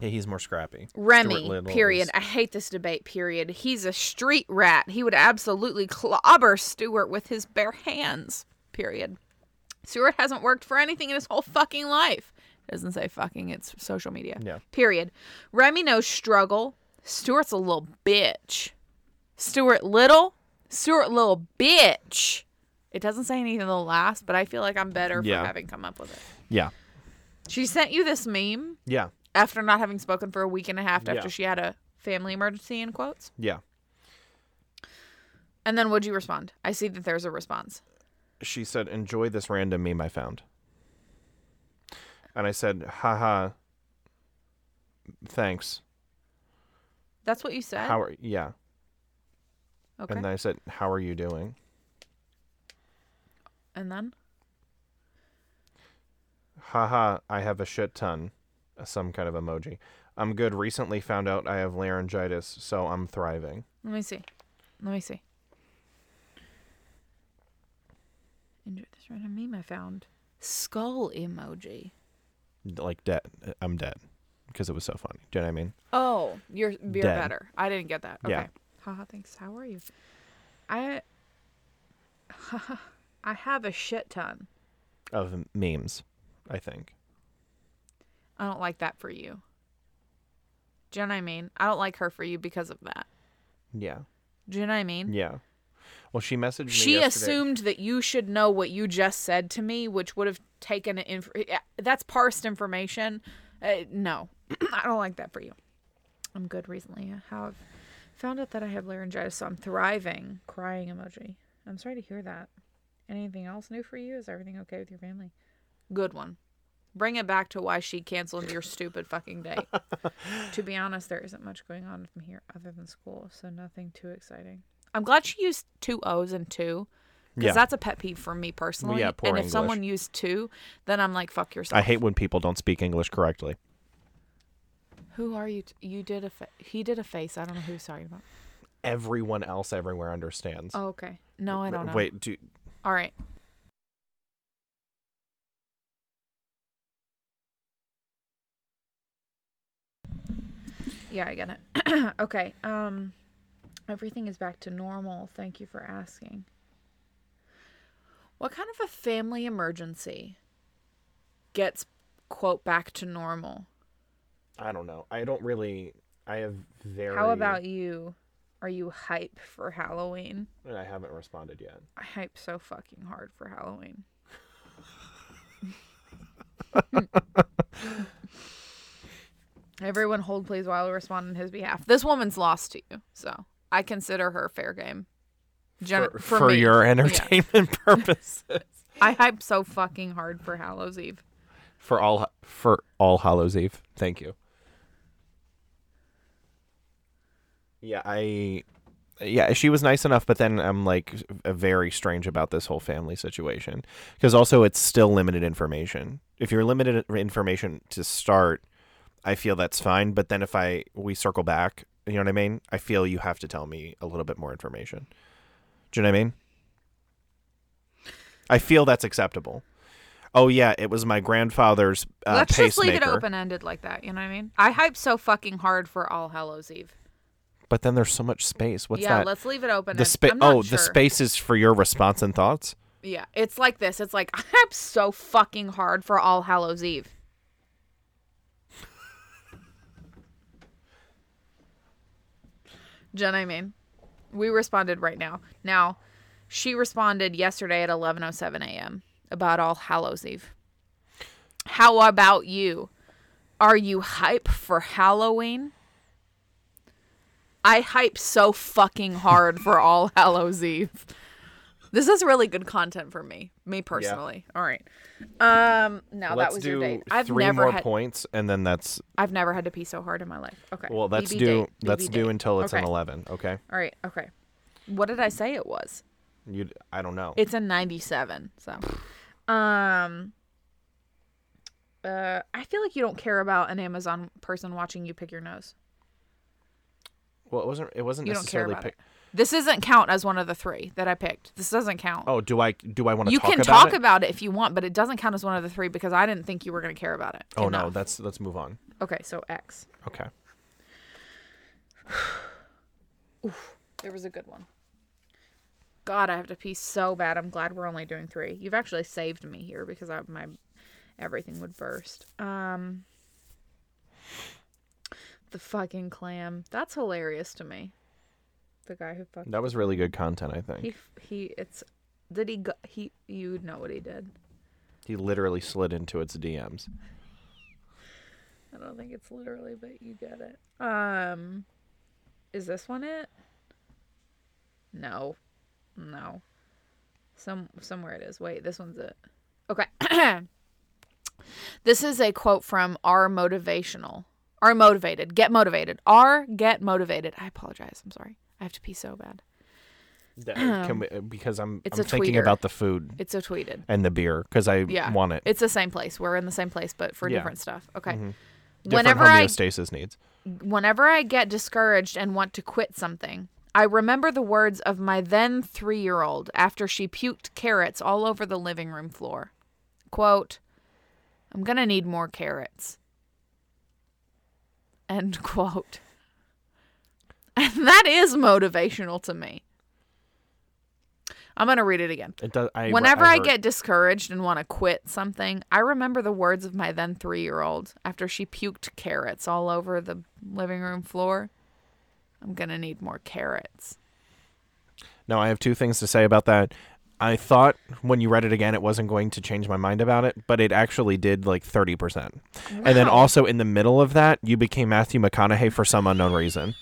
S1: Yeah, he's more scrappy. Stuart
S2: Remy,
S1: Little
S2: period.
S1: is-
S2: I hate this debate, period. He's a street rat. He would absolutely clobber Stuart with his bare hands, period. Stuart hasn't worked for anything in his whole fucking life. It doesn't say fucking, it's social media.
S1: Yeah.
S2: Period. Remy knows struggle. Stuart's a little bitch. Stuart Little? Stuart Little bitch. It doesn't say anything in the last, but I feel like I'm better
S1: Yeah.
S2: for having come up with it.
S1: Yeah.
S2: She sent you this meme
S1: Yeah.
S2: after not having spoken for a week and a half
S1: Yeah.
S2: after she had a family emergency in quotes
S1: Yeah.
S2: and then would you respond i see that there's a response
S6: she said, "Enjoy this random meme I found." And I said, "Haha, thanks."
S2: that's what you said
S6: How are yeah?
S2: okay
S6: And then I said, "How are you doing?"
S2: and then
S6: Haha, I have a shit ton. Uh, Some kind of emoji. I'm good. Recently found out I have laryngitis, so I'm thriving.
S2: let me see let me see enjoy this random meme i found skull emoji
S6: Like dead. I'm dead because it was so funny. Do you know what I mean?
S2: oh you're, you're
S6: Dead.
S2: better i didn't get that okay
S6: Yeah.
S2: haha thanks how are you i *laughs* i have a shit ton
S6: Of m- memes, I think.
S2: I don't like that for you. Do you know what I mean? I don't like her for you because of that.
S6: Yeah.
S2: Do you know what I mean?
S6: Yeah. Well, she messaged me.
S2: She
S6: yesterday-
S2: assumed that you should know what you just said to me, which would have taken it. Inf- yeah, that's parsed information. Uh, no, *clears throat* I don't like that for you. I'm good recently. I have found out that I have laryngitis, so I'm thriving. Crying emoji. I'm sorry to hear that. Anything else new for you? Is everything okay with your family? Good one. Bring it back to why she canceled your stupid fucking date. to be honest, there isn't much going on with me here other than school, so nothing too exciting. I'm glad she used two O's and two. Because
S6: Yeah.
S2: that's a pet peeve for me personally.
S6: yeah, poor
S2: and if
S6: English.
S2: someone used two, then I'm like, fuck yourself.
S6: I hate when people don't speak English correctly.
S2: Who are you? T- you did a fa- he did a face. I don't know who's talking about.
S6: Everyone else everywhere understands.
S2: Oh, okay. No, I don't know.
S6: Wait, do
S2: All right. Yeah, I get it. *clears throat* okay. Um everything is back to normal. Thank you for asking. What kind of a family emergency gets quote back to normal?
S6: I don't know. I don't really. I have very.
S2: How about you? Are you hype for Halloween?
S6: I haven't responded yet.
S2: I hype so fucking hard for Halloween. Everyone hold please while I respond on his behalf. This woman's lost to you, so I consider her fair game. Gen-
S6: for
S2: for
S6: for
S2: me.
S6: your
S2: Yeah.
S6: entertainment *laughs* purposes.
S2: I hype so fucking hard for Hallows Eve.
S6: For all for all Hallows Eve. Thank you. Yeah, I. Yeah, she was nice enough, but then I'm like uh, very strange about this whole family situation because also it's still limited information. If you're limited in- information to start, I feel that's fine. But then if I we circle back, you know what I mean? I feel you have to tell me a little bit more information. Do you know what I mean? I feel that's acceptable. Oh yeah, it was my grandfather's uh,
S2: Let's
S6: pacemaker.
S2: just leave it open ended like that. You know what I mean? I hype so fucking hard for All Hallows Eve.
S6: But then there's so much space. What's
S2: Yeah,
S6: that?
S2: let's leave it open
S6: The
S2: and-
S6: spa-
S2: I'm not
S6: oh, the
S2: sure.
S6: space is for your response and thoughts.
S2: Yeah, it's like this. It's like *laughs* I hype so fucking hard for All Hallows Eve. Jen, I mean, we responded right now. Now, she responded yesterday at 11:07 a.m. about All Hallows Eve. How about you? Are you hype for Halloween? I hype so fucking hard
S6: *laughs*
S2: for All Hallows Eve. This is really good content for me, me personally. All right. Um, no,
S6: Let's
S2: that was
S6: do
S2: your date. I've
S6: three
S2: never
S6: more
S2: had
S6: points, and then that's
S2: I've never had to pee so hard in my life. Okay.
S6: well. That's
S2: BB
S6: due.
S2: date, BB
S6: That's due
S2: date.
S6: until it's
S2: okay.
S6: an eleven. Okay.
S2: All right. Okay. What did I say it was?
S6: You. I don't know.
S2: It's a 97. So, um, uh, I feel like you don't care about an Amazon person watching you pick your nose.
S6: well, it wasn't. It wasn't
S2: You don't care
S6: necessarily.
S2: about
S6: pick-
S2: it. This doesn't count as one of the three that I picked. This doesn't count.
S6: Oh, do I? Do I want to?
S2: you
S6: talk
S2: can
S6: about
S2: talk
S6: it?
S2: about it if you want, but it doesn't count as one of the three because I didn't think you were going to care about it.
S6: Oh no,
S2: enough.
S6: that's let's move on.
S2: Okay, so X.
S6: Okay.
S2: Oof, there was a good one. God, I have to pee so bad. I'm glad we're only doing three. You've actually saved me here because I, my everything would burst. Um, the fucking clam. That's hilarious to me. The guy who fucked.
S6: That was really good content, I think.
S2: He he. It's did he go, he you know what he did.
S6: He literally slid into its DMs.
S2: I don't think it's literally, but you get it. Um, is this one it? No, no. Some somewhere it is. Wait, this one's it. Okay. *clears throat* this is a quote from R motivational. R motivated. Get motivated. R get motivated. I apologize. I'm sorry. I have to pee so bad.
S6: That- can we, uh, because I'm,
S2: um, It's
S6: I'm
S2: a
S6: thinking
S2: tweeter.
S6: about the food.
S2: It's a tweeted.
S6: And the beer because I
S2: yeah.
S6: want it.
S2: It's the same place. We're in the same place, but for
S6: Yeah.
S2: different stuff. Okay.
S6: Mhm. Different
S2: Whenever I
S6: homeostasis needs.
S2: whenever I get discouraged and want to quit something, I remember the words of my then three year old after she puked carrots all over the living room floor. Quote, I'm going to need more carrots. End *laughs* quote. And that is motivational to me. I'm going to read it again.
S6: It does. I,
S2: Whenever I,
S6: heard-
S2: get discouraged and want to quit something, I remember the words of my then three year old after she puked carrots all over the living room floor. I'm going to need more carrots.
S6: No, I have two things to say about that. I thought when you read it again, it wasn't going to change my mind about it, but it actually did like 30%. And then
S2: Wow.
S6: also in the middle of that, you became Matthew McConaughey for some unknown reason.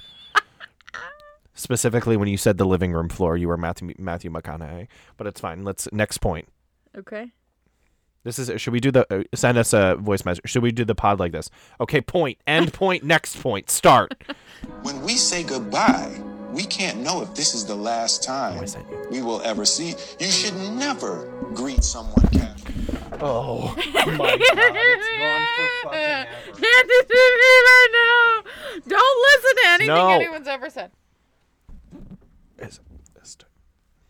S6: Specifically, when you said the living room floor, you were Matthew Matthew McConaughey. But it's fine. Let's next point.
S2: Okay.
S6: This is should we do the uh, send us a voice message? Should we do the pod like this? Okay, point, end point, next point, start.
S17: When we say goodbye, we can't know if this is the last time we will ever see. You should never greet someone casually.
S6: Oh
S2: my *laughs* God, Can't do right now. Don't listen to anything
S17: No.
S2: anyone's ever said.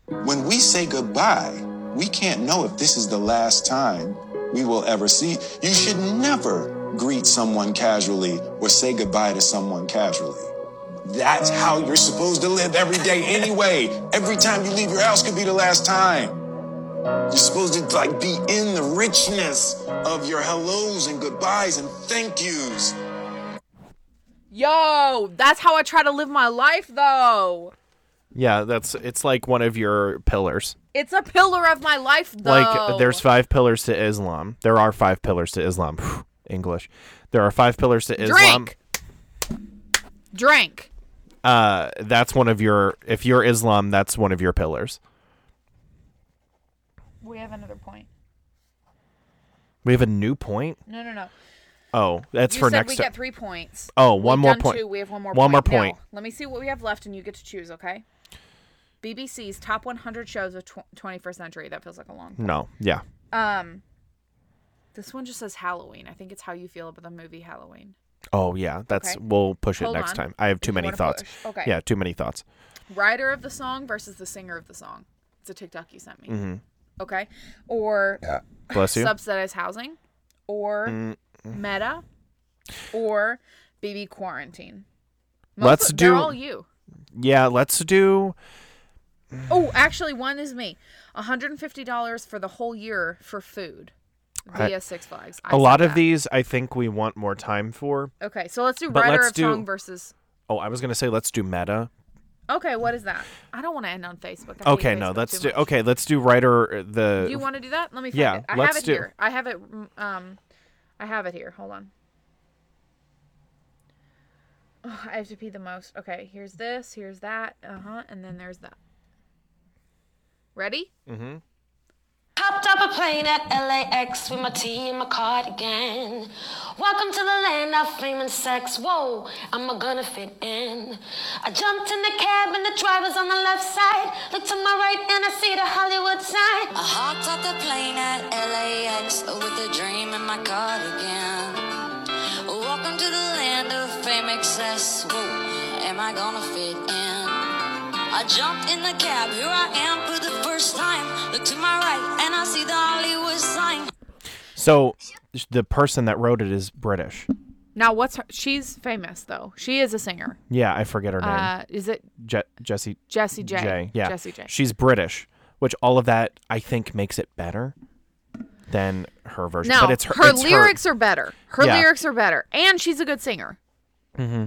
S17: When we say goodbye, we can't know if this is the last time we will ever see. You should never greet someone casually or say goodbye to someone casually. That's how you're supposed to live every day anyway. Every time you leave your house could be the last time. You're supposed to like be in the richness of your hellos and goodbyes and thank yous.
S2: Yo, that's how I try to live my life, though.
S6: Yeah, that's it's like one of your pillars.
S2: It's a pillar of my life, though.
S6: Like there's five pillars to Islam. There are five pillars to Islam. *sighs* English. There are five pillars to Islam.
S2: Drink. Drink.
S6: Uh that's one of your if you're Islam, that's one of your pillars.
S2: We have another point.
S6: We have a new point?
S2: No, no, no.
S6: Oh, that's
S2: you
S6: for
S2: said
S6: next
S2: we
S6: ti-
S2: get three points.
S6: Oh, one
S2: We've
S6: more
S2: done
S6: point.
S2: Two. We have one more.
S6: One more
S2: point. Now,
S6: point.
S2: let me see what we have left, and you get to choose. Okay. BBC's top 100 shows of tw- 21st century. That feels like a long.
S6: No. Yeah.
S2: Um, this one just says Halloween. I think it's how you feel about the movie Halloween.
S6: Oh yeah, that's
S2: Okay.
S6: we'll push it
S2: Hold
S6: next
S2: on.
S6: time. I have too
S2: You
S6: many
S2: wanna
S6: thoughts.
S2: push. Okay.
S6: Yeah, too many thoughts.
S2: Writer of the song versus the singer of the song. It's a TikTok you sent me.
S6: Mhm.
S2: Okay. Or
S6: Bless you.
S2: subsidized housing, or
S6: Mm.
S2: Meta, or BB quarantine.
S6: Let's
S2: of- they're
S6: do-
S2: all you.
S6: Yeah, let's do
S2: Oh, actually, one is me. $150 for the whole year for food
S6: I-
S2: via Six Flags. I
S6: a
S2: said
S6: lot of
S2: that.
S6: these I think we want more time for.
S2: Okay, so let's do
S6: But
S2: writer
S6: let's
S2: of
S6: do-
S2: song versus.
S6: Oh, I was gonna say let's do meta
S2: Okay, what is that? I don't want to end on Facebook. I hate
S6: Okay, no,
S2: Facebook
S6: that's
S2: too
S6: do, okay. Let's do writer uh, the.
S2: Do you want to do that? Let me find
S6: yeah,
S2: it. I
S6: let's
S2: have it
S6: do.
S2: here. I have it mm, um I have it here. Hold on. Ugh, I have to pee the most. Okay, here's this, here's that, uh-huh, and then there's that. Ready?
S6: Mm-hmm.
S18: Hopped up a plane at LAX with my tea and my cardigan. Welcome to the land of fame and sex. Whoa, am I gonna fit in? I jumped in the cab and the driver's on the left side. Look to my right and I see the Hollywood sign.
S3: I hopped off the plane at LAX with a dream in my cardigan. Welcome to the land of fame excess. Whoa, am I gonna fit in? I jumped in the cab, here I am for the first time. Look to my right and I see the Hollywood sign.
S6: So the person that wrote it is British.
S2: Now what's her she's famous though. She is a singer.
S6: Yeah, I forget her name.
S2: Uh is it
S6: Je- Jesse.
S2: Jessie J.
S6: Yeah.
S2: Jessie J.
S6: She's British, which all of that I think makes it better than her version.
S2: No,
S6: but it's her,
S2: her lyrics are better. Her
S6: Yeah.
S2: lyrics are better. And she's a good singer.
S6: Mm-hmm.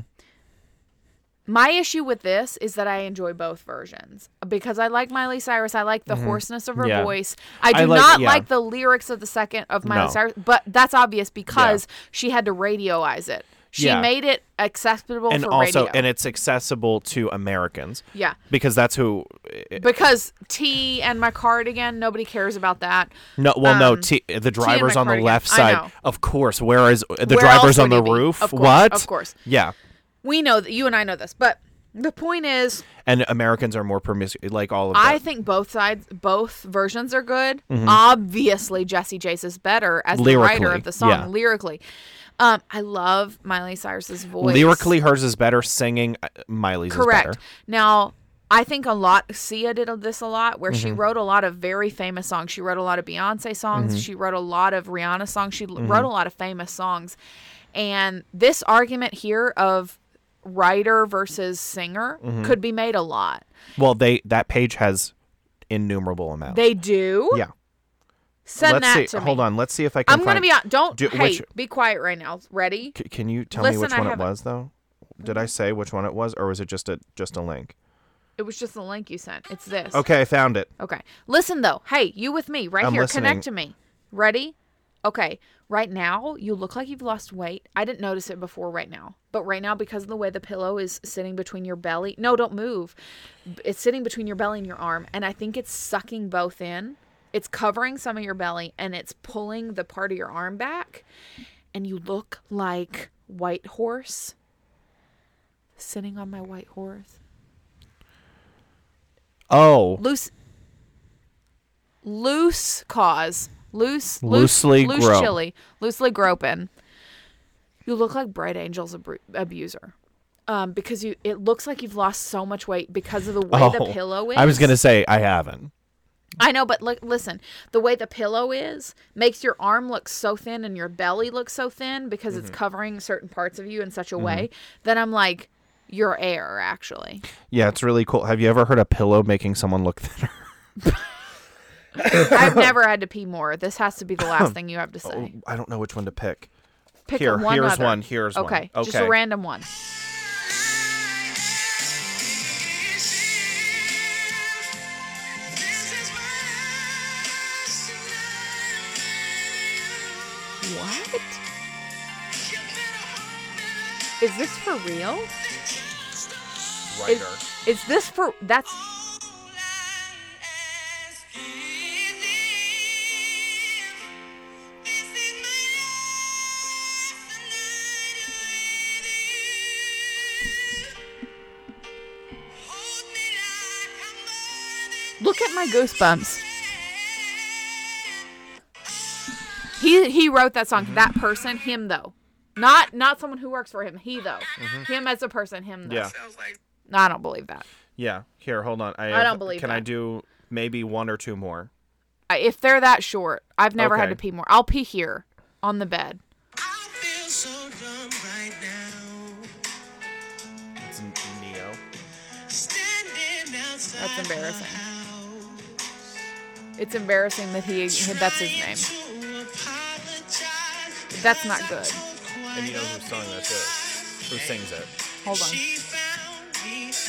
S2: My issue with this is that I enjoy both versions because I like Miley Cyrus. I like the
S6: Mhm.
S2: hoarseness of her
S6: Yeah.
S2: voice. I do
S6: I like-
S2: not
S6: yeah.
S2: like the lyrics of the second of Miley
S6: No.
S2: Cyrus, but that's obvious because she had to radioize it. She
S6: Yeah.
S2: made it accessible
S6: And
S2: for
S6: also,
S2: radio.
S6: and it's accessible to Americans.
S2: Yeah.
S6: Because that's who.
S2: because T and my cardigan, nobody cares about that.
S6: No, well, no.
S2: Um,
S6: T,
S2: T
S6: the
S2: and
S6: driver's
S2: my
S6: on the
S2: cardigan.
S6: left
S2: I
S6: side,
S2: know.
S6: of course. Whereas the
S2: Where else
S6: driver's on
S2: would
S6: the
S2: it be?
S6: roof.
S2: Of course,
S6: what?
S2: of course.
S6: Yeah,
S2: We know that you and I know this, but the point is,
S6: and Americans are more promiscuous, like all of that.
S2: I think both sides, both versions are good.
S6: Mhm.
S2: Obviously, Jesse Jace is better as the writer
S6: Lyrically,
S2: of the song
S6: yeah.
S2: lyrically. Um, I love Miley Cyrus's voice.
S6: Lyrically, hers is better. Singing, uh, Miley's
S2: correct.
S6: is better.
S2: Now, I think a lot. Sia did this a lot, where she
S6: Mhm.
S2: wrote a lot of very famous songs. She wrote a lot of Beyonce songs.
S6: Mhm.
S2: She wrote a lot of Rihanna songs. She l-
S6: Mhm.
S2: wrote a lot of famous songs, and this argument here of writer versus singer
S6: Mhm.
S2: could be made a lot.
S6: Well, they that page has innumerable amounts.
S2: They do.
S6: yeah.
S2: Send
S6: let's
S2: that
S6: see.
S2: to me.
S6: Hold on. Let's see if I can.
S2: I'm gonna
S6: find-
S2: be out. Don't
S6: Do-
S2: hey,
S6: which-
S2: be quiet right now. Ready?
S6: c- can you tell
S2: Listen,
S6: me which
S2: I
S6: one it
S2: haven't-
S6: was though? Did I say which one it was, or was it just a just a link?
S2: It was just the link you sent. It's this.
S6: Okay, I found it.
S2: Okay. Listen though. Hey, you with me right
S6: I'm
S2: here?
S6: listening.
S2: Connect to me. Ready? Okay. Right now, you look like you've lost weight. I didn't notice it before right now. But right now, because of the way the pillow is sitting between your belly, no, don't move. B- It's sitting between your belly and your arm. And I think it's sucking both in. It's covering some of your belly and it's pulling the part of your arm back. And you look like White Horse sitting on my white horse.
S6: Oh,
S2: loose loose cause loose
S6: Loosely
S2: loose, loose
S6: grope.
S2: chili loosely groping you look like bright angel's abru- abuser um, because you it looks like you've lost so much weight because of the way
S6: oh.
S2: the pillow is
S6: I was gonna say I haven't.
S2: i know but look listen the way the pillow is makes your arm look so thin and your belly look so thin because it's
S6: Mhm.
S2: covering certain parts of you in such a
S6: Mhm.
S2: way that i'm like you're air actually
S6: Yeah, it's really cool. Have you ever heard a pillow making someone look *laughs* thinner?
S2: i've
S6: *coughs*
S2: never had to pee more this has to be the last thing you have to say
S6: Oh, I don't know which one to pick.
S2: Pick
S6: Here,
S2: one
S6: here's
S2: other.
S6: one. Here's one.
S2: okay, just a
S6: Okay.
S2: random one. What? Is this for real? Is, is this for that's Look at my goosebumps. He he wrote that
S6: Mm-hmm.
S2: song. That person, him though, not not someone who works for him. He though,
S6: Mhm.
S2: him as a person, him though.
S6: Yeah.
S2: No, I don't believe that.
S6: Yeah. Here, hold on. I,
S2: I
S6: have-
S2: don't believe
S6: Can I
S2: that.
S6: do maybe one or two more?
S2: I- If they're that short, I've never had
S6: Okay.
S2: to pee more. I'll pee here on the bed.
S6: It's Neo.
S2: That's embarrassing. It's embarrassing that he that's his name. That's not good.
S6: And you know whose song that is? Who sings it?
S2: Hold on.
S19: me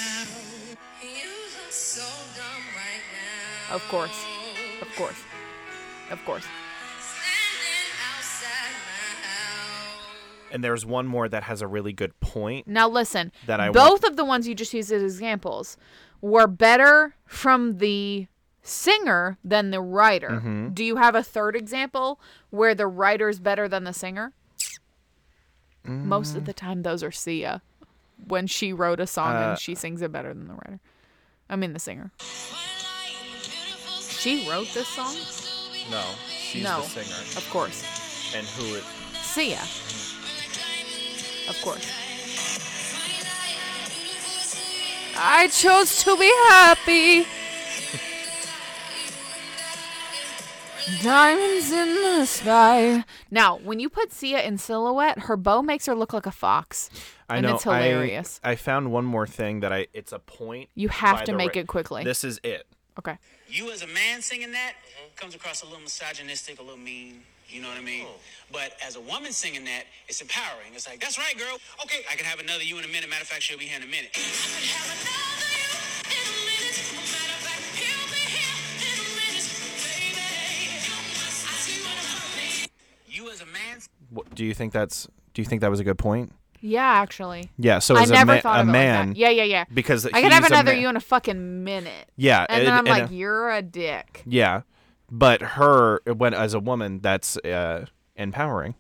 S19: out. You look so dumb right now.
S2: Of course. Of course. Of course.
S19: Standing outside my house.
S6: And there's one more that has a really good point.
S2: Now listen,
S6: That I
S2: both of the ones you just used as examples were better from the singer than the writer.
S6: Mhm.
S2: Do you have a third example where the writer's better than the singer? Most
S6: Mm.
S2: of the time those are Sia. When she wrote a song
S6: Uh,
S2: and she sings it better than the writer. I mean the singer. She wrote this song?
S20: No, she's
S2: no.
S20: the singer.
S2: Of course.
S20: And who it?
S2: Sia. Of course. I chose to be
S6: *laughs*
S2: happy. Diamonds in the sky. Now, when you put Sia in silhouette, her bow makes her look like a fox.
S6: I
S2: and
S6: know.
S2: it's hilarious.
S6: I, I found one more thing that I. It's a point.
S2: You have
S6: by
S2: to
S6: the
S2: make
S6: ra-
S2: it quickly.
S6: This is it.
S2: okay.
S18: You as a man singing that comes across a little misogynistic, a little mean. You know what I mean? But as a woman singing that, it's empowering. It's like, that's right, girl. Okay, I can have another you in a minute. Matter of fact, she'll be here in a minute. You as a man
S6: What, do you think that's? Do you think that was a good point?
S2: Yeah, actually.
S6: Yeah, so
S2: I
S6: as a
S2: never
S6: ma-
S2: thought
S6: a
S2: of it like that.
S6: man-
S2: Yeah, yeah, yeah.
S6: because
S2: I could have
S6: he's a
S2: another
S6: man-
S2: you in a fucking minute.
S6: Yeah,
S2: and,
S6: and-
S2: then I'm
S6: and
S2: like,
S6: a-
S2: you're a dick.
S6: Yeah, but her when as a woman, that's uh, empowering.